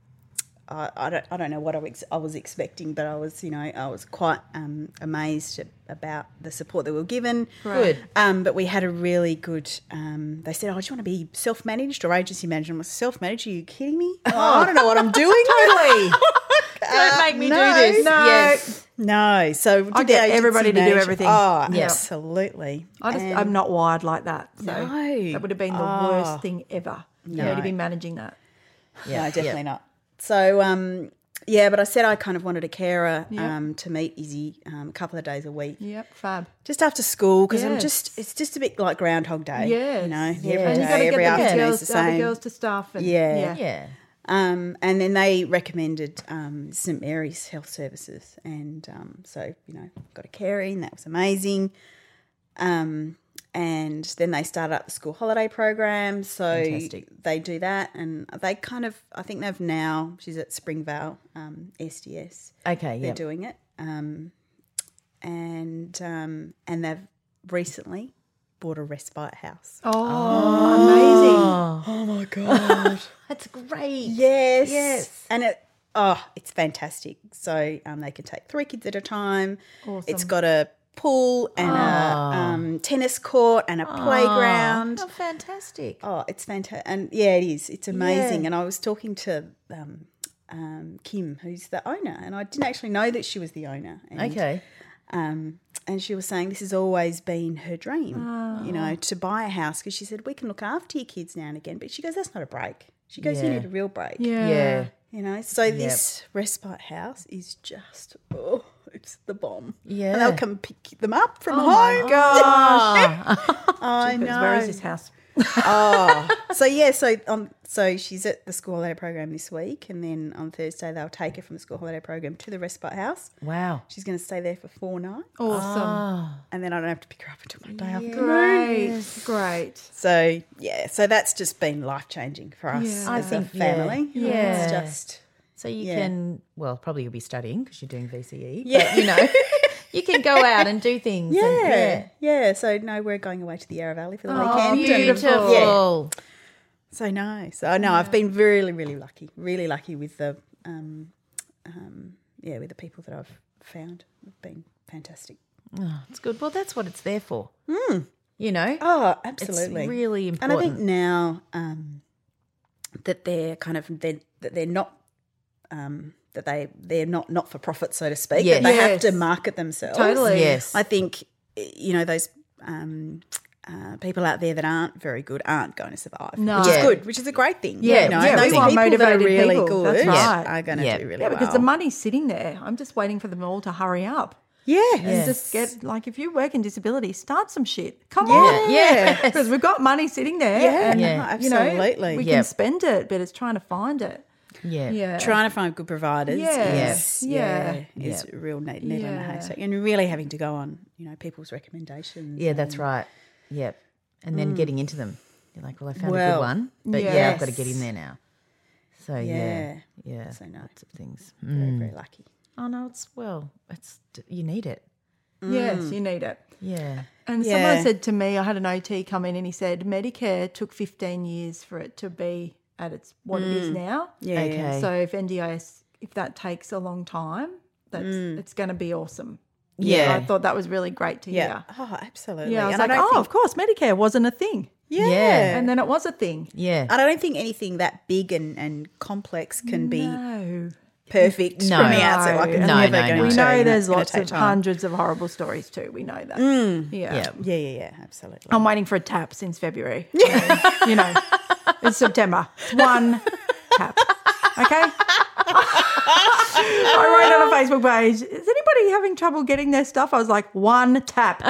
[SPEAKER 4] I, I don't, I don't know what I was, I was expecting, but I was, you know, I was quite um, amazed a- about the support that we were given.
[SPEAKER 3] Good.
[SPEAKER 4] Um, but we had a really good. Um, they said, "Oh, do you want to be self-managed or agency managed?" I was self-managed. Are you kidding me? Oh, I don't know what I'm doing. totally.
[SPEAKER 3] Don't make me
[SPEAKER 4] Uh, no,
[SPEAKER 3] do this.
[SPEAKER 4] no.
[SPEAKER 3] Yes.
[SPEAKER 4] No, so
[SPEAKER 2] I
[SPEAKER 4] did
[SPEAKER 2] get
[SPEAKER 4] agency
[SPEAKER 2] everybody to do
[SPEAKER 4] manage-
[SPEAKER 2] everything.
[SPEAKER 4] Oh,
[SPEAKER 3] Yeah.
[SPEAKER 4] absolutely.
[SPEAKER 2] I just,
[SPEAKER 4] And-
[SPEAKER 2] I'm not wired like that. So
[SPEAKER 4] No.
[SPEAKER 2] that would have been the
[SPEAKER 4] Oh.
[SPEAKER 2] worst thing ever. No. to be managing that.
[SPEAKER 4] no, definitely not. So, um, yeah, but I said I kind of wanted a carer
[SPEAKER 2] Yep.
[SPEAKER 4] um, to meet Izzy um, a couple of days a week,
[SPEAKER 2] Yep. Fab.
[SPEAKER 4] just after school, because I'm
[SPEAKER 2] Yes.
[SPEAKER 4] just it's just a bit like Groundhog Day.
[SPEAKER 2] Yes.
[SPEAKER 4] you know,
[SPEAKER 2] And
[SPEAKER 4] every
[SPEAKER 2] you got
[SPEAKER 4] day,
[SPEAKER 2] to
[SPEAKER 4] every
[SPEAKER 2] get the
[SPEAKER 4] afternoon
[SPEAKER 2] girls,
[SPEAKER 4] is the
[SPEAKER 2] the other
[SPEAKER 4] same.
[SPEAKER 2] girls to stuff. And,
[SPEAKER 4] Yeah.
[SPEAKER 3] Yeah.
[SPEAKER 4] Um, and then they recommended um, St Mary's Health Services, and um, so you know got a caring. That was amazing. Um, and then they started up the school holiday program, so
[SPEAKER 3] Fantastic.
[SPEAKER 4] they do that, and they kind of I think they've now she's at Springvale um, SDS.
[SPEAKER 3] Okay.
[SPEAKER 4] They're
[SPEAKER 3] Yeah.
[SPEAKER 4] doing it, um, and um, and they've recently bought a respite house.
[SPEAKER 2] Oh,
[SPEAKER 4] Ah.
[SPEAKER 2] amazing.
[SPEAKER 4] Oh my god.
[SPEAKER 3] That's great.
[SPEAKER 4] Yes.
[SPEAKER 3] Yes.
[SPEAKER 4] And it oh, it's fantastic. So um, they can take three kids at a time. It's got a pool and a
[SPEAKER 3] Ah.
[SPEAKER 4] um, tennis court and a playground.
[SPEAKER 3] Oh, fantastic.
[SPEAKER 4] Oh, it's fantastic. And yeah, it is. It's amazing. And I was talking to um, um, Kim, who's the owner, and I didn't actually know that she was the owner. And,
[SPEAKER 3] Okay.
[SPEAKER 4] Um, and she was saying this has always been her dream, you
[SPEAKER 3] Ah.
[SPEAKER 4] know, to buy a house because she said we can look after your kids now and again. But she goes, that's not a break. She goes, you
[SPEAKER 3] Yeah.
[SPEAKER 4] need a real break.
[SPEAKER 2] Yeah.
[SPEAKER 3] Yeah.
[SPEAKER 4] You know, so this respite house is just oh, it's the bomb.
[SPEAKER 3] Yeah. Oh
[SPEAKER 4] and they'll come pick them up from home. I know.
[SPEAKER 2] Where is this house?
[SPEAKER 4] So yeah, so um, so she's at the school holiday program this week, and then on Thursday they'll take her from the school holiday program to the respite house.
[SPEAKER 3] Wow.
[SPEAKER 4] She's going to stay there for four nights,
[SPEAKER 3] Oh.
[SPEAKER 2] Awesome.
[SPEAKER 4] and then I don't have to pick her up until my day after.
[SPEAKER 2] Ah. Great. Great.
[SPEAKER 4] So yeah, so that's just been life changing for us
[SPEAKER 2] Yeah. I
[SPEAKER 4] as
[SPEAKER 3] think,
[SPEAKER 4] a
[SPEAKER 3] yeah.
[SPEAKER 4] family.
[SPEAKER 3] Yeah.
[SPEAKER 4] it's just
[SPEAKER 3] So you
[SPEAKER 4] Yeah.
[SPEAKER 3] can, well, probably you'll be studying because you're doing VCE. Yeah. But, you know, you can go out and do things.
[SPEAKER 4] yeah,
[SPEAKER 3] And,
[SPEAKER 4] yeah, So no, we're going away to the Yarra Valley for the
[SPEAKER 2] Oh,
[SPEAKER 4] weekend. and-
[SPEAKER 3] Beautiful.
[SPEAKER 4] Yeah. So nice. I know I've been really, really lucky. Really lucky with the, um, um, yeah, with the people that I've found. They've been fantastic.
[SPEAKER 3] It's good. Well, that's what it's there for. You know?
[SPEAKER 4] Hmm. Oh, absolutely.
[SPEAKER 3] It's really important.
[SPEAKER 4] and I think now um, that they're kind of they're, that they're not um, that they they're not not for profit, so to speak.
[SPEAKER 3] Yes.
[SPEAKER 4] That they have
[SPEAKER 2] Yes.
[SPEAKER 4] to market themselves.
[SPEAKER 2] Totally.
[SPEAKER 3] yes.
[SPEAKER 4] I think eh, you know those um, uh, people out there that aren't very good aren't going to survive.
[SPEAKER 2] No.
[SPEAKER 4] Which
[SPEAKER 3] Yeah.
[SPEAKER 4] is good, which is a great thing.
[SPEAKER 2] Yeah,
[SPEAKER 4] you know,
[SPEAKER 2] yeah, we
[SPEAKER 4] those
[SPEAKER 2] want
[SPEAKER 4] people that are
[SPEAKER 2] motivated
[SPEAKER 4] really
[SPEAKER 2] people.
[SPEAKER 4] good
[SPEAKER 2] That's right.
[SPEAKER 4] are going to
[SPEAKER 3] Yeah.
[SPEAKER 4] do really
[SPEAKER 3] Yeah,
[SPEAKER 2] Yeah,
[SPEAKER 4] well.
[SPEAKER 2] because the money's sitting there. I'm just waiting for them all to hurry up.
[SPEAKER 4] Yeah,
[SPEAKER 2] And just get like if you work in disability, start some shit. Come on.
[SPEAKER 3] Yes.
[SPEAKER 2] Because we've got money sitting there.
[SPEAKER 4] Yeah,
[SPEAKER 2] and,
[SPEAKER 3] Yeah.
[SPEAKER 2] you know,
[SPEAKER 4] absolutely.
[SPEAKER 2] we
[SPEAKER 3] Yeah.
[SPEAKER 2] can spend it, but it's trying to find it.
[SPEAKER 3] Yeah.
[SPEAKER 2] Yeah.
[SPEAKER 4] Trying to find good providers
[SPEAKER 2] Yes.
[SPEAKER 4] is
[SPEAKER 2] Yeah.
[SPEAKER 4] yeah, is a real need, needle in a
[SPEAKER 2] Yeah.
[SPEAKER 4] haystack, and really having to go on you know people's recommendations.
[SPEAKER 3] Yeah, that's right. Yep. And then getting into them. You're like, well, I found a good
[SPEAKER 4] Hmm. Well,
[SPEAKER 3] one, but yeah, I've got to get in
[SPEAKER 4] yes.
[SPEAKER 3] there now. So yeah,
[SPEAKER 4] Yeah.
[SPEAKER 3] yeah,
[SPEAKER 4] So no.
[SPEAKER 3] lots of things.
[SPEAKER 4] Very, very lucky.
[SPEAKER 3] Oh no, it's well, it's you need it.
[SPEAKER 2] Yes, you need it.
[SPEAKER 3] Yeah.
[SPEAKER 2] And
[SPEAKER 4] Mm. Yeah.
[SPEAKER 2] someone said to me, I had an OT come in and he said Medicare took 15 years for it to be at its what it is now.
[SPEAKER 4] Mm. Yeah.
[SPEAKER 3] Okay.
[SPEAKER 2] So if NDIS, if that takes a long time, that's
[SPEAKER 4] Mm.
[SPEAKER 2] it's going to be awesome.
[SPEAKER 3] Yeah.
[SPEAKER 2] I thought that was really great to
[SPEAKER 4] Yeah.
[SPEAKER 2] hear.
[SPEAKER 4] Oh, absolutely.
[SPEAKER 2] Yeah, I was
[SPEAKER 4] And
[SPEAKER 2] like,
[SPEAKER 4] don't
[SPEAKER 2] oh,
[SPEAKER 4] think-
[SPEAKER 2] of course, Medicare wasn't a thing,
[SPEAKER 4] yeah.
[SPEAKER 3] Yeah.
[SPEAKER 2] and then it was a thing.
[SPEAKER 3] Yeah.
[SPEAKER 4] I don't think anything that big and, and complex can be
[SPEAKER 2] No,
[SPEAKER 4] perfect
[SPEAKER 3] No.
[SPEAKER 4] from the outset. Like it's
[SPEAKER 3] No,
[SPEAKER 4] never
[SPEAKER 3] no,
[SPEAKER 4] going
[SPEAKER 3] no.
[SPEAKER 4] to
[SPEAKER 2] we
[SPEAKER 3] So
[SPEAKER 2] know there's
[SPEAKER 4] gonna
[SPEAKER 2] lots
[SPEAKER 4] take
[SPEAKER 2] of
[SPEAKER 4] time.
[SPEAKER 2] hundreds of horrible stories too. We know that. Yeah.
[SPEAKER 3] Mm. yeah.
[SPEAKER 4] Yeah, yeah, yeah, absolutely.
[SPEAKER 3] Oh,
[SPEAKER 2] I'm waiting for a tap since February. I mean, you know, it's September. It's one tap. Okay. I wrote on a Facebook page, is anybody having trouble getting their stuff? I was like, one tap.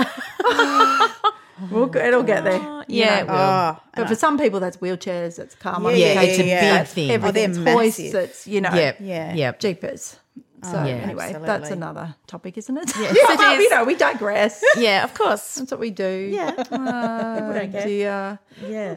[SPEAKER 2] we'll, g- it'll get there. you
[SPEAKER 3] Oh, Yeah,
[SPEAKER 2] know.
[SPEAKER 3] it will.
[SPEAKER 4] Ah.
[SPEAKER 2] But for some people, that's wheelchairs, that's car
[SPEAKER 3] Yeah,
[SPEAKER 2] modifications,
[SPEAKER 3] it's a
[SPEAKER 4] yeah.
[SPEAKER 3] big thing.
[SPEAKER 4] Oh, they're
[SPEAKER 2] everything, it's hoists,
[SPEAKER 4] massive.
[SPEAKER 2] it's, you know,
[SPEAKER 3] Yep.
[SPEAKER 4] Yeah.
[SPEAKER 3] Yep.
[SPEAKER 2] jeepers. So anyway, that's
[SPEAKER 4] absolutely.
[SPEAKER 2] another topic, isn't it?
[SPEAKER 3] it is.
[SPEAKER 2] you know, we digress.
[SPEAKER 3] Yeah, of course.
[SPEAKER 2] That's what we do. Yeah. dear.
[SPEAKER 4] Yeah.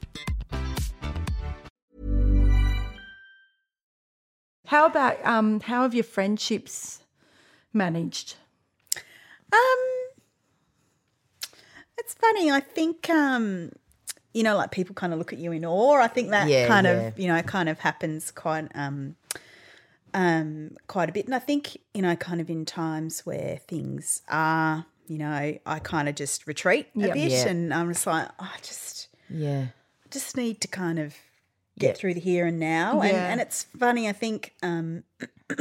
[SPEAKER 2] How about um how have your friendships managed?
[SPEAKER 4] Um, it's funny. I think um, you know, like people kind of look at you in awe. I think that
[SPEAKER 3] Yeah,
[SPEAKER 4] kind
[SPEAKER 3] yeah.
[SPEAKER 4] of you know kind of happens quite um, um, quite a bit. And I think you know, kind of in times where things are, you know, I kind of just retreat a
[SPEAKER 2] Yeah.
[SPEAKER 4] bit,
[SPEAKER 3] Yeah.
[SPEAKER 4] and I'm just like, "Oh, I just
[SPEAKER 3] Yeah.
[SPEAKER 4] just need to kind of get
[SPEAKER 3] Yeah.
[SPEAKER 4] through the here and now. And,
[SPEAKER 2] Yeah.
[SPEAKER 4] and it's funny, I think um,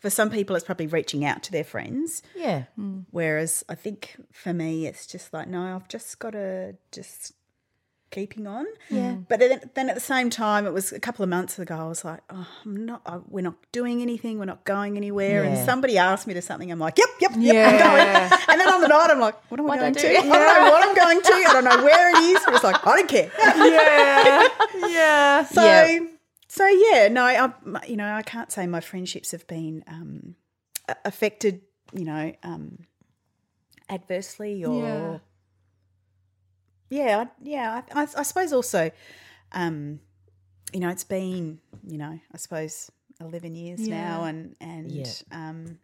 [SPEAKER 4] for some people, it's probably reaching out to their friends.
[SPEAKER 3] Yeah.
[SPEAKER 4] Whereas I think for me, it's just like, no, I've just got to just keeping on. Yeah. But then, then at the same time, it was a couple of months ago, I was like, oh, I'm not, I, we're not doing anything. We're not going anywhere.
[SPEAKER 3] Yeah.
[SPEAKER 4] And somebody asked me to something. I'm like, yep, yep, yep, I'm
[SPEAKER 2] Yeah.
[SPEAKER 4] going. And then on the night, I'm like, what am I going to? I don't know what I'm going to. I don't know where it is. But it's like, I don't care.
[SPEAKER 2] Yeah. yeah.
[SPEAKER 4] So,
[SPEAKER 3] Yeah.
[SPEAKER 4] so yeah, no, I, my- you know, I can't say my friendships have been um, a- affected, you know, um, adversely or yeah, I- yeah. I, I, I suppose also, um, you know, it's been, you know, I suppose eleven years now,
[SPEAKER 2] Yeah.
[SPEAKER 4] and and
[SPEAKER 3] Yeah.
[SPEAKER 4] um,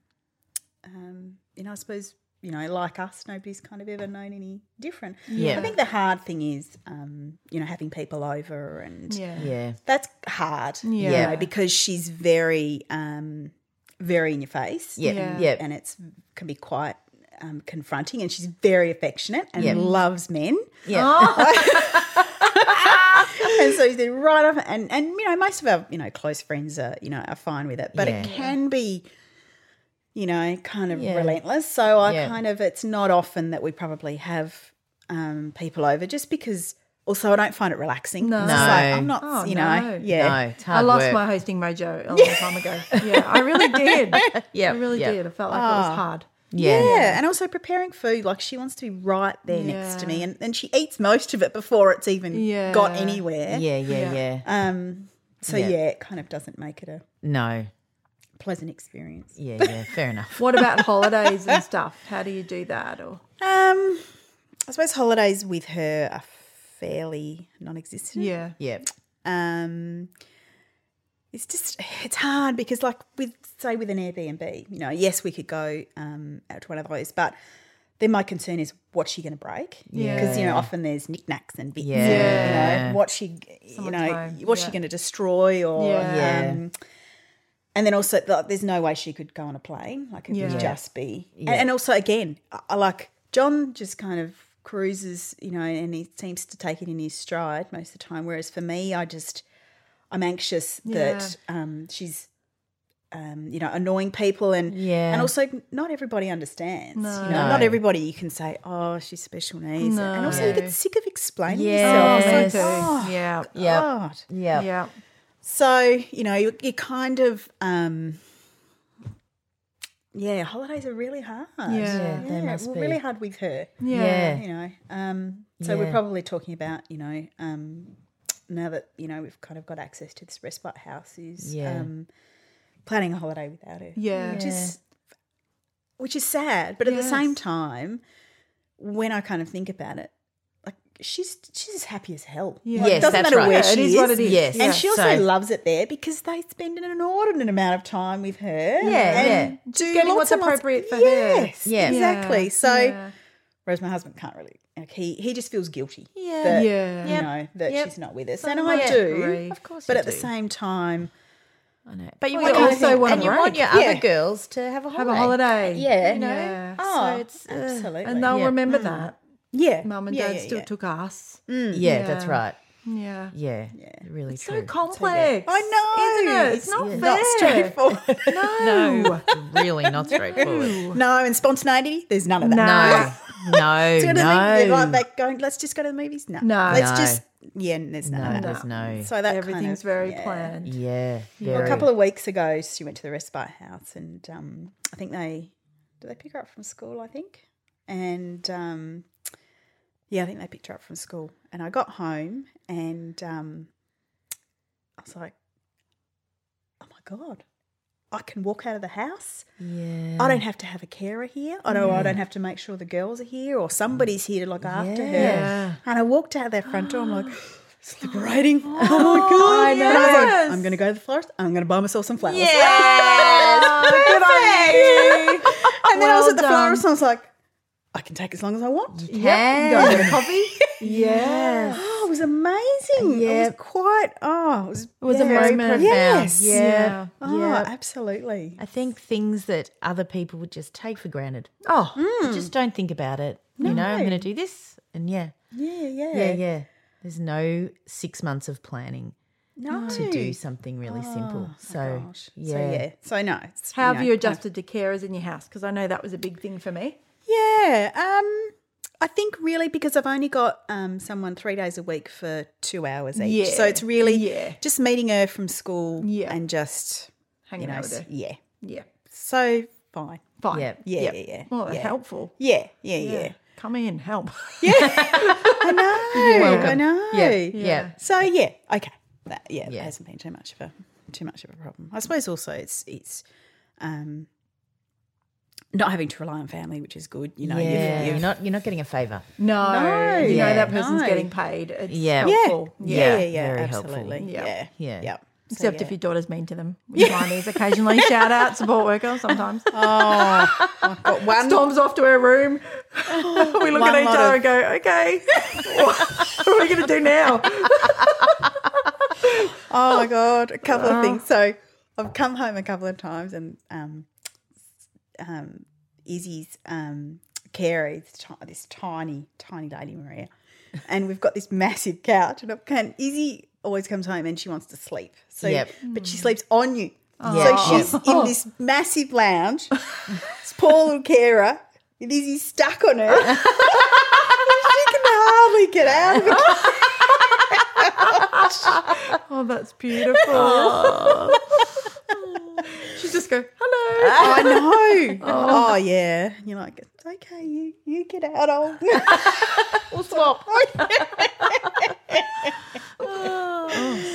[SPEAKER 4] um, you know, I suppose. You know, like us, nobody's kind of ever known any different.
[SPEAKER 3] Yeah.
[SPEAKER 4] I think the hard thing is, um, you know, having people over and
[SPEAKER 2] Yeah.
[SPEAKER 3] Yeah.
[SPEAKER 4] that's hard. you
[SPEAKER 2] Yeah.
[SPEAKER 4] know, because she's very, um, very in your face.
[SPEAKER 3] Yeah.
[SPEAKER 2] Yeah.
[SPEAKER 3] Yeah.
[SPEAKER 4] And it's can be quite um, confronting. And she's very affectionate and
[SPEAKER 3] Yeah.
[SPEAKER 4] loves men.
[SPEAKER 3] Yeah.
[SPEAKER 4] and so they're right off. And, and, you know, most of our, you know, close friends are, you know, are fine with it. But it
[SPEAKER 3] Yeah.
[SPEAKER 4] can be, you know, kind of
[SPEAKER 3] Yeah.
[SPEAKER 4] relentless. So I
[SPEAKER 3] Yeah.
[SPEAKER 4] kind of, it's not often that we probably have um, people over just because. Also, I don't find it relaxing.
[SPEAKER 2] No.
[SPEAKER 4] It's just like,
[SPEAKER 3] No.
[SPEAKER 4] I'm not,
[SPEAKER 2] Oh,
[SPEAKER 4] you know,
[SPEAKER 2] no.
[SPEAKER 4] yeah.
[SPEAKER 3] No, it's hard
[SPEAKER 2] I lost
[SPEAKER 3] work.
[SPEAKER 2] my hosting mojo a long time ago. Yeah, I really did.
[SPEAKER 3] Yeah.
[SPEAKER 2] I really
[SPEAKER 3] yeah. Oh.
[SPEAKER 2] did. I felt like it was hard.
[SPEAKER 3] Yeah.
[SPEAKER 4] Yeah, and also preparing food. Like she wants to be right there next to me, and, and she eats most of it before it's even
[SPEAKER 2] Yeah.
[SPEAKER 4] got anywhere.
[SPEAKER 3] Yeah. Yeah. Yeah.
[SPEAKER 4] Um. So
[SPEAKER 3] Yeah.
[SPEAKER 4] yeah. it kind of doesn't make it a
[SPEAKER 3] No.
[SPEAKER 4] pleasant experience.
[SPEAKER 3] Yeah, yeah, fair enough.
[SPEAKER 2] What about holidays and stuff? How do you do that? Or
[SPEAKER 4] Um, I suppose holidays with her are fairly non-existent.
[SPEAKER 2] yeah,
[SPEAKER 3] Yeah.
[SPEAKER 4] um it's just it's hard because like with say with an airbnb you know yes we could go um out to one of those but then my concern is what's she going to break because you know often there's knickknacks and bits you
[SPEAKER 3] Yeah.
[SPEAKER 4] know what she
[SPEAKER 2] Someone's
[SPEAKER 4] you know
[SPEAKER 2] home,
[SPEAKER 4] what's
[SPEAKER 2] yeah.
[SPEAKER 4] she going to destroy or
[SPEAKER 2] Yeah.
[SPEAKER 4] um and then also like, there's no way she could go on a plane like it
[SPEAKER 2] Yeah.
[SPEAKER 4] would just be and, and also again I, I like john just kind of cruises you know and he seems to take it in his stride most of the time whereas for me i just i'm anxious that um she's um, you know, annoying people and
[SPEAKER 3] Yeah.
[SPEAKER 4] and also not everybody understands. You
[SPEAKER 2] No.
[SPEAKER 4] know, not everybody you can say, Oh, she's special needs. And also you
[SPEAKER 2] No.
[SPEAKER 4] get sick of explaining
[SPEAKER 3] Yes.
[SPEAKER 4] yourself. It's like, oh,
[SPEAKER 2] yeah,
[SPEAKER 3] Yeah.
[SPEAKER 4] God.
[SPEAKER 3] Yeah.
[SPEAKER 2] yeah.
[SPEAKER 4] So, you know, you, you kind of, um, yeah, holidays are really hard.
[SPEAKER 2] Yeah,
[SPEAKER 3] they must
[SPEAKER 4] well,
[SPEAKER 3] be.
[SPEAKER 4] really hard with her,
[SPEAKER 3] Yeah.
[SPEAKER 4] you know. Um, so
[SPEAKER 3] Yeah.
[SPEAKER 4] we're probably talking about, you know, um, now that, you know, we've kind of got access to this respite house is
[SPEAKER 3] Yeah.
[SPEAKER 4] um, planning a holiday without her.
[SPEAKER 2] Yeah.
[SPEAKER 4] Which is, which is sad. But at the same time, when I kind of think about it, like she's she's as happy as hell.
[SPEAKER 2] Yeah.
[SPEAKER 4] Like,
[SPEAKER 3] Yes,
[SPEAKER 4] doesn't
[SPEAKER 3] that's
[SPEAKER 4] matter
[SPEAKER 3] right.
[SPEAKER 4] where
[SPEAKER 3] Yeah,
[SPEAKER 4] she
[SPEAKER 2] it is what it is.
[SPEAKER 3] Yes.
[SPEAKER 2] Yeah.
[SPEAKER 4] and she also
[SPEAKER 3] So-
[SPEAKER 4] loves it there because they spend an inordinate amount of time with her. and
[SPEAKER 3] yeah.
[SPEAKER 4] Do
[SPEAKER 2] getting
[SPEAKER 4] lots
[SPEAKER 2] what's
[SPEAKER 4] and lots-
[SPEAKER 2] appropriate for her.
[SPEAKER 4] yes,
[SPEAKER 3] Yeah.
[SPEAKER 4] exactly.
[SPEAKER 2] Yeah.
[SPEAKER 4] So,
[SPEAKER 2] Yeah.
[SPEAKER 4] whereas my husband can't really, like he he just feels guilty.
[SPEAKER 3] Yeah.
[SPEAKER 4] that,
[SPEAKER 2] Yeah.
[SPEAKER 4] You know that
[SPEAKER 3] Yep.
[SPEAKER 4] she's not with us, and
[SPEAKER 3] I
[SPEAKER 4] I
[SPEAKER 2] agree.
[SPEAKER 4] do,
[SPEAKER 2] Of
[SPEAKER 3] course
[SPEAKER 4] But
[SPEAKER 3] you
[SPEAKER 4] at the
[SPEAKER 3] do.
[SPEAKER 4] same time,
[SPEAKER 3] I know. But you
[SPEAKER 2] Well,
[SPEAKER 3] want
[SPEAKER 2] you
[SPEAKER 3] also
[SPEAKER 2] also want
[SPEAKER 3] and
[SPEAKER 2] a
[SPEAKER 3] you want your
[SPEAKER 2] break.
[SPEAKER 3] other
[SPEAKER 4] Yeah.
[SPEAKER 3] girls to have a
[SPEAKER 2] Have
[SPEAKER 3] holiday.
[SPEAKER 2] a holiday.
[SPEAKER 3] Yeah.
[SPEAKER 2] you know.
[SPEAKER 3] Yeah.
[SPEAKER 4] oh,
[SPEAKER 3] So it's, uh,
[SPEAKER 4] absolutely,
[SPEAKER 2] And they'll
[SPEAKER 3] Yeah.
[SPEAKER 2] remember that.
[SPEAKER 4] yeah,
[SPEAKER 2] Mum and
[SPEAKER 4] yeah,
[SPEAKER 2] Dad
[SPEAKER 4] yeah,
[SPEAKER 2] still
[SPEAKER 4] yeah.
[SPEAKER 2] took us.
[SPEAKER 3] Yeah, that's right.
[SPEAKER 2] Yeah.
[SPEAKER 3] Yeah. Really true.
[SPEAKER 2] So complex.
[SPEAKER 4] I know.
[SPEAKER 2] Isn't it? It's not fair.
[SPEAKER 4] Not straightforward.
[SPEAKER 2] No.
[SPEAKER 3] really not straightforward.
[SPEAKER 4] no, and spontaneity, there's none of that.
[SPEAKER 3] No. No.
[SPEAKER 4] Do you know what I mean?
[SPEAKER 3] no.
[SPEAKER 4] They're Like that going, let's just go to the movies. No,
[SPEAKER 2] No.
[SPEAKER 4] let's
[SPEAKER 3] No.
[SPEAKER 4] just yeah, there's none
[SPEAKER 3] no,
[SPEAKER 4] of that.
[SPEAKER 3] there's no.
[SPEAKER 4] So that
[SPEAKER 2] Everything's
[SPEAKER 4] kind of,
[SPEAKER 2] very
[SPEAKER 4] yeah.
[SPEAKER 2] planned.
[SPEAKER 3] yeah.
[SPEAKER 4] A
[SPEAKER 3] very-
[SPEAKER 4] couple of weeks ago, she went to the respite house, and um, I think they did they pick her up from school. I think, and um, yeah, I think they picked her up from school. And I got home, and um, I was like, "Oh my god, I can walk out of the house.
[SPEAKER 3] Yeah.
[SPEAKER 4] I don't have to have a carer here. I know I don't have to make sure the girls are here or somebody's here to look after
[SPEAKER 3] Yeah.
[SPEAKER 4] her." And I walked out their front door. I'm like. It's liberating. Oh, my god! And I was like,
[SPEAKER 2] yes.
[SPEAKER 4] I'm gonna go to the florist. I'm gonna buy myself some flowers.
[SPEAKER 3] Yes.
[SPEAKER 2] Oh, Good on you.
[SPEAKER 4] And then I was
[SPEAKER 2] Well
[SPEAKER 4] at the
[SPEAKER 2] done.
[SPEAKER 4] florist and I was like, I can take as long as I want.
[SPEAKER 3] Can.
[SPEAKER 2] Go and get a coffee. yeah.
[SPEAKER 4] Oh, it was amazing. It
[SPEAKER 3] Yep.
[SPEAKER 4] was quite. Oh, it was.
[SPEAKER 2] It was a
[SPEAKER 3] Very
[SPEAKER 2] moment.
[SPEAKER 3] profound.
[SPEAKER 4] Yes.
[SPEAKER 3] Yeah.
[SPEAKER 4] Oh,
[SPEAKER 3] yeah.
[SPEAKER 4] absolutely.
[SPEAKER 3] I think things that other people would just take for granted.
[SPEAKER 2] Oh,
[SPEAKER 3] You just don't think about it. You know, I'm going to do this. And yeah,
[SPEAKER 4] Yeah, yeah,
[SPEAKER 3] yeah, yeah. There's no six months of planning
[SPEAKER 4] No,
[SPEAKER 3] to do something really simple. So,
[SPEAKER 4] Gosh.
[SPEAKER 3] yeah.
[SPEAKER 4] So yeah. So no. It's,
[SPEAKER 2] how have
[SPEAKER 4] know,
[SPEAKER 2] you
[SPEAKER 4] kind of-
[SPEAKER 2] adjusted to carers in your house? Because I know that was a big thing for me.
[SPEAKER 4] Yeah. Um, I think really because I've only got um, someone three days a week for two hours each.
[SPEAKER 2] Yeah.
[SPEAKER 4] So it's really
[SPEAKER 2] Yeah.
[SPEAKER 4] just meeting her from school
[SPEAKER 2] Yeah.
[SPEAKER 4] and just, you
[SPEAKER 2] Hanging
[SPEAKER 4] know,
[SPEAKER 2] out with her.
[SPEAKER 4] yeah.
[SPEAKER 2] Yeah.
[SPEAKER 4] So fine.
[SPEAKER 2] Fine.
[SPEAKER 3] Yeah.
[SPEAKER 4] Yeah,
[SPEAKER 2] Yep.
[SPEAKER 4] yeah, yeah.
[SPEAKER 2] Well,
[SPEAKER 4] Yeah.
[SPEAKER 2] helpful.
[SPEAKER 4] Yeah, yeah, yeah.
[SPEAKER 2] Come in, help.
[SPEAKER 4] I know. I know.
[SPEAKER 3] Yeah. Yeah.
[SPEAKER 4] So yeah, okay. That yeah,
[SPEAKER 3] Yeah.
[SPEAKER 4] that hasn't been too much of a too much of a problem. I suppose also it's it's um not having to rely on family, which is good. You know, you've-
[SPEAKER 3] Yeah.
[SPEAKER 4] you've-
[SPEAKER 3] You're not you're not getting a favor.
[SPEAKER 2] No. You know,
[SPEAKER 3] Yeah.
[SPEAKER 2] that person's
[SPEAKER 4] No.
[SPEAKER 2] getting paid. It's
[SPEAKER 3] Yeah.
[SPEAKER 4] yeah.
[SPEAKER 2] helpful.
[SPEAKER 4] yeah, yeah,
[SPEAKER 3] Yeah.
[SPEAKER 4] yeah,
[SPEAKER 3] Very helpful.
[SPEAKER 4] absolutely.
[SPEAKER 2] Yeah.
[SPEAKER 4] Yeah,
[SPEAKER 3] Yeah.
[SPEAKER 4] Yep. So,
[SPEAKER 2] Except
[SPEAKER 4] yeah.
[SPEAKER 2] if your daughter's mean to them. We find these occasionally. Shout out, support worker sometimes.
[SPEAKER 4] I've got one
[SPEAKER 2] Storms off to her room. we look
[SPEAKER 4] One
[SPEAKER 2] at each
[SPEAKER 4] lot
[SPEAKER 2] other
[SPEAKER 4] of-
[SPEAKER 2] and go, okay, what are we going to do now?
[SPEAKER 4] Oh my god, a couple
[SPEAKER 2] Uh-huh.
[SPEAKER 4] of things. So I've come home a couple of times, and um, um, Izzy's um, Carey, this, ti- this tiny, tiny lady Maria, and we've got this massive couch, and, I've, and Izzy always comes home and she wants to sleep. So,
[SPEAKER 3] Yep.
[SPEAKER 4] but she sleeps on you.
[SPEAKER 3] Yeah.
[SPEAKER 4] So she's in this massive lounge. This poor little carer. And Izzy's stuck on her. she can hardly get out of it.
[SPEAKER 2] Oh, that's beautiful. she just go, hello.
[SPEAKER 4] I know. Oh, yeah. And you're like, it's okay, you you get out old.
[SPEAKER 3] We'll swap.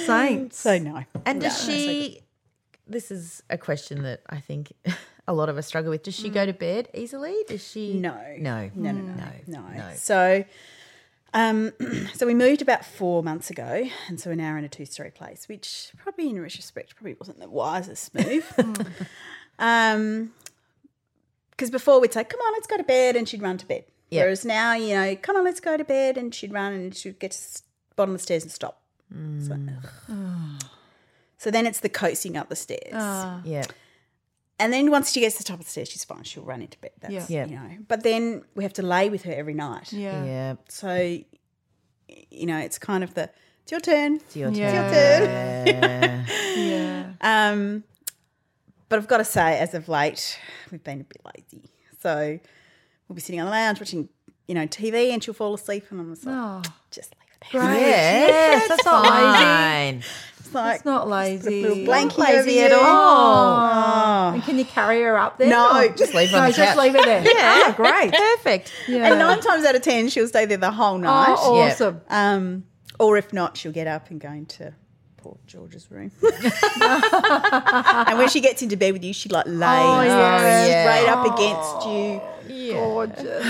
[SPEAKER 2] Saints.
[SPEAKER 4] so no.
[SPEAKER 3] And does
[SPEAKER 4] No, no, it's
[SPEAKER 3] she this is a question that I think a lot of us struggle with. Does she go to bed easily? Does she?
[SPEAKER 4] No.
[SPEAKER 3] No.
[SPEAKER 4] No, no, no, no. So, um, so we moved about four months ago, and so we're now in a two-story place, which probably in retrospect probably wasn't the wisest move. um, because before we'd say, "Come on, let's go to bed," and she'd run to bed.
[SPEAKER 3] Yeah.
[SPEAKER 4] Whereas now, you know, "Come on, let's go to bed," and she'd run and she'd get to the bottom of the stairs and stop. So, ugh. So then it's the coaxing up the stairs.
[SPEAKER 3] Yeah.
[SPEAKER 4] And then once she gets to the top of the stairs, she's fine. She'll run into bed. That's,
[SPEAKER 3] Yeah.
[SPEAKER 4] you know. But then we have to lay with her every night.
[SPEAKER 2] Yeah.
[SPEAKER 3] Yeah.
[SPEAKER 4] So, y- you know, it's kind of the, it's your turn.
[SPEAKER 3] It's your
[SPEAKER 2] Yeah.
[SPEAKER 3] turn.
[SPEAKER 4] It's your turn.
[SPEAKER 2] Yeah.
[SPEAKER 4] Um, but I've got to say, as of late, we've been a bit lazy. So we'll be sitting on the lounge watching, you know, TV and she'll fall asleep. And I'm just like,
[SPEAKER 3] Oh.
[SPEAKER 4] just leave it there.
[SPEAKER 3] Yes,
[SPEAKER 2] Yes, that's not
[SPEAKER 3] fine.
[SPEAKER 4] It's like,
[SPEAKER 2] It's not lazy.
[SPEAKER 4] little blanket
[SPEAKER 3] lazy
[SPEAKER 4] over you. Oh,
[SPEAKER 3] at all.
[SPEAKER 2] And can you carry her up there?
[SPEAKER 4] No,
[SPEAKER 2] Or-
[SPEAKER 4] just leave
[SPEAKER 3] her on
[SPEAKER 2] Oh. No,
[SPEAKER 3] the
[SPEAKER 2] just
[SPEAKER 3] couch.
[SPEAKER 2] leave her there.
[SPEAKER 3] Yeah.
[SPEAKER 2] Ah, great.
[SPEAKER 3] Perfect.
[SPEAKER 2] Yeah.
[SPEAKER 4] And nine times out of ten, she'll stay there the whole night.
[SPEAKER 2] Oh,
[SPEAKER 3] Yeah.
[SPEAKER 2] awesome.
[SPEAKER 4] Um, or if not, she'll get up and go into poor George's room. and when she gets into bed with you, she like lays
[SPEAKER 2] Oh, yeah.
[SPEAKER 4] straight up against you,
[SPEAKER 2] Gorgeous.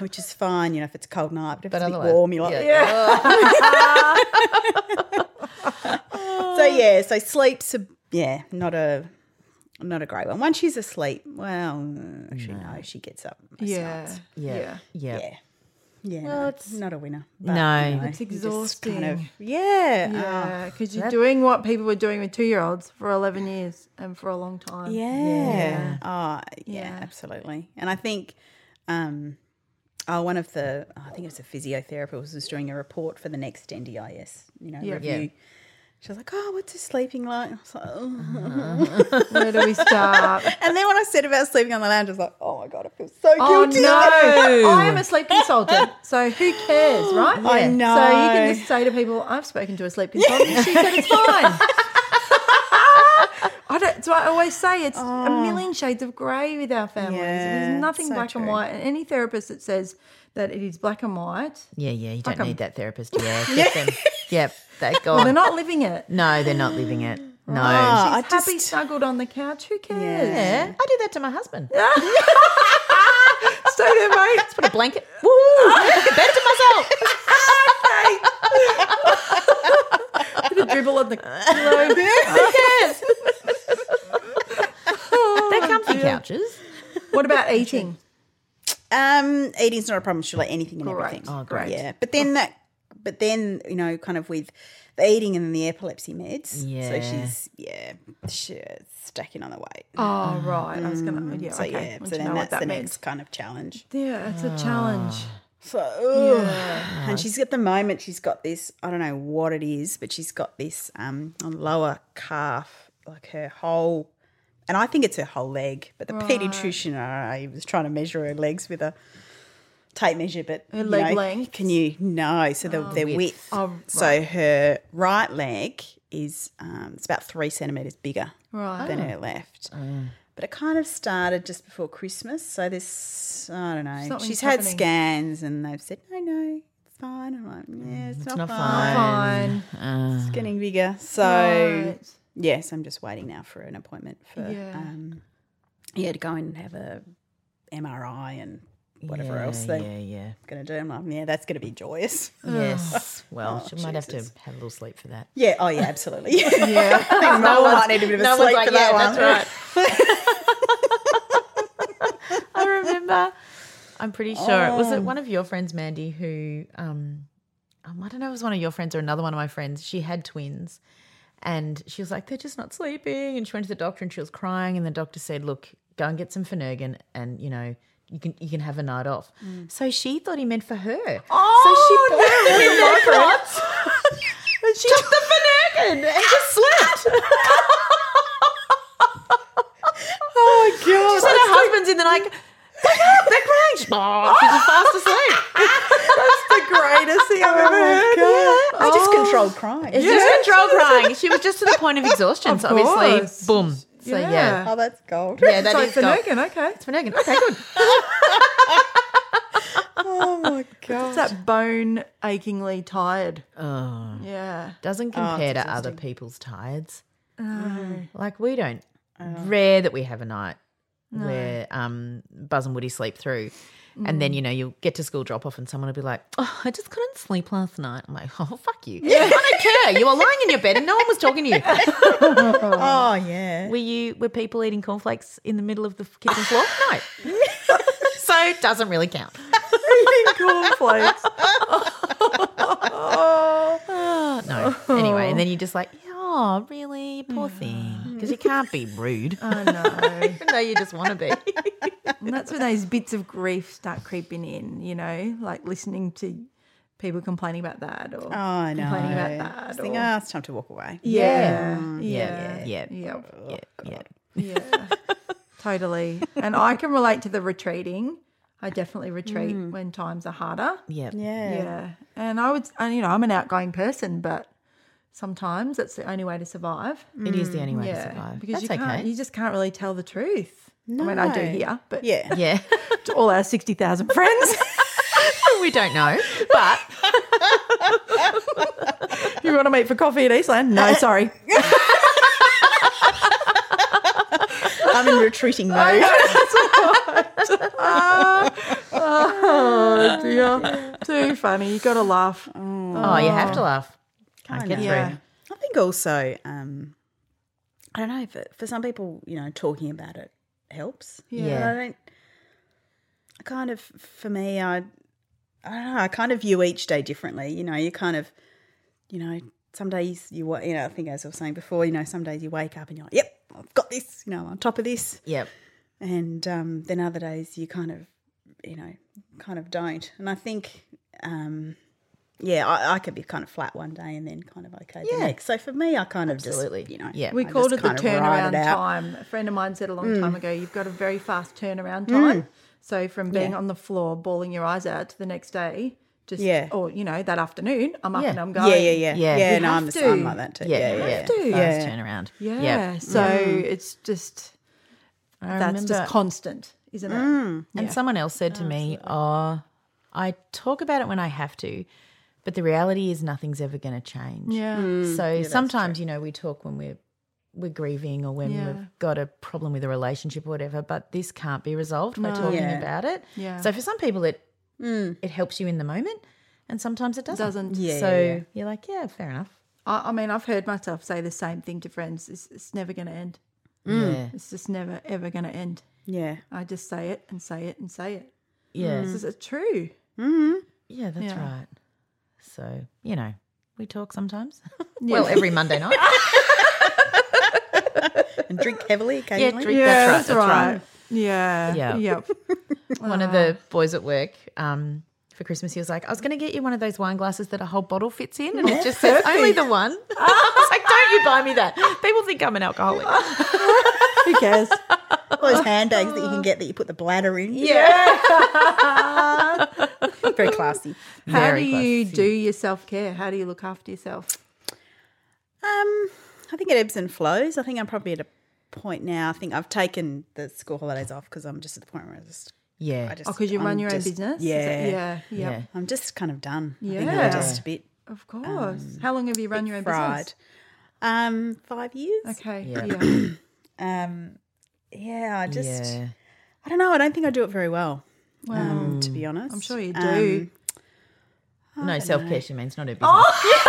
[SPEAKER 4] which is fine, you know, if it's a cold night, but if
[SPEAKER 3] But
[SPEAKER 4] it's a
[SPEAKER 3] otherwise,
[SPEAKER 4] bit warm, you're like,
[SPEAKER 3] yeah.
[SPEAKER 4] so yeah, so sleep's a yeah, not a not a great one. Once she's asleep, well, actually no, she gets up. most
[SPEAKER 2] Yeah.
[SPEAKER 4] nights.
[SPEAKER 3] Yeah. Yeah.
[SPEAKER 4] yeah. Yeah, no, it's not a winner.
[SPEAKER 3] No.
[SPEAKER 2] It's
[SPEAKER 4] you just
[SPEAKER 2] exhausting.
[SPEAKER 4] yeah, oh,
[SPEAKER 2] Yeah, because you're doing what people were doing with two year olds for 11 years and for a long time.
[SPEAKER 4] Yeah. Oh, yeah,
[SPEAKER 2] Yeah.
[SPEAKER 4] absolutely. And I think, um, oh, one of the, oh, I think it was a physiotherapist was doing a report for the next NDIS, you know,
[SPEAKER 2] Yeah.
[SPEAKER 4] review.
[SPEAKER 3] Yeah.
[SPEAKER 4] She was like, oh, what's her sleeping like? I was like, "Ugh."
[SPEAKER 2] Uh-huh. Where do we start?
[SPEAKER 4] And then when I said about sleeping on the lounge, I was like, oh my God, I feel so
[SPEAKER 2] oh,
[SPEAKER 4] guilty.
[SPEAKER 2] no. I am a sleep consultant, so who cares, right?
[SPEAKER 4] I know.
[SPEAKER 2] So you can just say to people, I've spoken to a sleep consultant, and she said it's fine. I don't, so I always say it's a million shades of grey with our families.
[SPEAKER 4] Oh. Yeah,
[SPEAKER 2] There's nothing
[SPEAKER 4] so
[SPEAKER 2] black and
[SPEAKER 4] true.
[SPEAKER 2] white. And any therapist that says that it is black and white,
[SPEAKER 3] Yeah. Yeah. You don't need that therapist. Yeah. Get them. Yep. They go.
[SPEAKER 2] they're not Oh, living it.
[SPEAKER 3] No, they're not living it. No.
[SPEAKER 4] Ah, I
[SPEAKER 2] She's happy
[SPEAKER 4] just-
[SPEAKER 2] snuggled on the couch. Who cares?
[SPEAKER 3] Yeah. I do that to my husband.
[SPEAKER 2] Stay there, mate.
[SPEAKER 3] Just put a blanket. Woo! Make a bed to myself.
[SPEAKER 2] Put a dribble on the pillow.
[SPEAKER 3] yes. They're
[SPEAKER 2] Oh,
[SPEAKER 3] comfy couches.
[SPEAKER 2] What about eating?
[SPEAKER 4] Um, eating's not a problem. She'll like anything and
[SPEAKER 2] Great.
[SPEAKER 4] everything.
[SPEAKER 3] Oh, great.
[SPEAKER 4] Yeah, but then that, but then you know, kind of with the eating and then the epilepsy meds.
[SPEAKER 3] Yeah.
[SPEAKER 4] So she's yeah, she's stacking on the weight.
[SPEAKER 2] Oh, right. I was going to. Yeah,
[SPEAKER 4] so
[SPEAKER 2] okay.
[SPEAKER 4] yeah,
[SPEAKER 2] Want
[SPEAKER 4] so
[SPEAKER 2] to
[SPEAKER 4] then
[SPEAKER 2] know what
[SPEAKER 4] that's
[SPEAKER 2] that
[SPEAKER 4] the
[SPEAKER 2] means.
[SPEAKER 4] next kind of challenge.
[SPEAKER 2] Yeah, it's a challenge.
[SPEAKER 4] So, ugh. and she's at the moment she's got this. I don't know what it is, but she's got this um on lower calf, like her whole. And I think it's her whole leg, but the pediatrician, I don't know, he was trying to measure her legs with a tape measure, but
[SPEAKER 2] Her
[SPEAKER 4] you
[SPEAKER 2] leg
[SPEAKER 4] know,
[SPEAKER 2] length?
[SPEAKER 4] Can you no? So the, their width.
[SPEAKER 2] Oh,
[SPEAKER 4] So her right leg is um, it's about three centimeters bigger
[SPEAKER 2] Right.
[SPEAKER 4] than her left. But it kind of started just before Christmas. So this, I don't know.
[SPEAKER 2] Something's
[SPEAKER 4] She's had
[SPEAKER 2] happening.
[SPEAKER 4] scans and they've said, no, no, it's fine. I'm like, yeah, it's, not,
[SPEAKER 3] not
[SPEAKER 4] fine.
[SPEAKER 2] Fine.
[SPEAKER 4] It's getting bigger. So,
[SPEAKER 2] Right.
[SPEAKER 4] yes, I'm just waiting now for an appointment for,
[SPEAKER 2] Yeah.
[SPEAKER 4] um, yeah, to go and have a MRI and whatever else they're
[SPEAKER 3] Yeah. Yeah.
[SPEAKER 4] going to do. I'm like, yeah, that's going to be joyous.
[SPEAKER 3] Yes. Well,
[SPEAKER 2] Oh,
[SPEAKER 3] she might have to have a little sleep for that.
[SPEAKER 4] Yeah. Oh, yeah, absolutely. yeah. I think no one might need a bit of a
[SPEAKER 3] no one's
[SPEAKER 4] sleep
[SPEAKER 3] like,
[SPEAKER 4] for that
[SPEAKER 3] "Yeah,
[SPEAKER 4] one.
[SPEAKER 3] that's I remember. I'm pretty sure. Was it one of your friends, Mandy, who um, um I don't know if it was one of your friends or another one of my friends. She had twins and she was like, They're just not sleeping. And she went to the doctor and she was crying and the doctor said, Look, go and get some Finurgan and you know, you can you can have a night off.
[SPEAKER 4] Mm.
[SPEAKER 3] So she thought he meant for her. Oh, so she bought no. in the pots and she took the Finurgan and just slept.
[SPEAKER 4] Oh, God.
[SPEAKER 3] So her husband's in the night. Wake up! They're crying. She's just fast asleep.
[SPEAKER 4] the greatest thing I've ever heard. I just controlled crime.
[SPEAKER 3] It's just control crying. She was just to the point of exhaustion. so
[SPEAKER 2] course.
[SPEAKER 3] obviously, boom. So yeah,
[SPEAKER 2] Yeah.
[SPEAKER 3] yeah,
[SPEAKER 4] Oh, that's gold.
[SPEAKER 3] that
[SPEAKER 2] It's like
[SPEAKER 3] is gold.
[SPEAKER 2] Finnegan, okay.
[SPEAKER 3] It's Finnegan. Okay, good.
[SPEAKER 4] Oh my
[SPEAKER 2] It's
[SPEAKER 4] god.
[SPEAKER 2] that bone achingly tired. Yeah.
[SPEAKER 3] Doesn't compare to other people's tides. Like we don't. Rare that we have a night where um, Buzz and Woody sleep through. And then, you know, you'll get to school drop off and someone will be like, Oh, I just couldn't sleep last night. I'm like, Oh, fuck you. I don't care. You were lying in your bed and no one was talking to you.
[SPEAKER 4] Oh, yeah.
[SPEAKER 3] Were you were people eating cornflakes in the middle of the kitchen floor? No. so it doesn't really count.
[SPEAKER 2] cornflakes.
[SPEAKER 3] Oh, no. Anyway, and then you're just like, oh, really? You Poor thing. Because you can't be rude. I know. Mm. Even though you just want to be.
[SPEAKER 2] And that's when those bits of grief start creeping in, you know, like listening to people complaining about that or
[SPEAKER 4] Oh, I know.
[SPEAKER 2] complaining about that.
[SPEAKER 4] Just think,
[SPEAKER 2] or-
[SPEAKER 4] oh, it's time to walk away.
[SPEAKER 2] yeah. Mm.
[SPEAKER 3] Yeah. Yeah. Yeah.
[SPEAKER 2] Yep.
[SPEAKER 3] Yeah. yeah.
[SPEAKER 2] Yeah, totally. And I can relate to the retreating. I definitely retreat when times are harder.
[SPEAKER 3] Yeah.
[SPEAKER 4] Mm. Yeah.
[SPEAKER 2] Yeah. And I would, and you know, I'm an outgoing person, but sometimes that's the only way to survive.
[SPEAKER 3] It is the only way
[SPEAKER 2] yeah.
[SPEAKER 3] to survive.
[SPEAKER 2] Because
[SPEAKER 3] That's
[SPEAKER 2] you can't,
[SPEAKER 3] okay.
[SPEAKER 2] you just can't really tell the truth. I mean, I do
[SPEAKER 4] No.
[SPEAKER 2] here, but
[SPEAKER 4] Yeah.
[SPEAKER 3] Yeah.
[SPEAKER 2] to all our 60,000 friends,
[SPEAKER 3] we don't know. But
[SPEAKER 2] you want to meet for coffee at Eastland? No, sorry.
[SPEAKER 4] I'm in retreating mode.
[SPEAKER 2] oh, dear. Too funny. you got to laugh.
[SPEAKER 4] Mm.
[SPEAKER 3] oh, you have to laugh. Can't get
[SPEAKER 2] Yeah.
[SPEAKER 3] through.
[SPEAKER 4] I think also, um, I don't know, for, for some people, you know, talking about it helps.
[SPEAKER 3] Yeah.
[SPEAKER 4] But I don't, I kind of, for me, I, I don't know, I kind of view each day differently. You know, you kind of, you know, some days you, wa- you know, I think as I was saying before, you know, some days you wake up and you're like, yep, I've got this, you know, I'm on top of this.
[SPEAKER 3] Yep.
[SPEAKER 4] and um, then other days you kind of you know kind of don't and i think um, yeah I, I could be kind of flat one day and then kind of okay the
[SPEAKER 3] Yeah.
[SPEAKER 4] next so for me i kind of
[SPEAKER 3] Absolutely.
[SPEAKER 4] just you know
[SPEAKER 3] Yeah.
[SPEAKER 2] We
[SPEAKER 4] I
[SPEAKER 2] called it
[SPEAKER 4] just
[SPEAKER 2] the
[SPEAKER 4] kind of ride
[SPEAKER 2] turnaround
[SPEAKER 4] it out. Mm.
[SPEAKER 2] time. A friend of mine said a long time ago, you've got a very fast turnaround time. So from being on the floor, bawling your eyes out to the next day, just
[SPEAKER 4] Yeah.
[SPEAKER 2] or you know that afternoon, I'm up
[SPEAKER 3] Yeah.
[SPEAKER 2] and I'm
[SPEAKER 4] yeah
[SPEAKER 2] going.
[SPEAKER 4] yeah yeah
[SPEAKER 3] Yeah.
[SPEAKER 4] yeah,
[SPEAKER 3] You
[SPEAKER 4] no i'm
[SPEAKER 2] have
[SPEAKER 4] the same
[SPEAKER 2] to.
[SPEAKER 4] like that too
[SPEAKER 3] Yeah.
[SPEAKER 4] yeah yeah,
[SPEAKER 3] yeah.
[SPEAKER 4] yeah.
[SPEAKER 2] to.
[SPEAKER 3] Fast
[SPEAKER 4] Yeah. Mm.
[SPEAKER 3] turnaround.
[SPEAKER 2] Yeah.
[SPEAKER 3] Yep.
[SPEAKER 2] So it's just
[SPEAKER 3] I
[SPEAKER 2] that's just
[SPEAKER 3] remember-
[SPEAKER 2] constant, isn't it?
[SPEAKER 4] Mm.
[SPEAKER 3] And someone else said to me, Oh, I talk about it when I have to, but the reality is nothing's ever going to change.
[SPEAKER 2] Yeah.
[SPEAKER 4] Mm.
[SPEAKER 3] So sometimes, you know, we talk when we're we're grieving or when
[SPEAKER 2] Yeah.
[SPEAKER 3] we've got a problem with a relationship or whatever, but this can't be resolved by talking
[SPEAKER 4] Yeah.
[SPEAKER 3] about it.
[SPEAKER 2] Yeah.
[SPEAKER 3] So for some people it it helps you in the moment and sometimes it doesn't.
[SPEAKER 2] Doesn't.
[SPEAKER 4] Yeah,
[SPEAKER 3] so
[SPEAKER 4] yeah, yeah.
[SPEAKER 3] you're like, Yeah, fair enough.
[SPEAKER 2] I, I mean, I've heard myself say the same thing to friends. It's, it's never going to end.
[SPEAKER 3] Yeah.
[SPEAKER 2] It's just never ever going to end.
[SPEAKER 4] yeah
[SPEAKER 2] I just say it and say it and say it.
[SPEAKER 3] Yeah.
[SPEAKER 2] This is true.
[SPEAKER 3] Yeah, that's
[SPEAKER 2] Mm. Yeah.
[SPEAKER 3] right. So, you know, we talk sometimes.
[SPEAKER 2] Yeah.
[SPEAKER 3] well, every Monday night.
[SPEAKER 4] and drink heavily occasionally
[SPEAKER 3] drink- That's right, that's right.
[SPEAKER 2] Yeah.
[SPEAKER 3] Yeah.
[SPEAKER 2] Yep.
[SPEAKER 3] one of
[SPEAKER 4] Uh-huh.
[SPEAKER 3] the boys at work um, for Christmas, he was like, I was going to get you one of those wine glasses that a whole bottle fits in and it just says only the one. I was like, don't you buy me that. People think I'm an alcoholic.
[SPEAKER 2] Who cares?
[SPEAKER 4] All those handbags that you can get that you put the bladder in
[SPEAKER 3] Yeah.
[SPEAKER 4] very classy
[SPEAKER 2] How
[SPEAKER 3] Very
[SPEAKER 2] do you do your self care? How do you look after yourself?
[SPEAKER 4] Um, I think it ebbs and flows. I think I'm probably at a point now. I think I've taken the school holidays off because I'm just at the point where I just,
[SPEAKER 3] Yeah.
[SPEAKER 4] I just
[SPEAKER 2] Oh, because you
[SPEAKER 4] I'm
[SPEAKER 2] run your
[SPEAKER 4] just-
[SPEAKER 2] own business? Is
[SPEAKER 4] Yeah,
[SPEAKER 2] it- yeah, yeah.
[SPEAKER 3] Yeah.
[SPEAKER 4] I'm just kind of done. I think
[SPEAKER 2] Yeah.
[SPEAKER 4] I'm just a bit
[SPEAKER 2] Of course. How long have you run your own
[SPEAKER 4] fried. Um, five years.
[SPEAKER 2] business? Okay. Yeah.
[SPEAKER 3] Yeah.
[SPEAKER 4] Um, yeah, I just,
[SPEAKER 3] yeah.
[SPEAKER 4] I don't know. I don't think I do it very well.
[SPEAKER 2] Wow.
[SPEAKER 4] Um, to be honest,
[SPEAKER 2] I'm sure you
[SPEAKER 4] Um,
[SPEAKER 2] do.
[SPEAKER 3] No, self care, she means not a business.
[SPEAKER 4] Oh!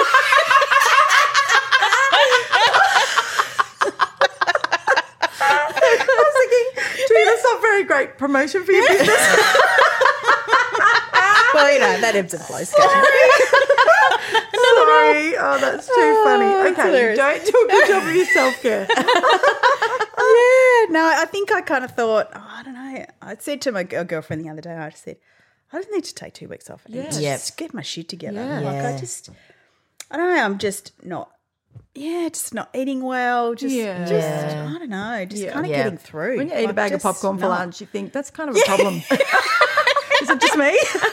[SPEAKER 2] I was thinking, gee, that's not very great promotion for your business.
[SPEAKER 4] well, you know that ebbs and flows. Sorry.
[SPEAKER 2] Sorry. Oh, that's too funny.
[SPEAKER 4] that's
[SPEAKER 2] Okay, you
[SPEAKER 4] hilarious.
[SPEAKER 2] don't do a good job of your self care.
[SPEAKER 4] yeah, no, I think I kind of thought, oh, I don't know. I said to my g- girlfriend the other day, I said, I just need to take two weeks off and
[SPEAKER 2] Yes.
[SPEAKER 4] just get my shit together.
[SPEAKER 2] Yeah.
[SPEAKER 4] Like,
[SPEAKER 3] Yeah.
[SPEAKER 4] I just, I don't know, I'm just not, yeah, just not eating well. Just,
[SPEAKER 2] Yeah.
[SPEAKER 4] just
[SPEAKER 3] Yeah.
[SPEAKER 4] I don't know, just
[SPEAKER 2] Yeah.
[SPEAKER 4] kind of
[SPEAKER 3] Yeah.
[SPEAKER 4] getting through.
[SPEAKER 2] When you eat a
[SPEAKER 4] Like,
[SPEAKER 2] bag of
[SPEAKER 4] just
[SPEAKER 2] popcorn for
[SPEAKER 4] not-
[SPEAKER 2] lunch, you think that's kind of a problem. Is it just me?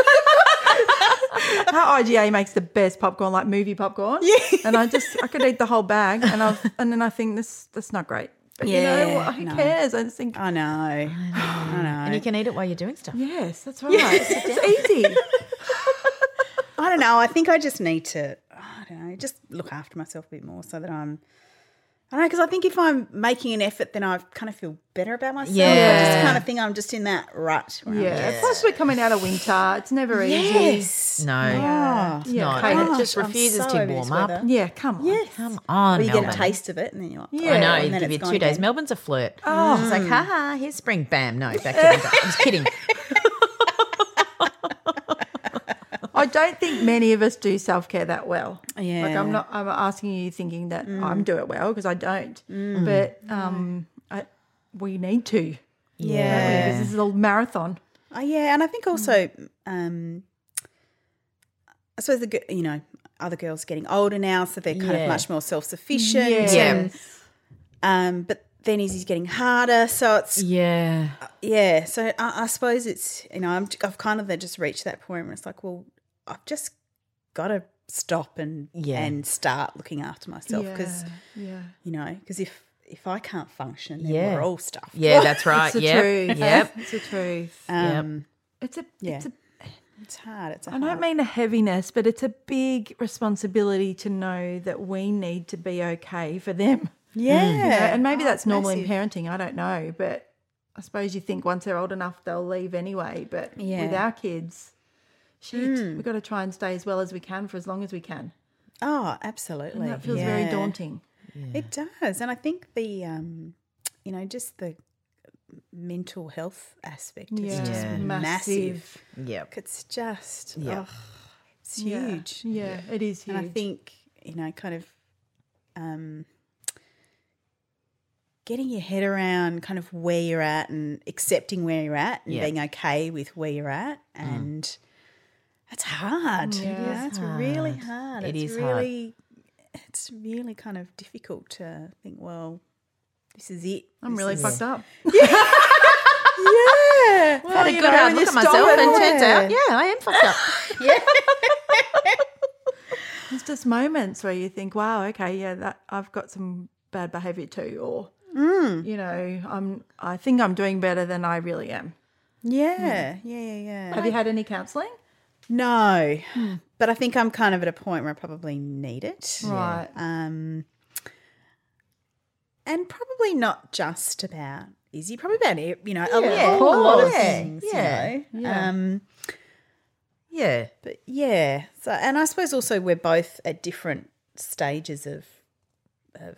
[SPEAKER 2] How IGA makes the best popcorn, like movie popcorn. Yeah. And I just I could eat the whole bag and I and then I think this that's not great. But you know
[SPEAKER 4] Yeah,
[SPEAKER 2] what? who
[SPEAKER 4] no.
[SPEAKER 2] cares? I just think
[SPEAKER 4] I know. I know.
[SPEAKER 3] And you can eat it while you're doing stuff.
[SPEAKER 2] Yes, that's right. It's easy.
[SPEAKER 4] I don't know. I think I just need to, I don't know, just look after myself a bit more so that I'm, I don't know because I think if I'm making an effort, then I kind of feel better about myself. I
[SPEAKER 3] Yeah.
[SPEAKER 4] just kind of think I'm just in that rut. where I'm
[SPEAKER 2] Yeah.
[SPEAKER 4] just-
[SPEAKER 2] Plus, we're coming out of winter. It's never easy.
[SPEAKER 4] Yes.
[SPEAKER 3] No,
[SPEAKER 4] Yeah.
[SPEAKER 3] it's not.
[SPEAKER 2] Yeah,
[SPEAKER 3] it just
[SPEAKER 4] gosh, I'm
[SPEAKER 3] refuses
[SPEAKER 4] so
[SPEAKER 3] to
[SPEAKER 4] over this
[SPEAKER 3] warm up.
[SPEAKER 4] weather.
[SPEAKER 2] Yeah, come on.
[SPEAKER 4] Yes.
[SPEAKER 3] Come on,
[SPEAKER 4] Well, you
[SPEAKER 3] Melbourne.
[SPEAKER 4] get a taste of it, and then you're like,
[SPEAKER 2] Yeah.
[SPEAKER 3] I know.
[SPEAKER 4] "Oh,"
[SPEAKER 3] You
[SPEAKER 4] and then
[SPEAKER 3] give
[SPEAKER 4] it's
[SPEAKER 3] you two
[SPEAKER 4] gone
[SPEAKER 3] days.
[SPEAKER 4] again.
[SPEAKER 3] Melbourne's a flirt. Oh, it's like, ha ha, here's spring. Bam. No, back to winter. I'm just kidding.
[SPEAKER 2] I don't think many of us do self care that well.
[SPEAKER 4] Yeah. Mm.
[SPEAKER 2] Like I'm not. I'm asking you, thinking that I'm do it well because I don't. But um, I, we need to.
[SPEAKER 4] Yeah.
[SPEAKER 2] Because this is a marathon.
[SPEAKER 4] Oh, yeah, and I
[SPEAKER 3] Mm.
[SPEAKER 4] think also, um, I suppose the gi- you know other girls getting older now, so they're kind
[SPEAKER 3] Yeah.
[SPEAKER 4] of much more self sufficient.
[SPEAKER 3] Yeah.
[SPEAKER 4] Um, but then he's getting harder, so it's
[SPEAKER 3] Yeah.
[SPEAKER 4] yeah. So I, I suppose it's you know I'm, I've kind of just reached that point where it's like, well, I've just got to stop and
[SPEAKER 3] Yeah.
[SPEAKER 4] and start looking after myself because
[SPEAKER 2] yeah.
[SPEAKER 4] you know because if if I can't function, then
[SPEAKER 3] Yeah.
[SPEAKER 4] we're all stuffed.
[SPEAKER 3] Yeah, that's right.
[SPEAKER 2] It's the
[SPEAKER 3] Yep.
[SPEAKER 2] truth.
[SPEAKER 3] Yep.
[SPEAKER 2] It's the truth.
[SPEAKER 4] Um,
[SPEAKER 2] It's a.
[SPEAKER 4] Yeah.
[SPEAKER 2] It's a.
[SPEAKER 4] It's hard. It's a
[SPEAKER 2] I don't
[SPEAKER 4] hard- Mm.
[SPEAKER 2] mean a heaviness, but it's a big responsibility to know that we need to be okay for them.
[SPEAKER 4] yeah,
[SPEAKER 2] you know, and maybe
[SPEAKER 4] Oh,
[SPEAKER 2] that's
[SPEAKER 4] it's
[SPEAKER 2] normal in
[SPEAKER 4] massive.
[SPEAKER 2] parenting. I don't know, but I suppose you think once they're old enough, they'll leave anyway. But with
[SPEAKER 4] Yeah. Hmm.
[SPEAKER 2] our kids, shoot, we've got to try and stay as well as we can for as long as we can.
[SPEAKER 4] Oh, absolutely.
[SPEAKER 2] And that feels very
[SPEAKER 4] Yeah.
[SPEAKER 2] daunting.
[SPEAKER 4] It does, and I think the, um, you know, just the mental health aspect is
[SPEAKER 2] Yeah.
[SPEAKER 4] just
[SPEAKER 3] Yeah.
[SPEAKER 4] massive.
[SPEAKER 3] Yep.
[SPEAKER 4] It's just,
[SPEAKER 3] Yeah.
[SPEAKER 4] oh, it's huge,
[SPEAKER 2] Yeah, it is huge.
[SPEAKER 4] and I think you know, kind of, um, getting your head around kind of where you're at and accepting where you're at and
[SPEAKER 3] Yeah.
[SPEAKER 4] being okay with where you're at and. It's hard.
[SPEAKER 2] Yeah. Mm. It
[SPEAKER 4] Yeah,
[SPEAKER 2] is
[SPEAKER 4] it's really
[SPEAKER 3] hard.
[SPEAKER 4] hard.
[SPEAKER 3] It
[SPEAKER 4] it's
[SPEAKER 3] is hard.
[SPEAKER 4] really, it's really kind of difficult to think. Well, this is it.
[SPEAKER 2] I'm
[SPEAKER 4] This
[SPEAKER 2] really
[SPEAKER 4] is-
[SPEAKER 2] fucked up.
[SPEAKER 4] Yeah,
[SPEAKER 3] Had a
[SPEAKER 2] Oh, you
[SPEAKER 3] good
[SPEAKER 2] know,
[SPEAKER 3] hard
[SPEAKER 2] and
[SPEAKER 3] look
[SPEAKER 2] you
[SPEAKER 3] at
[SPEAKER 2] stop
[SPEAKER 3] myself,
[SPEAKER 2] it.
[SPEAKER 3] and turns
[SPEAKER 4] Yeah.
[SPEAKER 3] out, yeah, I am fucked up.
[SPEAKER 2] It's just moments where you think, wow, okay, yeah, that I've got some bad behavior too, or
[SPEAKER 4] Hmm.
[SPEAKER 2] you know, I'm I think I'm doing better than I really am. Mm.
[SPEAKER 4] yeah, yeah, yeah, yeah.
[SPEAKER 2] Have you had any counselling?
[SPEAKER 4] No,
[SPEAKER 2] Hmm.
[SPEAKER 4] but I think I'm kind of at a point where I probably need it.
[SPEAKER 2] Right.
[SPEAKER 4] Um, and probably not just about Izzy, probably about e- you know
[SPEAKER 3] Yeah,
[SPEAKER 4] a, lot,
[SPEAKER 3] of
[SPEAKER 4] a lot of
[SPEAKER 3] course.
[SPEAKER 4] things.
[SPEAKER 3] Yeah,
[SPEAKER 4] Yeah, you know?
[SPEAKER 2] yeah.
[SPEAKER 4] Um,
[SPEAKER 3] Yeah.
[SPEAKER 4] But yeah, so and I suppose also we're both at different stages of of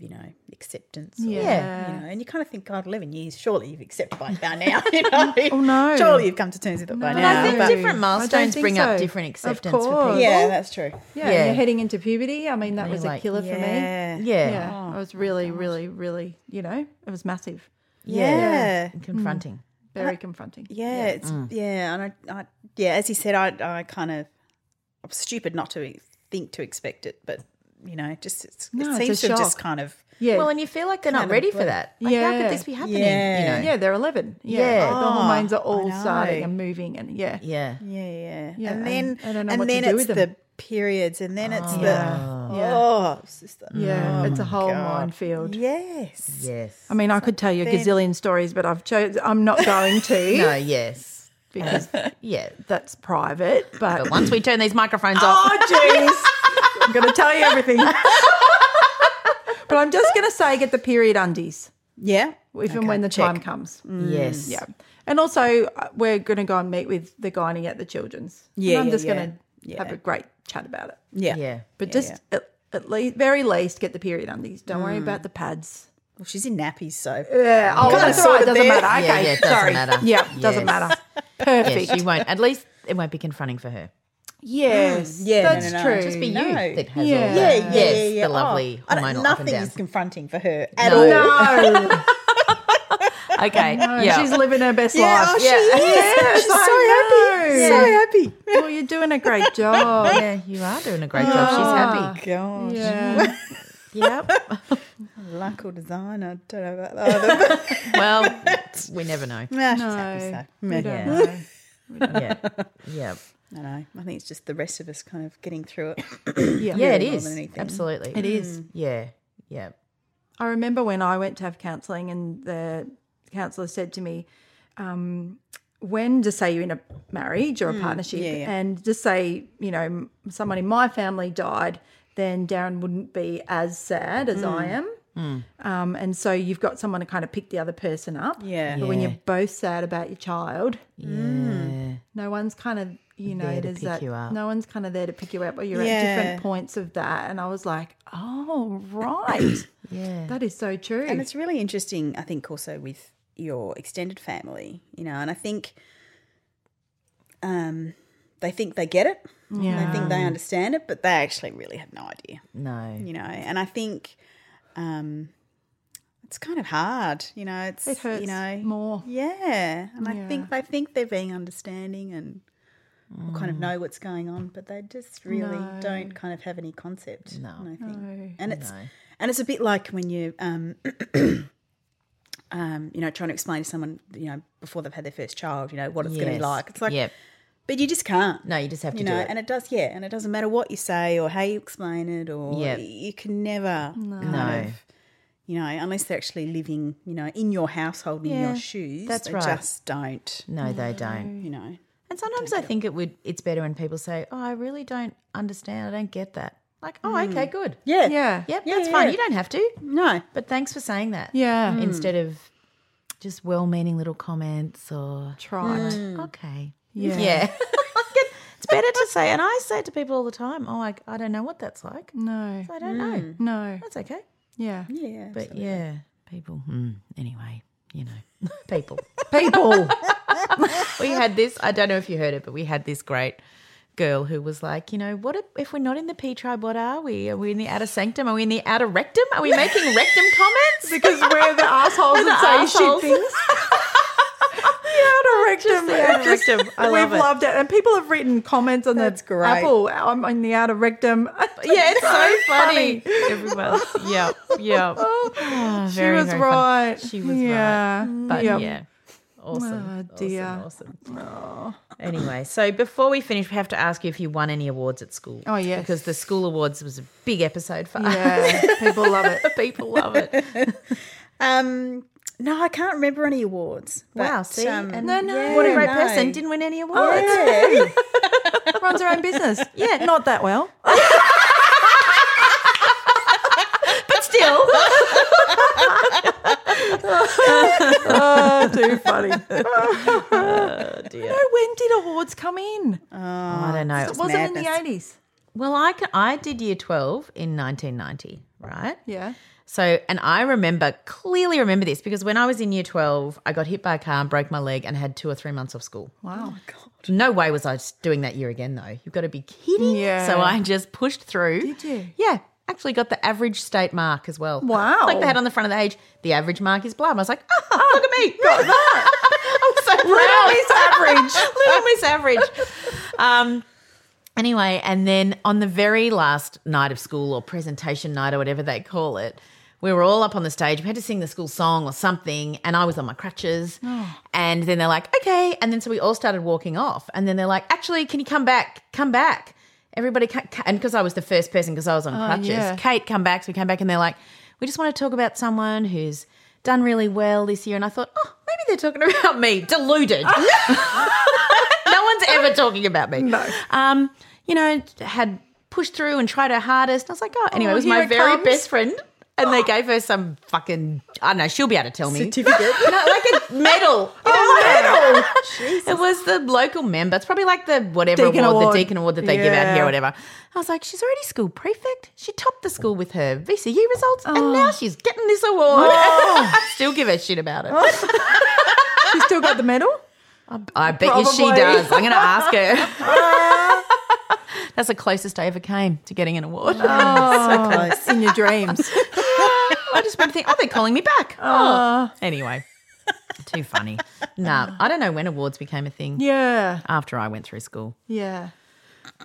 [SPEAKER 4] you know acceptance. or,
[SPEAKER 2] Yeah.
[SPEAKER 4] you know, and you kind of think, God, eleven years, surely you've accepted by, by now. You know,
[SPEAKER 2] Oh, no.
[SPEAKER 4] surely you've come to terms with it by
[SPEAKER 2] No.
[SPEAKER 3] But
[SPEAKER 4] now.
[SPEAKER 3] I think
[SPEAKER 4] but-
[SPEAKER 2] diff-
[SPEAKER 3] different
[SPEAKER 2] I don't
[SPEAKER 3] milestones
[SPEAKER 2] think
[SPEAKER 3] bring up
[SPEAKER 2] so.
[SPEAKER 3] different
[SPEAKER 2] Of
[SPEAKER 3] acceptance
[SPEAKER 2] course.
[SPEAKER 3] for people.
[SPEAKER 4] yeah, that's true.
[SPEAKER 2] Yeah, and
[SPEAKER 3] Yeah.
[SPEAKER 2] you're heading into puberty. I mean, that was a
[SPEAKER 3] like,
[SPEAKER 2] killer for me.
[SPEAKER 4] Yeah.
[SPEAKER 3] Yeah. Oh,
[SPEAKER 2] Yeah, I was really, really, really, you know, it was massive,
[SPEAKER 4] Yeah.
[SPEAKER 3] And confronting.
[SPEAKER 2] very confronting.
[SPEAKER 4] Yeah, it's
[SPEAKER 2] Mm.
[SPEAKER 4] yeah, and I, I yeah, as he said, I I kind of I'm stupid not to e- think to expect it, but you know, just it's,
[SPEAKER 2] No, it's
[SPEAKER 4] it seems
[SPEAKER 2] a
[SPEAKER 4] to have just
[SPEAKER 2] shock.
[SPEAKER 4] kind of
[SPEAKER 2] Yeah,
[SPEAKER 3] Well, and you feel like they're not
[SPEAKER 4] Kind of
[SPEAKER 3] ready for
[SPEAKER 4] like-
[SPEAKER 3] that. Like, how
[SPEAKER 2] Yeah.
[SPEAKER 3] could this be happening?
[SPEAKER 4] Yeah.
[SPEAKER 3] You know?
[SPEAKER 2] yeah, they're eleven. Yeah,
[SPEAKER 3] Yeah. Oh,
[SPEAKER 2] the hormones are all
[SPEAKER 4] know.
[SPEAKER 2] starting and moving, and yeah,
[SPEAKER 3] Yeah.
[SPEAKER 4] Yeah, yeah.
[SPEAKER 2] Yeah,
[SPEAKER 4] and
[SPEAKER 2] and
[SPEAKER 4] then
[SPEAKER 2] I don't know
[SPEAKER 4] and
[SPEAKER 2] what to
[SPEAKER 4] then
[SPEAKER 2] do
[SPEAKER 4] it's
[SPEAKER 2] with them.
[SPEAKER 4] the periods and then it's
[SPEAKER 2] Yeah.
[SPEAKER 4] the
[SPEAKER 2] Yeah.
[SPEAKER 4] oh, it's just the-
[SPEAKER 2] yeah, it's a whole minefield.
[SPEAKER 4] yes.
[SPEAKER 3] Yes.
[SPEAKER 2] I mean, I could tell you a gazillion stories, but I've chosen. I'm not going to
[SPEAKER 3] No, yes.
[SPEAKER 2] because
[SPEAKER 3] Yeah.
[SPEAKER 2] that's private. But
[SPEAKER 3] But once we turn these microphones off,
[SPEAKER 4] Oh,
[SPEAKER 2] jeez, I'm going to tell you everything. but I'm just going to say, get the period undies
[SPEAKER 4] Yeah.
[SPEAKER 2] if and when the time comes. Mm.
[SPEAKER 3] yes.
[SPEAKER 2] Yeah, and also uh, we're going to go and meet with the gynae at the children's. And
[SPEAKER 4] Yeah,
[SPEAKER 2] I'm
[SPEAKER 4] yeah,
[SPEAKER 2] just
[SPEAKER 4] yeah.
[SPEAKER 2] going to
[SPEAKER 4] Yeah.
[SPEAKER 2] have a great chat about it.
[SPEAKER 4] Yeah. Mm.
[SPEAKER 3] Yeah.
[SPEAKER 2] But just at, at least, very least, get the period undies. Don't worry about the pads.
[SPEAKER 4] Well, she's in nappies, so
[SPEAKER 2] Yeah, oh,
[SPEAKER 4] Kinda
[SPEAKER 2] that's all right.
[SPEAKER 4] sorted
[SPEAKER 2] Doesn't
[SPEAKER 4] there.
[SPEAKER 2] matter. Okay,
[SPEAKER 3] Yeah, yeah, it doesn't
[SPEAKER 2] sorry.
[SPEAKER 3] matter.
[SPEAKER 2] Yeah, doesn't
[SPEAKER 3] Yes.
[SPEAKER 2] matter. Perfect.
[SPEAKER 3] Yeah,
[SPEAKER 4] Mm,
[SPEAKER 3] she won't. At least it won't be confronting for her.
[SPEAKER 2] Yes,
[SPEAKER 4] Yeah, no,
[SPEAKER 2] that's
[SPEAKER 4] no, no.
[SPEAKER 2] true.
[SPEAKER 3] Just be
[SPEAKER 4] No.
[SPEAKER 3] you that has
[SPEAKER 2] Yeah.
[SPEAKER 3] all
[SPEAKER 2] Yeah,
[SPEAKER 3] that. yes, the lovely
[SPEAKER 4] Oh, I don't-
[SPEAKER 3] hormonal up and
[SPEAKER 4] Nothing
[SPEAKER 3] down.
[SPEAKER 4] is confronting for her at
[SPEAKER 3] No.
[SPEAKER 4] all.
[SPEAKER 2] No,
[SPEAKER 3] Okay. yeah.
[SPEAKER 2] she's living her best
[SPEAKER 4] Yeah,
[SPEAKER 2] life.
[SPEAKER 4] oh,
[SPEAKER 3] Yeah.
[SPEAKER 4] she is.
[SPEAKER 2] Yes,
[SPEAKER 4] she's so
[SPEAKER 2] I
[SPEAKER 4] happy.
[SPEAKER 2] know.
[SPEAKER 4] So happy.
[SPEAKER 2] Well, you're doing a great job.
[SPEAKER 3] yeah, you are doing a great job. She's happy.
[SPEAKER 4] Gosh,
[SPEAKER 2] Oh, Yeah.
[SPEAKER 3] Yep.
[SPEAKER 4] luck or design, I don't know about that. But,
[SPEAKER 3] well, we never know.
[SPEAKER 4] nah, she's happy, so.
[SPEAKER 2] We
[SPEAKER 4] Yeah.
[SPEAKER 2] don't
[SPEAKER 3] Yeah.
[SPEAKER 2] know.
[SPEAKER 3] Yeah. Yeah.
[SPEAKER 4] I know. I think it's just the rest of us kind of getting through it.
[SPEAKER 2] Yeah.
[SPEAKER 3] Yeah, it
[SPEAKER 4] more
[SPEAKER 3] is.
[SPEAKER 4] than anything.
[SPEAKER 3] Absolutely. Mm.
[SPEAKER 2] It is.
[SPEAKER 3] Yeah. Yeah.
[SPEAKER 2] I remember when I went to have counselling, and the counsellor said to me, um, "When just say you're in a marriage or a partnership,
[SPEAKER 4] yeah.
[SPEAKER 2] and just say you know m- someone in my family died, then Darren wouldn't be as sad as I am." Um, and so you've got someone to kind of pick the other person up.
[SPEAKER 4] Yeah.
[SPEAKER 2] But when
[SPEAKER 3] Yeah.
[SPEAKER 2] you're both sad about your child,
[SPEAKER 3] Yeah. Mm.
[SPEAKER 2] no one's kind of you know
[SPEAKER 3] There to
[SPEAKER 2] there's
[SPEAKER 3] pick
[SPEAKER 2] that
[SPEAKER 3] you up.
[SPEAKER 2] no one's kind of there to pick you up or you're at
[SPEAKER 4] Yeah.
[SPEAKER 2] different points of that and i was like oh right
[SPEAKER 3] Yeah.
[SPEAKER 2] that is so true
[SPEAKER 4] And it's really interesting, I think, also with your extended family, you know, and I think um, they think they get it. They think they understand it, but they actually really have no idea,
[SPEAKER 3] No.
[SPEAKER 4] you know. And I think um, it's kind of hard, you know. It's,
[SPEAKER 2] it hurts
[SPEAKER 4] you know,
[SPEAKER 2] more
[SPEAKER 4] Yeah. And I
[SPEAKER 2] Yeah.
[SPEAKER 4] think they think they're being understanding and kind
[SPEAKER 3] Mm.
[SPEAKER 4] of know what's going on, but they just really
[SPEAKER 2] No.
[SPEAKER 4] don't kind of have any concept.
[SPEAKER 3] No.
[SPEAKER 4] I think.
[SPEAKER 2] No.
[SPEAKER 4] And it's and it's a bit like when you um um, you know, trying to explain to someone, you know, before they've had their first child, you know, what it's gonna
[SPEAKER 3] Yes.
[SPEAKER 4] be like. It's like
[SPEAKER 3] Yep.
[SPEAKER 4] but you just can't.
[SPEAKER 3] No, you just have to
[SPEAKER 4] You know,
[SPEAKER 3] do it.
[SPEAKER 4] and it does, yeah, and it doesn't matter what you say or how you explain it, or
[SPEAKER 3] Yep.
[SPEAKER 4] you can never,
[SPEAKER 3] no.
[SPEAKER 4] you know, unless they're actually living, you know, in your household in
[SPEAKER 2] Yeah,
[SPEAKER 4] your shoes.
[SPEAKER 3] that's
[SPEAKER 4] they
[SPEAKER 3] right.
[SPEAKER 4] Just don't.
[SPEAKER 3] No, they
[SPEAKER 4] Mm.
[SPEAKER 3] don't.
[SPEAKER 4] you know.
[SPEAKER 3] And sometimes I think it would it's better when people say, "Oh, I really don't understand. I don't get that." Like, "Oh, okay, good."
[SPEAKER 4] Mm. Yeah.
[SPEAKER 2] yeah
[SPEAKER 3] Yep,
[SPEAKER 4] Yeah,
[SPEAKER 3] that's
[SPEAKER 4] yeah, Mm.
[SPEAKER 3] fine.
[SPEAKER 4] yeah.
[SPEAKER 3] You don't have to.
[SPEAKER 4] No.
[SPEAKER 3] But thanks for saying that.
[SPEAKER 2] yeah
[SPEAKER 3] Instead of just well-meaning little comments or
[SPEAKER 2] Trite.
[SPEAKER 3] Mm. okay.
[SPEAKER 2] Yeah.
[SPEAKER 3] it's better to say and I say it to people all the time, "Oh, I, I don't know what that's like."
[SPEAKER 2] no
[SPEAKER 3] I don't know.
[SPEAKER 2] no
[SPEAKER 3] That's okay.
[SPEAKER 2] yeah
[SPEAKER 4] Yeah.
[SPEAKER 3] Mm. But yeah, people. Hmm. Anyway, you know, people.
[SPEAKER 2] people
[SPEAKER 3] we had this. I don't know if you heard it, but we had this great girl who was like, you know, what if, if we're not in the P tribe? What are we? Are we in the outer sanctum? Are we in the outer rectum? Are we making rectum comments?
[SPEAKER 2] because we're the assholes
[SPEAKER 3] We're the
[SPEAKER 2] that say
[SPEAKER 3] assholes.
[SPEAKER 2] shit things Yeah, outer rectum.
[SPEAKER 3] the
[SPEAKER 2] yeah,
[SPEAKER 3] outer
[SPEAKER 2] just-
[SPEAKER 3] rectum. I love
[SPEAKER 2] We've
[SPEAKER 3] it.
[SPEAKER 2] loved it, and people have written comments on
[SPEAKER 4] That's
[SPEAKER 2] the
[SPEAKER 4] great.
[SPEAKER 2] Apple. I'm on the outer rectum.
[SPEAKER 3] yeah, it's so funny. Everyone. Yeah, yeah. Oh,
[SPEAKER 2] she
[SPEAKER 3] very,
[SPEAKER 2] was
[SPEAKER 3] very funny.
[SPEAKER 2] right.
[SPEAKER 3] She was
[SPEAKER 2] yeah.
[SPEAKER 3] But
[SPEAKER 2] Yep.
[SPEAKER 3] yeah. Awesome.
[SPEAKER 2] Oh, dear.
[SPEAKER 3] Awesome. awesome. Anyway, so before we finish, we have to ask you if you won any awards at school.
[SPEAKER 2] Oh, yes.
[SPEAKER 3] Because the school awards was a big episode for us.
[SPEAKER 2] Yeah, people love it.
[SPEAKER 3] People love it.
[SPEAKER 4] Um, no, I can't remember any awards.
[SPEAKER 3] wow,
[SPEAKER 4] but,
[SPEAKER 3] see?
[SPEAKER 4] um,
[SPEAKER 3] and
[SPEAKER 2] No, no. Oh,
[SPEAKER 3] What a great
[SPEAKER 4] no.
[SPEAKER 3] person. Didn't win any awards.
[SPEAKER 4] yeah.
[SPEAKER 2] Runs her own business. Yeah, not that well.
[SPEAKER 3] But still.
[SPEAKER 2] Oh, too funny.
[SPEAKER 3] dear.
[SPEAKER 2] No, when did awards come in?
[SPEAKER 3] I don't know.
[SPEAKER 2] Was Oh, it in the
[SPEAKER 4] madness.
[SPEAKER 2] eighties?
[SPEAKER 3] Well, I, can, I did year 12 in 1990, right?
[SPEAKER 2] Yeah.
[SPEAKER 3] So, and I remember, clearly remember this because when I was in year 12, I got hit by a car and broke my leg and had two or three months off school.
[SPEAKER 2] Wow. Oh
[SPEAKER 3] No way was I doing that year again, though. You've got to be kidding.
[SPEAKER 2] Yeah.
[SPEAKER 3] So I just pushed through.
[SPEAKER 2] Did you?
[SPEAKER 3] Yeah. Actually got the average state mark as well.
[SPEAKER 2] Wow.
[SPEAKER 3] Like they had on the front of the age, the average mark is blah. And I was like, oh, look at me. Got that. I'm so proud. Little Miss Average. Little Miss Average. Um, anyway, and then on the very last night of school or presentation night or whatever they call it, we were all up on the stage. We had to sing the school song or something, and I was on my crutches. And then they're like, okay. And then so we all started walking off. And then they're like, actually, can you come back? Come back. Everybody, ca- ca- and because I was the first person because I was on crutches,
[SPEAKER 2] yeah.
[SPEAKER 3] Kate come back. So we came back and they're like, we just want to talk about someone who's done really well this year. And I thought, oh, maybe they're talking about me. Deluded. no one's ever talking about me. No. Um, you know, had pushed through and tried her hardest. I was like, oh, anyway,
[SPEAKER 2] Oh,
[SPEAKER 3] it was
[SPEAKER 2] here
[SPEAKER 3] my
[SPEAKER 2] it
[SPEAKER 3] very
[SPEAKER 2] comes. Oh.
[SPEAKER 3] best friend. And they gave her some fucking, I don't know, she'll be able to tell me.
[SPEAKER 4] Certificate.
[SPEAKER 3] No, like a medal. It was a medal. It was the local member. It's probably like the whatever
[SPEAKER 2] Deacon
[SPEAKER 3] award,
[SPEAKER 2] award.
[SPEAKER 3] the deacon award that they give out here
[SPEAKER 2] Yeah.
[SPEAKER 3] or whatever. I was like, she's already school prefect. She topped the school with her VCU results,
[SPEAKER 2] Oh.
[SPEAKER 3] and now she's getting this award. I still give a shit about it.
[SPEAKER 2] Oh. She still got the medal.
[SPEAKER 3] I bet you she
[SPEAKER 2] Probably.
[SPEAKER 3] does. I'm going to ask her. That's the closest I ever came to getting an award.
[SPEAKER 2] Oh, in your dreams.
[SPEAKER 3] I just remember thinking, oh, they're calling me back. Oh. Anyway, too funny. Nah, I don't know when awards became a thing
[SPEAKER 2] Yeah.
[SPEAKER 3] after I went through school.
[SPEAKER 2] Yeah.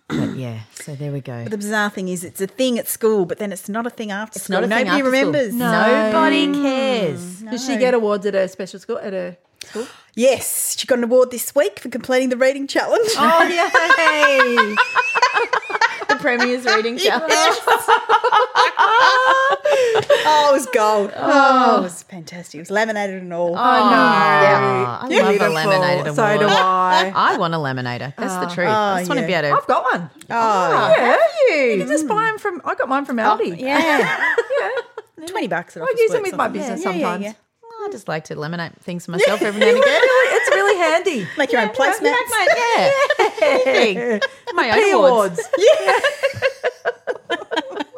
[SPEAKER 3] But yeah, so there we go.
[SPEAKER 4] The bizarre thing is, it's a thing at school, but then it's not a thing after
[SPEAKER 3] It's
[SPEAKER 4] school.
[SPEAKER 3] not a thing
[SPEAKER 4] Nobody
[SPEAKER 3] after school.
[SPEAKER 4] remembers.
[SPEAKER 3] Nobody cares.
[SPEAKER 2] Did she get awards at her special school? At her school?
[SPEAKER 4] Yes, she got an award this week for completing the reading challenge.
[SPEAKER 2] Oh yay!
[SPEAKER 3] The Premier's reading challenge.
[SPEAKER 4] oh, it was gold. Oh, it was fantastic. It was laminated and all. Oh,
[SPEAKER 2] I know.
[SPEAKER 3] I love a laminated award.
[SPEAKER 2] So do I.
[SPEAKER 3] I Ah. Oh, want a laminator. That's the truth. I just want to be able to.
[SPEAKER 2] I've got one. Hmm.
[SPEAKER 4] Oh,
[SPEAKER 2] Oh, yeah. you? can just buy 'em from. I got mine from Aldi.
[SPEAKER 4] yeah. Twenty bucks. At
[SPEAKER 2] I
[SPEAKER 4] office
[SPEAKER 2] use them
[SPEAKER 4] works,
[SPEAKER 2] with my
[SPEAKER 4] I think.
[SPEAKER 2] business
[SPEAKER 4] Yeah, yeah,
[SPEAKER 2] sometimes.
[SPEAKER 4] yeah.
[SPEAKER 3] I just like to laminate things for myself every now and again.
[SPEAKER 2] It's really handy.
[SPEAKER 4] Make your own placemats.
[SPEAKER 3] yeah. Anything. My
[SPEAKER 2] P
[SPEAKER 3] own awards.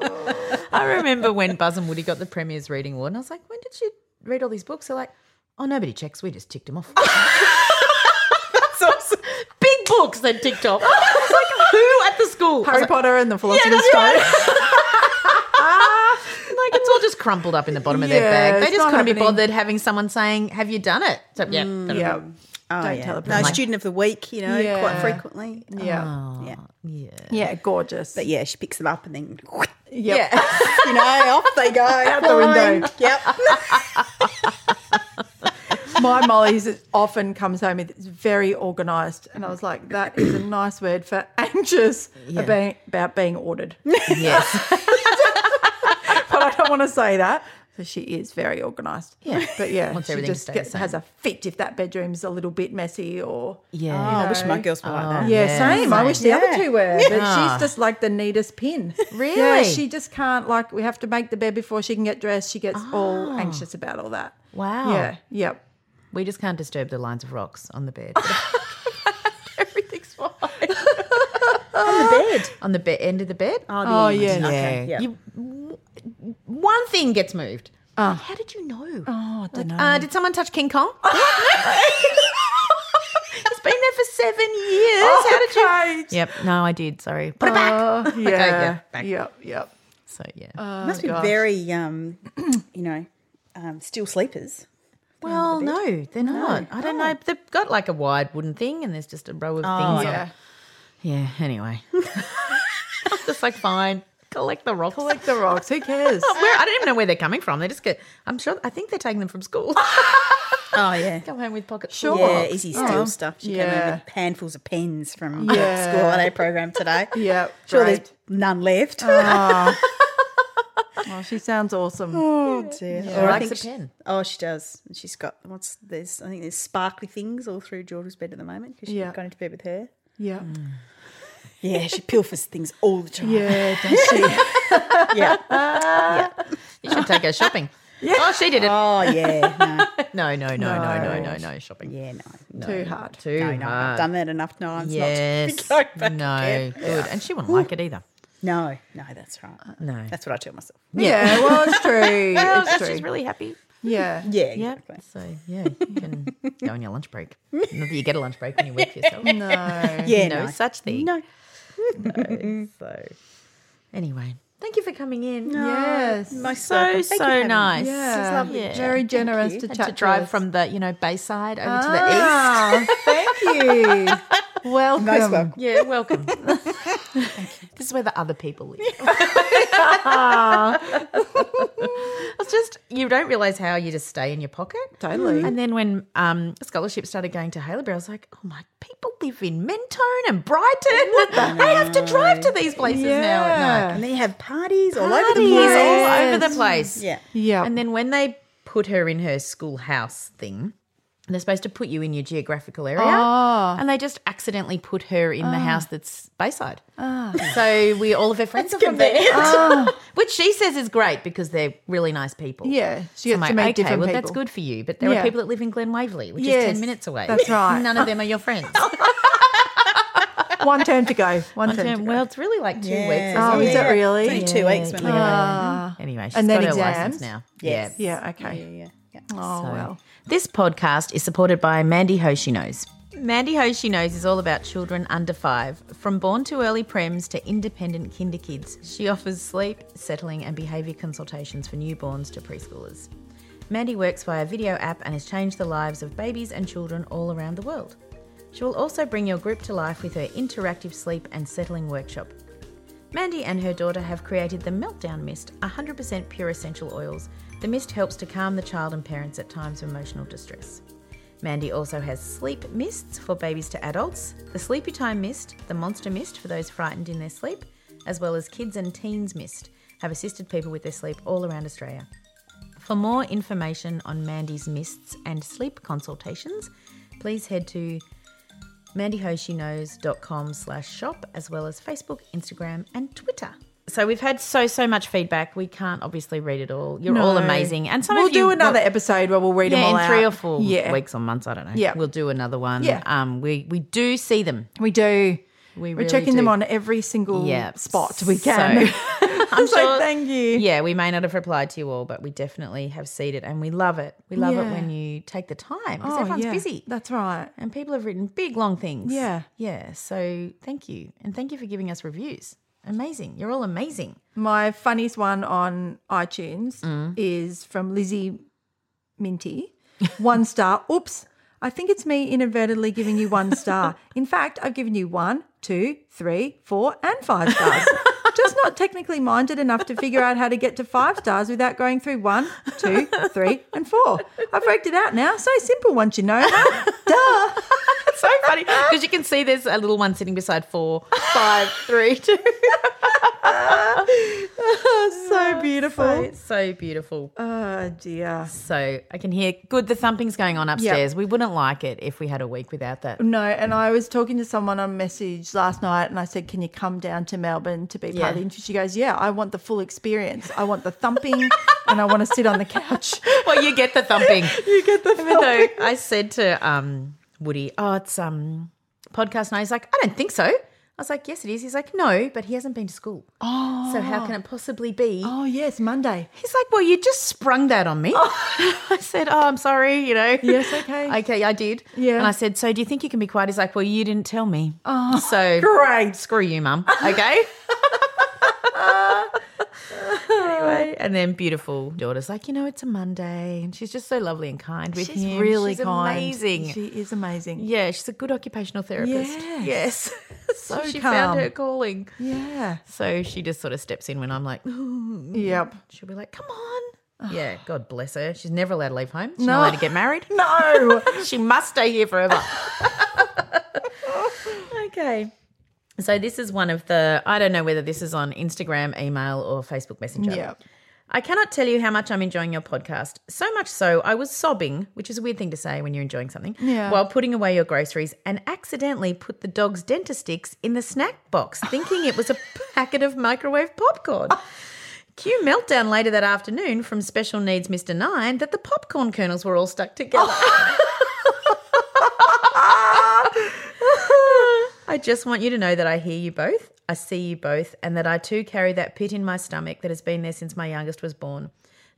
[SPEAKER 2] awards.
[SPEAKER 3] I remember when Buzz and Woody got the Premier's Reading Award, and I was like, when did you read all these books? They're like, oh, nobody checks. We just ticked them off. That's awesome. Big books they ticked off. It's like, who at the school? I was
[SPEAKER 2] Harry
[SPEAKER 3] like,
[SPEAKER 2] Potter and the Philosopher's
[SPEAKER 3] that's
[SPEAKER 2] Stone.
[SPEAKER 3] like, it's all just crumpled up in the bottom of
[SPEAKER 2] Yeah,
[SPEAKER 3] their bag. They
[SPEAKER 2] it's
[SPEAKER 3] just
[SPEAKER 2] not
[SPEAKER 3] couldn't be
[SPEAKER 2] happening.
[SPEAKER 3] bothered having someone saying, have you done it? So, mm, yeah.
[SPEAKER 2] yeah.
[SPEAKER 4] Oh,
[SPEAKER 2] Don't
[SPEAKER 4] yeah.
[SPEAKER 2] tell
[SPEAKER 4] No,
[SPEAKER 2] everyone.
[SPEAKER 4] student of the week. You know,
[SPEAKER 2] Yeah.
[SPEAKER 4] quite frequently.
[SPEAKER 2] Yeah.
[SPEAKER 3] Oh,
[SPEAKER 4] Yeah.
[SPEAKER 3] yeah.
[SPEAKER 2] Yeah, gorgeous.
[SPEAKER 4] But yeah, she picks them up and then,
[SPEAKER 2] Yep.
[SPEAKER 4] you know, off they go out
[SPEAKER 2] the window.
[SPEAKER 4] Yep.
[SPEAKER 2] My Molly's often comes home with it's very organised, and I was like, that is a nice word for anxious about, about being ordered.
[SPEAKER 3] Yes.
[SPEAKER 2] but I don't want to say that. So she is very organised. Yeah, but yeah,
[SPEAKER 3] Wants
[SPEAKER 2] she
[SPEAKER 3] everything to
[SPEAKER 2] just
[SPEAKER 3] stay the
[SPEAKER 2] gets, has a fit if that bedroom's a little bit messy or
[SPEAKER 3] Yeah.
[SPEAKER 4] Oh, I wish my girls were like that.
[SPEAKER 2] yeah, same. I wish the other
[SPEAKER 4] Yeah.
[SPEAKER 2] two were, but she's just like the neatest pin.
[SPEAKER 3] Really?
[SPEAKER 2] Yeah, she just can't like. We have to make the bed before she can get dressed. She gets all anxious about all that.
[SPEAKER 3] Wow.
[SPEAKER 2] Yeah. Yep.
[SPEAKER 3] We just can't disturb the lines of rocks on the bed. Everything's fine.
[SPEAKER 4] On the bed.
[SPEAKER 3] on the be- end of the bed.
[SPEAKER 4] Oh,
[SPEAKER 2] Oh
[SPEAKER 4] the-
[SPEAKER 2] yeah.
[SPEAKER 3] Okay.
[SPEAKER 4] yeah.
[SPEAKER 3] You, one thing gets moved. How did you know?
[SPEAKER 2] Oh, I don't know.
[SPEAKER 3] Uh, did someone touch King Kong? it's been there for seven years. How did you?
[SPEAKER 2] Kate.
[SPEAKER 3] Yep. No, I did. Sorry. Put it back.
[SPEAKER 2] Oh, yeah.
[SPEAKER 3] yeah, back.
[SPEAKER 2] Yep. Yep.
[SPEAKER 3] So yeah.
[SPEAKER 2] Uh,
[SPEAKER 4] Must be very, um, you know, um, still sleepers.
[SPEAKER 3] well, no, they're not. I don't know. They've got like a wide wooden thing, and there's just a row of things. on it.
[SPEAKER 2] Oh, Yeah.
[SPEAKER 3] Yeah. Anyway, I'm just like fine. Collect the rocks.
[SPEAKER 2] Collect the rocks. Who cares?
[SPEAKER 3] Where I don't even know where they're coming from. They just get. I'm sure. I think they're taking them from school.
[SPEAKER 4] Oh yeah.
[SPEAKER 3] Come home with pockets.
[SPEAKER 2] Ah! Sure.
[SPEAKER 4] Yeah, Izzy steals
[SPEAKER 2] Oh,
[SPEAKER 4] stuff. She came
[SPEAKER 2] yeah.
[SPEAKER 4] home with handfuls of pens from
[SPEAKER 2] Yeah.
[SPEAKER 4] the school holiday program today.
[SPEAKER 2] Yep.
[SPEAKER 4] Sure,
[SPEAKER 2] Great.
[SPEAKER 4] there's none left.
[SPEAKER 2] Oh, she sounds awesome.
[SPEAKER 4] Oh dear!
[SPEAKER 3] She likes a
[SPEAKER 4] she-
[SPEAKER 3] pen.
[SPEAKER 4] oh, she does. And She's got what's there's I think there's sparkly things all through George's bed at the moment because she's
[SPEAKER 2] Yeah.
[SPEAKER 4] gone into bed with her.
[SPEAKER 2] Yeah.
[SPEAKER 4] Yeah, she pilfers things all the time.
[SPEAKER 2] Yeah. Does she?
[SPEAKER 4] yeah.
[SPEAKER 3] You should take her shopping. Oh, she did it.
[SPEAKER 4] Oh yeah. No.
[SPEAKER 3] No, no, no, no, no, no, no, shopping.
[SPEAKER 4] Yeah. No. No.
[SPEAKER 2] Too hard.
[SPEAKER 3] Too
[SPEAKER 4] No, no, I've
[SPEAKER 3] hard.
[SPEAKER 4] done that enough times.
[SPEAKER 3] yes.
[SPEAKER 4] Not to be going back
[SPEAKER 3] no,
[SPEAKER 4] again.
[SPEAKER 3] good. And she wouldn't like it either.
[SPEAKER 4] No, no, that's right.
[SPEAKER 3] No.
[SPEAKER 4] That's what I tell myself.
[SPEAKER 2] Yeah. Well, it's true.
[SPEAKER 3] Well,
[SPEAKER 2] It's
[SPEAKER 3] she's
[SPEAKER 2] true.
[SPEAKER 3] really happy.
[SPEAKER 2] Yeah.
[SPEAKER 4] Yeah,
[SPEAKER 3] Yeah.
[SPEAKER 4] exactly.
[SPEAKER 3] So yeah, you can go on your lunch break. Not that you get a lunch break when you work for yourself.
[SPEAKER 2] No.
[SPEAKER 4] Yeah,
[SPEAKER 3] no
[SPEAKER 4] no.
[SPEAKER 3] such thing.
[SPEAKER 4] No.
[SPEAKER 3] So anyway, thank you for coming in.
[SPEAKER 2] Yes.
[SPEAKER 4] Most
[SPEAKER 3] So,
[SPEAKER 4] welcome.
[SPEAKER 3] so
[SPEAKER 4] for having me.
[SPEAKER 3] nice.
[SPEAKER 4] This is
[SPEAKER 2] Yeah.
[SPEAKER 4] lovely.
[SPEAKER 3] Yeah.
[SPEAKER 2] Very generous to
[SPEAKER 4] you.
[SPEAKER 2] chat
[SPEAKER 3] To drive from the you know Bayside over to the east.
[SPEAKER 2] Ah, thank you. Welcome.
[SPEAKER 4] Most welcome.
[SPEAKER 3] Yeah, welcome. This is where the other people live. it's just you don't realize how you just stay in your pocket.
[SPEAKER 2] Totally.
[SPEAKER 3] And then when um, scholarships started going to Halebury, I was like, oh my, people live in Mentone and Brighton. they have to drive to these places now at night.
[SPEAKER 4] And then you have parties all over the
[SPEAKER 3] Parties
[SPEAKER 4] place.
[SPEAKER 3] all over the place.
[SPEAKER 4] Yeah.
[SPEAKER 2] Yeah.
[SPEAKER 3] And then when they put her in her schoolhouse thing, they're supposed to put you in your geographical area.
[SPEAKER 2] Oh.
[SPEAKER 3] And they just accidentally put her in
[SPEAKER 2] Ah.
[SPEAKER 3] the house that's Bayside. So we all of her friends are from there.
[SPEAKER 2] Ah.
[SPEAKER 3] Which she says is great because they're really nice people.
[SPEAKER 2] Yeah, she
[SPEAKER 3] So
[SPEAKER 2] gets to
[SPEAKER 3] I'm like,
[SPEAKER 2] meet
[SPEAKER 3] okay,
[SPEAKER 2] different
[SPEAKER 3] well that's
[SPEAKER 2] people."
[SPEAKER 3] good for you. But there
[SPEAKER 2] Yeah.
[SPEAKER 3] are people that live in Glen Waverley, which is
[SPEAKER 2] Yes,
[SPEAKER 3] ten minutes away.
[SPEAKER 2] that's right.
[SPEAKER 3] None of them are your friends.
[SPEAKER 2] one turn to go. One, turn. to go.
[SPEAKER 3] well, it's really like two weeks.
[SPEAKER 2] Oh,
[SPEAKER 3] isn't
[SPEAKER 2] is
[SPEAKER 3] it?
[SPEAKER 2] that really?
[SPEAKER 4] It's only two weeks when they go
[SPEAKER 3] Uh.
[SPEAKER 4] home.
[SPEAKER 3] Anyway, she's
[SPEAKER 2] And then
[SPEAKER 3] got her
[SPEAKER 2] exams?
[SPEAKER 3] license now.
[SPEAKER 4] Yes.
[SPEAKER 3] Yeah.
[SPEAKER 2] yeah. Okay.
[SPEAKER 4] Yeah, yeah.
[SPEAKER 2] Oh well.
[SPEAKER 3] This podcast is supported by Mandy Ho She Knows. Mandy Ho She Knows is all about children under five. From born to early prems to independent kinder kids, she offers sleep, settling, and behaviour consultations for newborns to preschoolers. Mandy works via video app and has changed the lives of babies and children all around the world. She will also bring your group to life with her interactive sleep and settling workshop. Mandy and her daughter have created the Meltdown Mist, 100% pure essential oils. The mist helps to calm the child and parents at times of emotional distress. Mandy also has sleep mists for babies to adults, the Sleepy Time Mist, the Monster Mist for those frightened in their sleep, as well as Kids and Teens Mist, have assisted people with their sleep all around Australia. For more information on Mandy's mists and sleep consultations, please head to mandyhosheknows.com slash shop as well as Facebook, Instagram and Twitter. So we've had so so much feedback. We can't obviously read it all. You're all
[SPEAKER 2] No.
[SPEAKER 3] amazing, and some
[SPEAKER 2] we'll
[SPEAKER 3] of you
[SPEAKER 2] do another episode where we'll read
[SPEAKER 3] yeah,
[SPEAKER 2] them all
[SPEAKER 3] in three
[SPEAKER 2] out.
[SPEAKER 3] or four
[SPEAKER 2] yeah.
[SPEAKER 3] weeks or months. I don't know.
[SPEAKER 2] Yeah.
[SPEAKER 3] we'll do another one.
[SPEAKER 2] Yeah.
[SPEAKER 3] um, we we do see them.
[SPEAKER 2] We do.
[SPEAKER 3] We
[SPEAKER 2] We're
[SPEAKER 3] really
[SPEAKER 2] checking
[SPEAKER 3] do.
[SPEAKER 2] them on every single
[SPEAKER 3] Yeah,
[SPEAKER 2] spot we can.
[SPEAKER 3] So,
[SPEAKER 2] I'm so thank you.
[SPEAKER 3] Yeah, we may not have replied to you all, but we definitely have seen it, and we love it. We love it
[SPEAKER 2] Yeah.
[SPEAKER 3] when you take the time because
[SPEAKER 2] Oh,
[SPEAKER 3] everyone's
[SPEAKER 2] yeah.
[SPEAKER 3] busy.
[SPEAKER 2] That's right.
[SPEAKER 3] and people have written big long things.
[SPEAKER 2] Yeah.
[SPEAKER 3] Yeah. So thank you. And thank you for giving us reviews. Amazing. You're all amazing.
[SPEAKER 2] My funniest one on iTunes is from Lizzie Minty. One star. Oops. I think it's me inadvertently giving you one star. In fact, I've given you one, two, three, four, and five stars. Just not technically minded enough to figure out how to get to five stars without going through one, two, three, and four. I've worked it out now. So simple once you know. Duh.
[SPEAKER 3] It's so funny because you can see there's a little one sitting beside four, five, three, two.
[SPEAKER 2] so beautiful.
[SPEAKER 3] It's so beautiful.
[SPEAKER 2] Oh, dear.
[SPEAKER 3] So I can hear good the thumping's going on upstairs. We wouldn't like it if we had a week without that.
[SPEAKER 2] No, and I was talking to someone on message last night and I said, Can you come down to Melbourne to be part of the interview? She goes, Yeah, I want the full experience. I want the thumping and I want to sit on the couch.
[SPEAKER 3] Well, you get the thumping.
[SPEAKER 2] You get the
[SPEAKER 3] Even though
[SPEAKER 2] thumping.
[SPEAKER 3] I said to um, Woody, "Oh, it's um podcast night." He's like, "I don't think so." I was like, "Yes, it is." He's like, "No, but he hasn't been to school. Oh, so how can it possibly be?"
[SPEAKER 2] Oh, yes, Monday.
[SPEAKER 3] He's like, "Well, you just sprung that on me." I said, "Oh, I'm sorry." You know.
[SPEAKER 2] Yes, okay.
[SPEAKER 3] Okay, I did.
[SPEAKER 2] Yeah.
[SPEAKER 3] And I said, "So do you think you can be quiet?" He's like, "Well, you didn't tell me." Oh, so
[SPEAKER 2] Great.
[SPEAKER 3] screw you, mum. Okay. anyway, and then beautiful daughter's like, you know, it's a Monday, and she's just so lovely and kind with
[SPEAKER 2] She's
[SPEAKER 3] him.
[SPEAKER 2] really
[SPEAKER 3] She's
[SPEAKER 2] kind.
[SPEAKER 3] amazing.
[SPEAKER 2] She is amazing.
[SPEAKER 3] yeah, she's a good occupational therapist.
[SPEAKER 2] Yes.
[SPEAKER 3] Yes. so
[SPEAKER 2] So
[SPEAKER 3] she
[SPEAKER 2] calm.
[SPEAKER 3] found her calling.
[SPEAKER 2] Yeah.
[SPEAKER 3] So she just sort of steps in when I'm like,
[SPEAKER 2] Yep.
[SPEAKER 3] she'll be like, come on. Yeah, God bless her. She's never allowed to leave home. She's
[SPEAKER 2] No.
[SPEAKER 3] not allowed to get married.
[SPEAKER 2] No.
[SPEAKER 3] she must stay here forever. okay. So this is one of the I don't know whether this is on Instagram, email, or Facebook Messenger.
[SPEAKER 2] yep.
[SPEAKER 3] I cannot tell you how much I'm enjoying your podcast. So much so, I was sobbing, which is a weird thing to say when you're enjoying something,
[SPEAKER 2] Yeah.
[SPEAKER 3] while putting away your groceries and accidentally put the dog's dentist sticks in the snack box, thinking it was a packet of microwave popcorn. Cue meltdown later that afternoon from special needs Mr. Nine that the popcorn kernels were all stuck together. Ah! I just want you to know that I hear you both, I see you both, and that I too carry that pit in my stomach that has been there since my youngest was born.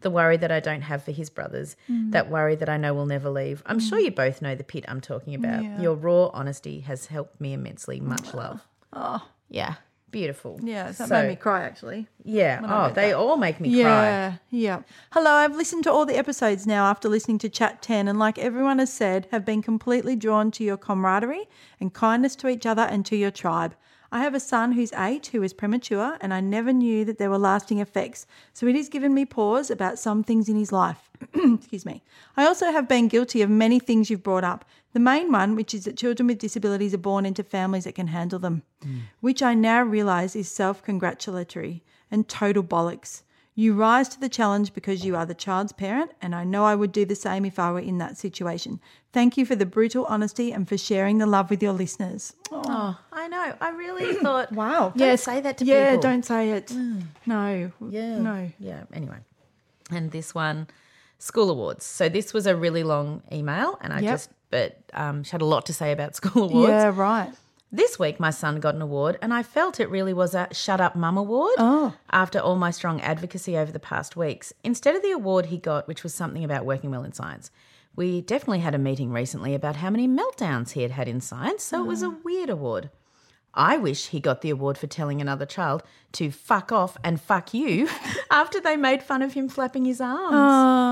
[SPEAKER 3] The worry that I don't have for his brothers,
[SPEAKER 2] Mm.
[SPEAKER 3] that worry that I know will never leave. I'm sure you both know the pit I'm talking about. Your raw honesty has helped me immensely. Much love. Oh, yeah, beautiful.
[SPEAKER 2] Yeah. That
[SPEAKER 3] So-
[SPEAKER 2] made me cry actually.
[SPEAKER 3] Yeah. Oh, they all make me cry.
[SPEAKER 2] Yeah, yeah. Hello, I've listened to all the episodes now after listening to Chat 10, and like everyone has said, have been completely drawn to your camaraderie and kindness to each other and to your tribe. I have a son who's eight who is premature, and I never knew that there were lasting effects, so it has given me pause about some things in his life. Excuse me. I also have been guilty of many things you've brought up. The main one, which is that children with disabilities are born into families that can handle them, which I now realise is self congratulatory and total bollocks. You rise to the challenge because you are the child's parent, and I know I would do the same if I were in that situation. Thank you for the brutal honesty and for sharing the love with your listeners.
[SPEAKER 3] Oh, I know. I really thought.
[SPEAKER 2] Wow.
[SPEAKER 3] Don't say that to
[SPEAKER 2] yeah,
[SPEAKER 3] people. Mm.
[SPEAKER 2] don't say it. No. Yeah. No.
[SPEAKER 3] Yeah. Anyway, and this one, school awards. So this was a really long email, and I
[SPEAKER 2] Yep.
[SPEAKER 3] just but um, she had a lot to say about school awards.
[SPEAKER 2] Yeah, right.
[SPEAKER 3] This week, my son got an award, and I felt it really was a Shut Up Mum award after all my strong advocacy over the past weeks. Instead of the award he got, which was something about working well in science, we definitely had a meeting recently about how many meltdowns he had had in science, so it was a weird award. I wish he got the award for telling another child to fuck off and fuck you after they made fun of him flapping his arms.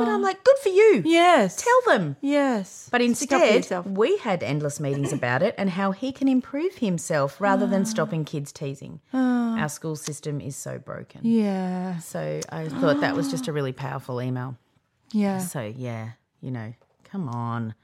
[SPEAKER 3] But I'm like, good for you.
[SPEAKER 2] Yes.
[SPEAKER 3] Tell them.
[SPEAKER 2] Yes.
[SPEAKER 3] But
[SPEAKER 2] Stick up for
[SPEAKER 3] instead,
[SPEAKER 2] yourself.
[SPEAKER 3] we had endless meetings about it and how he can improve himself rather than stopping kids teasing. Our school system is so broken.
[SPEAKER 2] Ah. Yeah.
[SPEAKER 3] So I thought that was just a really powerful email.
[SPEAKER 2] Yeah.
[SPEAKER 3] So, yeah, you know, come on.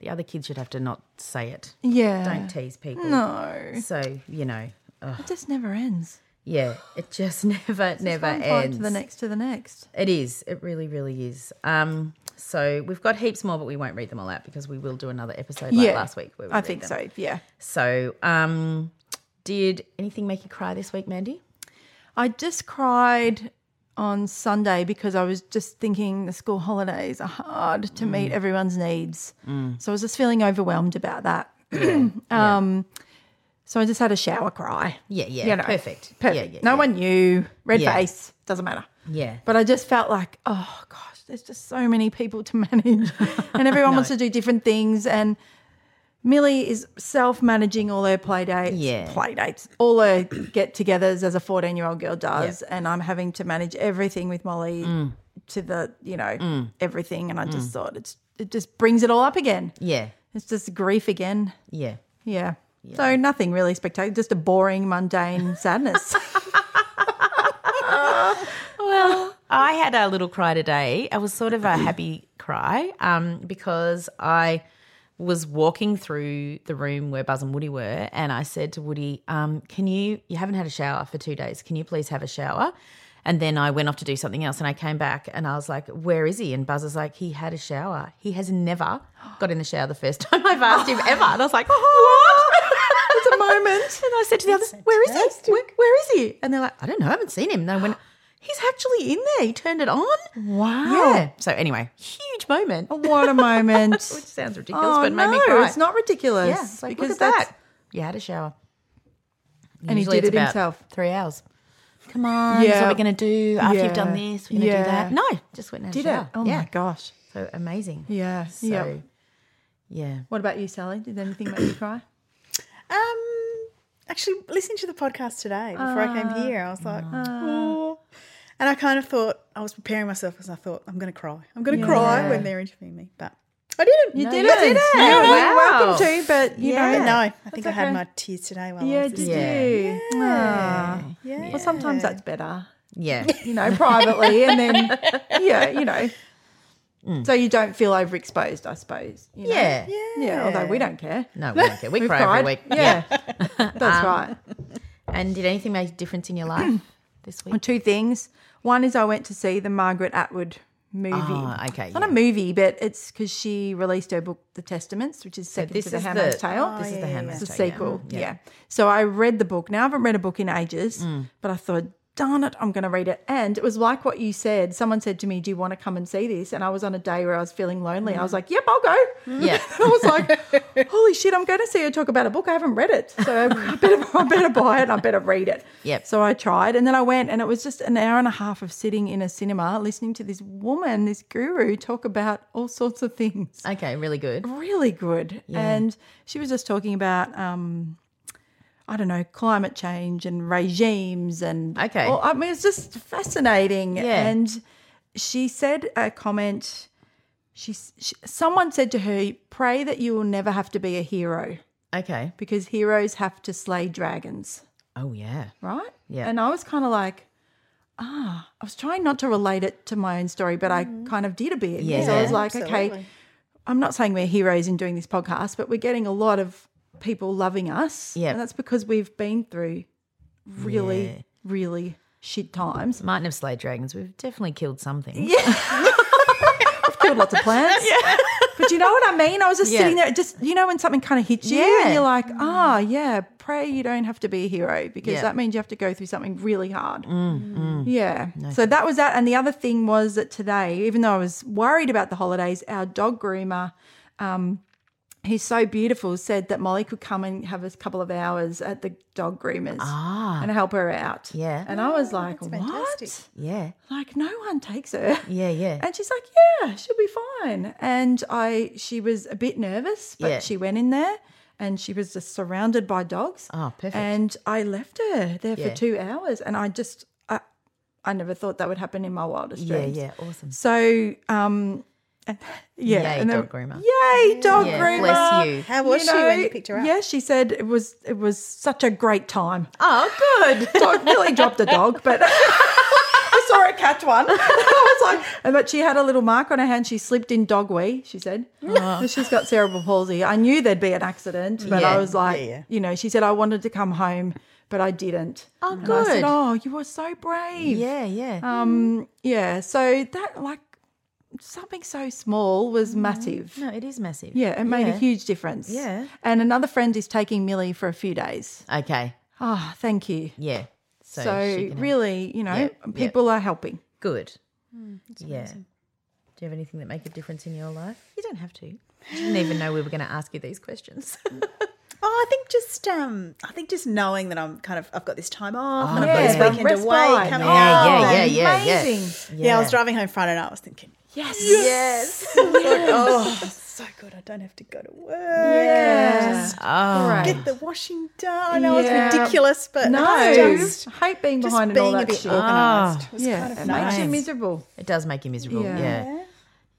[SPEAKER 3] The other kids should have to not say it.
[SPEAKER 2] yeah.
[SPEAKER 3] Don't tease people.
[SPEAKER 2] No.
[SPEAKER 3] So, you know, ugh,
[SPEAKER 2] It just never ends.
[SPEAKER 3] yeah, it just never, never
[SPEAKER 2] One fight
[SPEAKER 3] ends.
[SPEAKER 2] to the next to the next.
[SPEAKER 3] It is. It really, really is. Um, so we've got heaps more, but we won't read them all out because we will do another episode like
[SPEAKER 2] Yeah.
[SPEAKER 3] last week. Where we
[SPEAKER 2] I
[SPEAKER 3] read
[SPEAKER 2] think
[SPEAKER 3] them.
[SPEAKER 2] so. Yeah.
[SPEAKER 3] So, um, did anything make you cry this week, Mandy?
[SPEAKER 2] I just cried on Sunday because I was just thinking the school holidays are hard
[SPEAKER 3] Mm.
[SPEAKER 2] to meet everyone's needs. So I was just feeling overwhelmed about that. um, So I just had a shower cry.
[SPEAKER 3] Yeah, yeah.
[SPEAKER 2] You know,
[SPEAKER 3] Perfect.
[SPEAKER 2] Perfect.
[SPEAKER 3] Yeah, yeah,
[SPEAKER 2] no
[SPEAKER 3] yeah.
[SPEAKER 2] one knew. Red
[SPEAKER 3] Yeah.
[SPEAKER 2] face. Doesn't matter.
[SPEAKER 3] Yeah.
[SPEAKER 2] But I just felt like, oh gosh, there's just so many people to manage, and everyone wants to do different things. And Millie is self-managing all her play dates,
[SPEAKER 3] Yeah.
[SPEAKER 2] play dates, all her get-togethers as a 14-year-old girl does, and I'm having to manage everything with Molly to the, you know, everything. And I just thought it's it just brings it all up again.
[SPEAKER 3] Yeah.
[SPEAKER 2] It's just grief again.
[SPEAKER 3] Yeah.
[SPEAKER 2] Yeah. So nothing really spectacular, just a boring, mundane sadness.
[SPEAKER 3] I had a little cry today. I was sort of a happy cry um, because I was walking through the room where Buzz and Woody were, and I said to Woody, um, "Can you? You haven't had a shower for two days. Can you please have a shower?" And then I went off to do something else, and I came back, and I was like, "Where is he?" And Buzz is like, "He had a shower. He has never got in the shower the first time I've asked him ever." And I was like, "What?" it's a moment. And I said to the others, "Where is he? Where, where is he?" And they're like, "I don't know. I haven't seen him." And I went, "He's actually in there. He turned it on." Wow. Yeah. So anyway, huge moment.
[SPEAKER 2] what a moment.
[SPEAKER 3] Which sounds ridiculous, but it made me
[SPEAKER 2] Oh, no,
[SPEAKER 3] cry.
[SPEAKER 2] It's not ridiculous.
[SPEAKER 3] Yeah, it's like
[SPEAKER 2] because
[SPEAKER 3] look at
[SPEAKER 2] that's-
[SPEAKER 3] that. You had a shower,
[SPEAKER 2] And he
[SPEAKER 3] Usually
[SPEAKER 2] did
[SPEAKER 3] it's
[SPEAKER 2] it
[SPEAKER 3] about
[SPEAKER 2] himself.
[SPEAKER 3] Three hours. Come on, yeah.
[SPEAKER 2] Yeah.
[SPEAKER 3] what we're going to do after
[SPEAKER 2] Yeah.
[SPEAKER 3] you've done this. We're going to
[SPEAKER 2] Yeah.
[SPEAKER 3] do that. No, just went and had
[SPEAKER 2] Did
[SPEAKER 3] a
[SPEAKER 2] it?
[SPEAKER 3] shower.
[SPEAKER 2] Oh
[SPEAKER 3] yeah.
[SPEAKER 2] my gosh.
[SPEAKER 3] So amazing.
[SPEAKER 2] Yeah.
[SPEAKER 3] So,
[SPEAKER 2] yeah.
[SPEAKER 3] yeah.
[SPEAKER 2] What about you, Sally? Did anything make you cry?
[SPEAKER 4] Um, actually, listening to the podcast today before I came here, I was like, oh. and I kind of thought I was preparing myself because I thought I'm going to cry. I'm going to cry when they're interviewing me, but I didn't.
[SPEAKER 2] You did
[SPEAKER 3] you
[SPEAKER 2] it.
[SPEAKER 3] didn't.
[SPEAKER 2] You
[SPEAKER 3] Yeah,
[SPEAKER 2] were
[SPEAKER 3] wow.
[SPEAKER 2] welcome to, but you
[SPEAKER 4] But
[SPEAKER 2] know.
[SPEAKER 4] no, I think I
[SPEAKER 2] That's
[SPEAKER 4] had
[SPEAKER 2] okay.
[SPEAKER 4] my tears today while I
[SPEAKER 2] Yeah,
[SPEAKER 4] was
[SPEAKER 2] did
[SPEAKER 4] listening.
[SPEAKER 2] you? Yeah.
[SPEAKER 4] Yeah.
[SPEAKER 2] Well, sometimes that's better,
[SPEAKER 3] Yeah.
[SPEAKER 2] you know, privately, and then, yeah, you know. So you don't feel overexposed, I suppose. you know?
[SPEAKER 3] Mm. Yeah.
[SPEAKER 2] Yeah, although we don't care.
[SPEAKER 3] No, we don't care. We
[SPEAKER 2] We've
[SPEAKER 3] cry
[SPEAKER 2] cried.
[SPEAKER 3] every week.
[SPEAKER 2] Yeah. That's right.
[SPEAKER 3] And did anything make a difference in your life this week?
[SPEAKER 2] Well, two things. One is I went to see the Margaret Atwood movie.
[SPEAKER 3] Ah, okay,
[SPEAKER 2] It's not a
[SPEAKER 3] yeah.
[SPEAKER 2] movie, but it's because she released her book, The Testaments, which is second
[SPEAKER 3] this
[SPEAKER 2] to The
[SPEAKER 3] is
[SPEAKER 2] Handmaid's
[SPEAKER 3] the-
[SPEAKER 2] Tale.
[SPEAKER 3] this is The Handmaid's
[SPEAKER 2] It's a
[SPEAKER 3] Tale, Oh, yeah.
[SPEAKER 2] sequel. Yeah.
[SPEAKER 3] Yeah.
[SPEAKER 2] So I read the book. Now I haven't read a book in ages,
[SPEAKER 3] Mm.
[SPEAKER 2] but I thought, darn it, I'm going to read it. And it was like what you said. Someone said to me, "Do you want to come and see this?" And I was on a day where I was feeling lonely. I was like, "Yep, I'll go."
[SPEAKER 3] Mm. Yeah.
[SPEAKER 2] I was like, holy shit, I'm going to see her talk about a book. I haven't read it. So I better, I better buy it. I better read it.
[SPEAKER 3] Yep.
[SPEAKER 2] So I tried. And then I went, and it was just an hour and a half of sitting in a cinema listening to this woman, this guru, talk about all sorts of things.
[SPEAKER 3] Okay, really good.
[SPEAKER 2] Really good. And she was just talking about, um, I don't know, climate change and regimes and.
[SPEAKER 3] Okay.
[SPEAKER 2] Well, I mean, it's just fascinating.
[SPEAKER 3] Yeah.
[SPEAKER 2] And she said a comment she, she someone said to her pray that you will never have to be a hero
[SPEAKER 3] Okay.
[SPEAKER 2] because heroes have to slay dragons
[SPEAKER 3] Oh yeah.
[SPEAKER 2] right
[SPEAKER 3] Yeah.
[SPEAKER 2] and i was kind of like ah i was trying not to relate it to my own story but i kind of did a bit
[SPEAKER 3] Yeah.
[SPEAKER 2] so i was like okay
[SPEAKER 4] Absolutely.
[SPEAKER 2] i'm not saying we're heroes in doing this podcast but we're getting a lot of people loving us
[SPEAKER 3] Yeah.
[SPEAKER 2] and that's because we've been through really really shit times
[SPEAKER 3] Mightn't have slayed dragons. We've definitely killed something.
[SPEAKER 2] killed lots of plants. But you know what I mean? I was just
[SPEAKER 3] Yeah.
[SPEAKER 2] sitting there, it just you know, when something kind of hits you and
[SPEAKER 3] Yeah.
[SPEAKER 2] you're like, ah, yeah, pray you don't have to be a hero because
[SPEAKER 3] Yeah. Mm,
[SPEAKER 2] that means you have to go through something really hard. Yeah. So that was that. And the other thing was that today, even though I was worried about the holidays, our dog groomer, um, he's so beautiful, said that Molly could come and have a couple of hours at the dog groomers
[SPEAKER 3] Ah.
[SPEAKER 2] and help her out.
[SPEAKER 3] Yeah.
[SPEAKER 2] And I was like, what?
[SPEAKER 4] fantastic.
[SPEAKER 3] Yeah.
[SPEAKER 2] Like, no one takes her.
[SPEAKER 3] Yeah. Yeah.
[SPEAKER 2] And she's like, "Yeah, she'll be fine." And I, she was a bit nervous, but
[SPEAKER 3] Yeah.
[SPEAKER 2] she went in there, and she was just surrounded by dogs.
[SPEAKER 3] Oh, perfect.
[SPEAKER 2] And I left her there for
[SPEAKER 3] Yeah.
[SPEAKER 2] two hours, and I just, I, I never thought that would happen in my wildest
[SPEAKER 3] yeah.
[SPEAKER 2] dreams.
[SPEAKER 3] Yeah. Awesome.
[SPEAKER 2] So, um, and- yeah,
[SPEAKER 3] Yay,
[SPEAKER 2] and
[SPEAKER 3] dog groomer.
[SPEAKER 2] Yay, dog
[SPEAKER 3] Yeah,
[SPEAKER 2] groomer.
[SPEAKER 3] bless you.
[SPEAKER 4] How was she when you
[SPEAKER 2] know,
[SPEAKER 4] picked her up?
[SPEAKER 2] Yeah, she said it was it was such a great time.
[SPEAKER 3] Oh, good.
[SPEAKER 2] dog nearly dropped a dog, but I saw her catch one. I was like, and but she had a little mark on her hand. She slipped in dog wee. She said
[SPEAKER 3] Oh.
[SPEAKER 2] she's got cerebral palsy. I knew there'd be an accident, but I
[SPEAKER 3] Yeah.
[SPEAKER 2] was like, you know, she said I wanted to come home, but I didn't.
[SPEAKER 3] Oh,
[SPEAKER 2] And I said,
[SPEAKER 3] good.
[SPEAKER 2] oh, you were so brave.
[SPEAKER 3] Yeah. Yeah.
[SPEAKER 2] Um. Yeah. So that like something so small was
[SPEAKER 3] Mm-hmm.
[SPEAKER 2] massive.
[SPEAKER 3] no, it is massive.
[SPEAKER 2] Yeah, it made a huge difference.
[SPEAKER 3] Yeah.
[SPEAKER 2] And another friend is taking Millie for a few days.
[SPEAKER 3] Okay.
[SPEAKER 2] Ah, thank you.
[SPEAKER 3] Yeah.
[SPEAKER 2] So,
[SPEAKER 3] she can have-
[SPEAKER 2] really, you know,
[SPEAKER 3] Yeah,
[SPEAKER 2] people are helping.
[SPEAKER 3] good.
[SPEAKER 2] Hmm,
[SPEAKER 3] yeah. Do you have anything that make a difference in your life? You don't have to. I didn't even know we were going to ask you these questions.
[SPEAKER 4] Oh, I think just um, I think just knowing that I'm kind of I've got this time off and
[SPEAKER 2] yeah.
[SPEAKER 4] I've got this weekend
[SPEAKER 2] Respite.
[SPEAKER 4] away coming
[SPEAKER 3] Yeah,
[SPEAKER 4] up.
[SPEAKER 3] yeah, yeah,
[SPEAKER 4] and-
[SPEAKER 3] yeah, yeah.
[SPEAKER 2] Amazing.
[SPEAKER 4] yeah. I was driving home Friday night. I was thinking, yes,
[SPEAKER 3] Yes.
[SPEAKER 4] oh, that's so good. I don't have to go to work.
[SPEAKER 2] Yeah.
[SPEAKER 3] Oh,
[SPEAKER 2] Great.
[SPEAKER 4] Get the washing done. I know
[SPEAKER 2] Yeah.
[SPEAKER 4] it's ridiculous, but
[SPEAKER 2] No,
[SPEAKER 4] it's just,
[SPEAKER 2] I hate being
[SPEAKER 4] just
[SPEAKER 2] behind in all
[SPEAKER 4] being a
[SPEAKER 2] that
[SPEAKER 4] bit
[SPEAKER 2] shit.
[SPEAKER 4] organised. was
[SPEAKER 2] yeah,
[SPEAKER 4] kind of
[SPEAKER 2] it
[SPEAKER 4] nice.
[SPEAKER 2] makes you miserable.
[SPEAKER 3] it does make you miserable.
[SPEAKER 2] Yeah.
[SPEAKER 3] Yeah.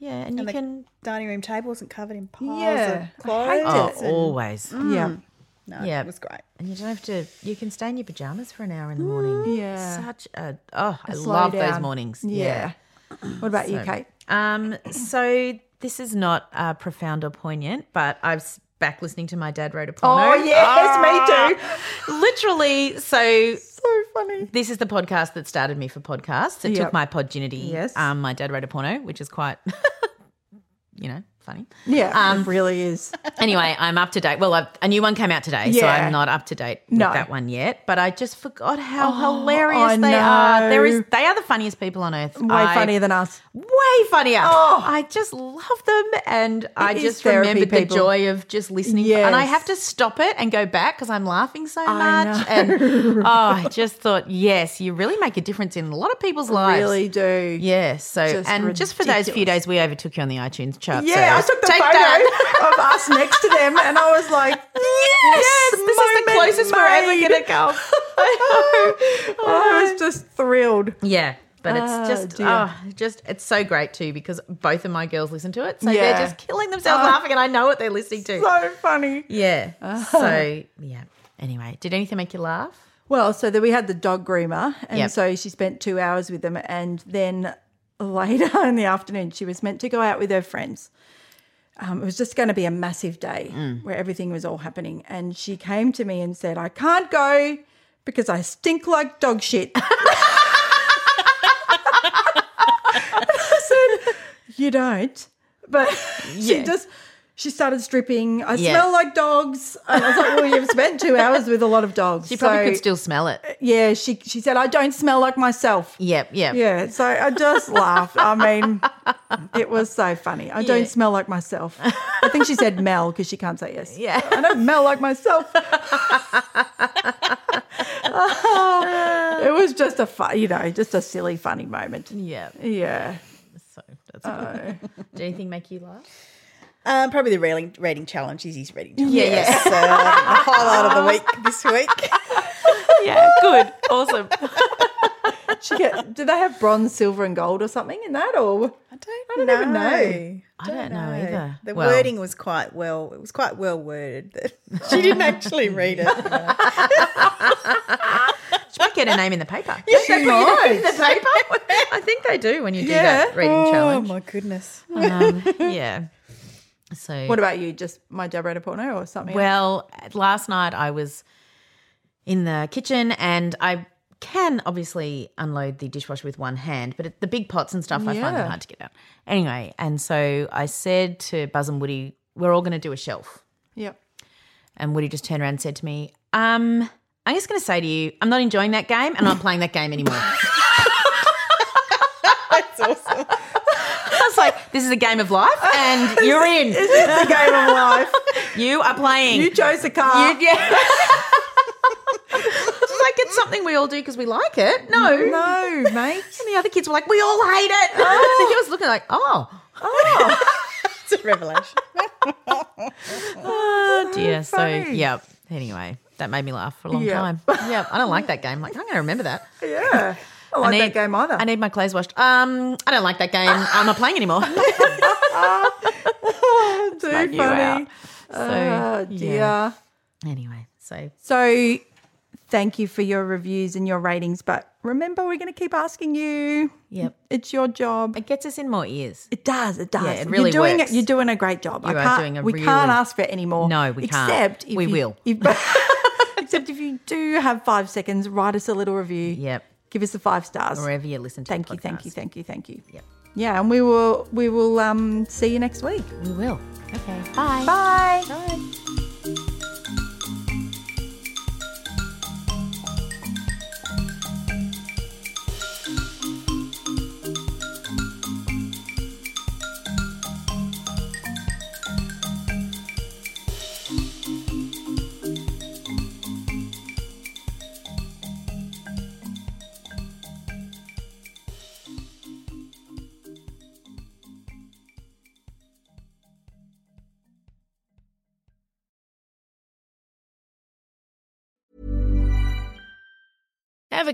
[SPEAKER 3] Yeah, and you
[SPEAKER 4] the
[SPEAKER 3] can.
[SPEAKER 4] dining room table wasn't covered in piles
[SPEAKER 2] Yeah.
[SPEAKER 4] of
[SPEAKER 2] I
[SPEAKER 4] clothes.
[SPEAKER 2] hate
[SPEAKER 3] Oh,
[SPEAKER 2] it.
[SPEAKER 4] and-
[SPEAKER 3] always.
[SPEAKER 2] Hmm. Yeah,
[SPEAKER 4] no,
[SPEAKER 3] Yeah.
[SPEAKER 4] it was great.
[SPEAKER 3] And you don't have to. You can stay in your pajamas for an hour in the morning.
[SPEAKER 2] Mm, yeah.
[SPEAKER 3] Such a. Oh, I
[SPEAKER 2] Slow
[SPEAKER 3] love those
[SPEAKER 2] down.
[SPEAKER 3] mornings.
[SPEAKER 2] Yeah. What about you, Kate?
[SPEAKER 3] Um, so this is not uh, profound or poignant, but I've s- back listening to my dad wrote a porno. Ah.
[SPEAKER 2] Oh, yes, me too.
[SPEAKER 3] Literally, so
[SPEAKER 2] So funny.
[SPEAKER 3] this is the podcast that started me for podcasts. It
[SPEAKER 2] Yep.
[SPEAKER 3] took my podginity.
[SPEAKER 2] Yes.
[SPEAKER 3] Um, my dad wrote a porno, which is quite, you know, funny.
[SPEAKER 2] Yeah,
[SPEAKER 3] Um,
[SPEAKER 2] it really is.
[SPEAKER 3] Anyway, I'm up to date. Well, I've, a new one came out today, so
[SPEAKER 2] Yeah.
[SPEAKER 3] I'm not up to date with
[SPEAKER 2] No.
[SPEAKER 3] that one yet. But I just forgot how
[SPEAKER 2] Oh,
[SPEAKER 3] hilarious
[SPEAKER 2] I
[SPEAKER 3] they are. There is,
[SPEAKER 2] know.
[SPEAKER 3] they are the funniest people on earth.
[SPEAKER 2] Way
[SPEAKER 3] I-
[SPEAKER 2] funnier than us.
[SPEAKER 3] way funnier.
[SPEAKER 2] Oh.
[SPEAKER 3] I just love them, and I
[SPEAKER 2] is
[SPEAKER 3] just
[SPEAKER 2] therapy,
[SPEAKER 3] remembered
[SPEAKER 2] people.
[SPEAKER 3] the joy of just listening. And I
[SPEAKER 2] Yes.
[SPEAKER 3] have to stop it and go back because I'm laughing so
[SPEAKER 2] I
[SPEAKER 3] much.
[SPEAKER 2] know.
[SPEAKER 3] And oh, I just thought, yes, you really make a difference in a lot of people's lives.
[SPEAKER 2] Really do.
[SPEAKER 3] Yeah, so
[SPEAKER 2] Just
[SPEAKER 3] and just for those few
[SPEAKER 2] ridiculous.
[SPEAKER 3] days, we overtook you on the iTunes chart.
[SPEAKER 2] Yeah,
[SPEAKER 3] so
[SPEAKER 2] I took the
[SPEAKER 3] take
[SPEAKER 2] photo
[SPEAKER 3] That.
[SPEAKER 2] of us next to them, and I was like,
[SPEAKER 3] Yes, this is the
[SPEAKER 2] moment
[SPEAKER 3] closest we're ever
[SPEAKER 2] made.
[SPEAKER 3] going to go.
[SPEAKER 2] I know. I was just thrilled.
[SPEAKER 3] Yeah, but it's
[SPEAKER 2] Oh,
[SPEAKER 3] just,
[SPEAKER 2] dear.
[SPEAKER 3] oh, just it's so great too because both of my girls listen to it, so
[SPEAKER 2] Yeah. Ah.
[SPEAKER 3] they're just killing themselves laughing, and I know what they're listening to.
[SPEAKER 2] So Ah. funny.
[SPEAKER 3] Yeah. So yeah. Anyway, did anything make you laugh?
[SPEAKER 2] Well, so then we had the dog groomer, and
[SPEAKER 3] Yep.
[SPEAKER 2] so she spent two hours with them, and then later in the afternoon, she was meant to go out with her friends. Um, it was just going to be a massive day
[SPEAKER 3] Mm.
[SPEAKER 2] where everything was all happening, and she came to me and said, "I can't go because I stink like dog shit." I said, "You don't," but
[SPEAKER 3] Yeah.
[SPEAKER 2] she just. She started stripping. I
[SPEAKER 3] Yeah.
[SPEAKER 2] smell like dogs. And I was like, well, you've spent two hours with a lot of dogs.
[SPEAKER 3] You probably
[SPEAKER 2] so- eh,
[SPEAKER 3] could still smell it.
[SPEAKER 2] yeah, she she said, I don't smell like myself.
[SPEAKER 3] Yep. Yep.
[SPEAKER 2] Yeah, so I just laughed. I mean, it was so funny. I don't smell like myself. I think she said Mel because she can't say yes.
[SPEAKER 3] Yeah.
[SPEAKER 2] I don't Mel like myself. it was just a fun, you know, just a silly, funny moment.
[SPEAKER 3] Yeah.
[SPEAKER 2] Yeah.
[SPEAKER 3] So that's good. Did anything make you laugh?
[SPEAKER 4] Um, probably the reading, reading challenge. Izzy's reading challenge.
[SPEAKER 3] Yeah. Yeah.
[SPEAKER 4] So uh, the highlight of the week this week.
[SPEAKER 3] yeah. Good. Awesome.
[SPEAKER 2] She get, do they have bronze, silver, and gold or something in that? Or
[SPEAKER 4] I don't,
[SPEAKER 2] I don't
[SPEAKER 4] know.
[SPEAKER 2] even know.
[SPEAKER 3] I don't know either.
[SPEAKER 4] The
[SPEAKER 3] Well,
[SPEAKER 4] wording was quite well. It was quite well worded. That she didn't actually read it.
[SPEAKER 3] She might get a name in the paper.
[SPEAKER 2] She might.
[SPEAKER 3] the paper. I think they do when you do that
[SPEAKER 2] Yeah.
[SPEAKER 3] reading
[SPEAKER 4] oh
[SPEAKER 3] challenge.
[SPEAKER 4] my goodness!
[SPEAKER 3] Um, Yeah. So
[SPEAKER 2] What about you? Just my dad wrote a porno or something?
[SPEAKER 3] Well, last night I was in the kitchen and I can obviously unload the dishwasher with one hand, but it, the big pots and stuff, I find
[SPEAKER 2] Yeah.
[SPEAKER 3] them hard to get out. Anyway, and so I said to Buzz and Woody, we're all going to do a shelf.
[SPEAKER 2] yep.
[SPEAKER 3] And Woody just turned around and said to me, um, I'm just going to say to you, I'm not enjoying that game and I'm not playing that game anymore.
[SPEAKER 4] That's awesome.
[SPEAKER 3] I was like, this is a game of life and you're in.
[SPEAKER 2] the game of life.
[SPEAKER 3] You are playing.
[SPEAKER 2] You chose the car.
[SPEAKER 3] You- yeah. She's like, it's something we all do because we like it. No.
[SPEAKER 2] no, mate.
[SPEAKER 3] And the other kids were like, we all hate it. Oh. he was looking like, oh.
[SPEAKER 4] It's a revelation.
[SPEAKER 3] Oh, dear. So,
[SPEAKER 2] funny.
[SPEAKER 3] yeah. Anyway, that made me laugh for a long
[SPEAKER 2] Yeah.
[SPEAKER 3] time. Yeah. I don't like that game. Like, I'm going to remember that.
[SPEAKER 2] Yeah. I like that game either.
[SPEAKER 3] I need my clothes washed. Um, I don't like that game. I'm not playing anymore.
[SPEAKER 2] Too
[SPEAKER 3] Like, you
[SPEAKER 2] funny.
[SPEAKER 3] out.
[SPEAKER 2] Oh,
[SPEAKER 3] So,
[SPEAKER 2] dear.
[SPEAKER 3] yeah. Anyway, so
[SPEAKER 2] So thank you for your reviews and your ratings, but remember we're going to keep asking you.
[SPEAKER 3] Yep.
[SPEAKER 2] It's your job.
[SPEAKER 3] it gets us in more ears.
[SPEAKER 2] It does. It does.
[SPEAKER 3] Yeah, it really
[SPEAKER 2] you're doing
[SPEAKER 3] works.
[SPEAKER 2] It, you're doing a great job.
[SPEAKER 3] You
[SPEAKER 2] I
[SPEAKER 3] are
[SPEAKER 2] can't,
[SPEAKER 3] doing a
[SPEAKER 2] we
[SPEAKER 3] really-
[SPEAKER 2] can't ask for any more.
[SPEAKER 3] No, we can't.
[SPEAKER 2] Except If
[SPEAKER 3] We
[SPEAKER 2] you-
[SPEAKER 3] will.
[SPEAKER 2] if- except if you do have five seconds, write us a little review.
[SPEAKER 3] Yep.
[SPEAKER 2] Give us the five stars.
[SPEAKER 3] Wherever you listen to
[SPEAKER 2] Thank
[SPEAKER 3] the
[SPEAKER 2] you, thank you,
[SPEAKER 3] podcast.
[SPEAKER 2] thank you, thank you.
[SPEAKER 3] Yep.
[SPEAKER 2] Yeah, and we will we will um, see you next week.
[SPEAKER 3] We will. Okay.
[SPEAKER 2] Bye.
[SPEAKER 3] Bye.
[SPEAKER 5] Ever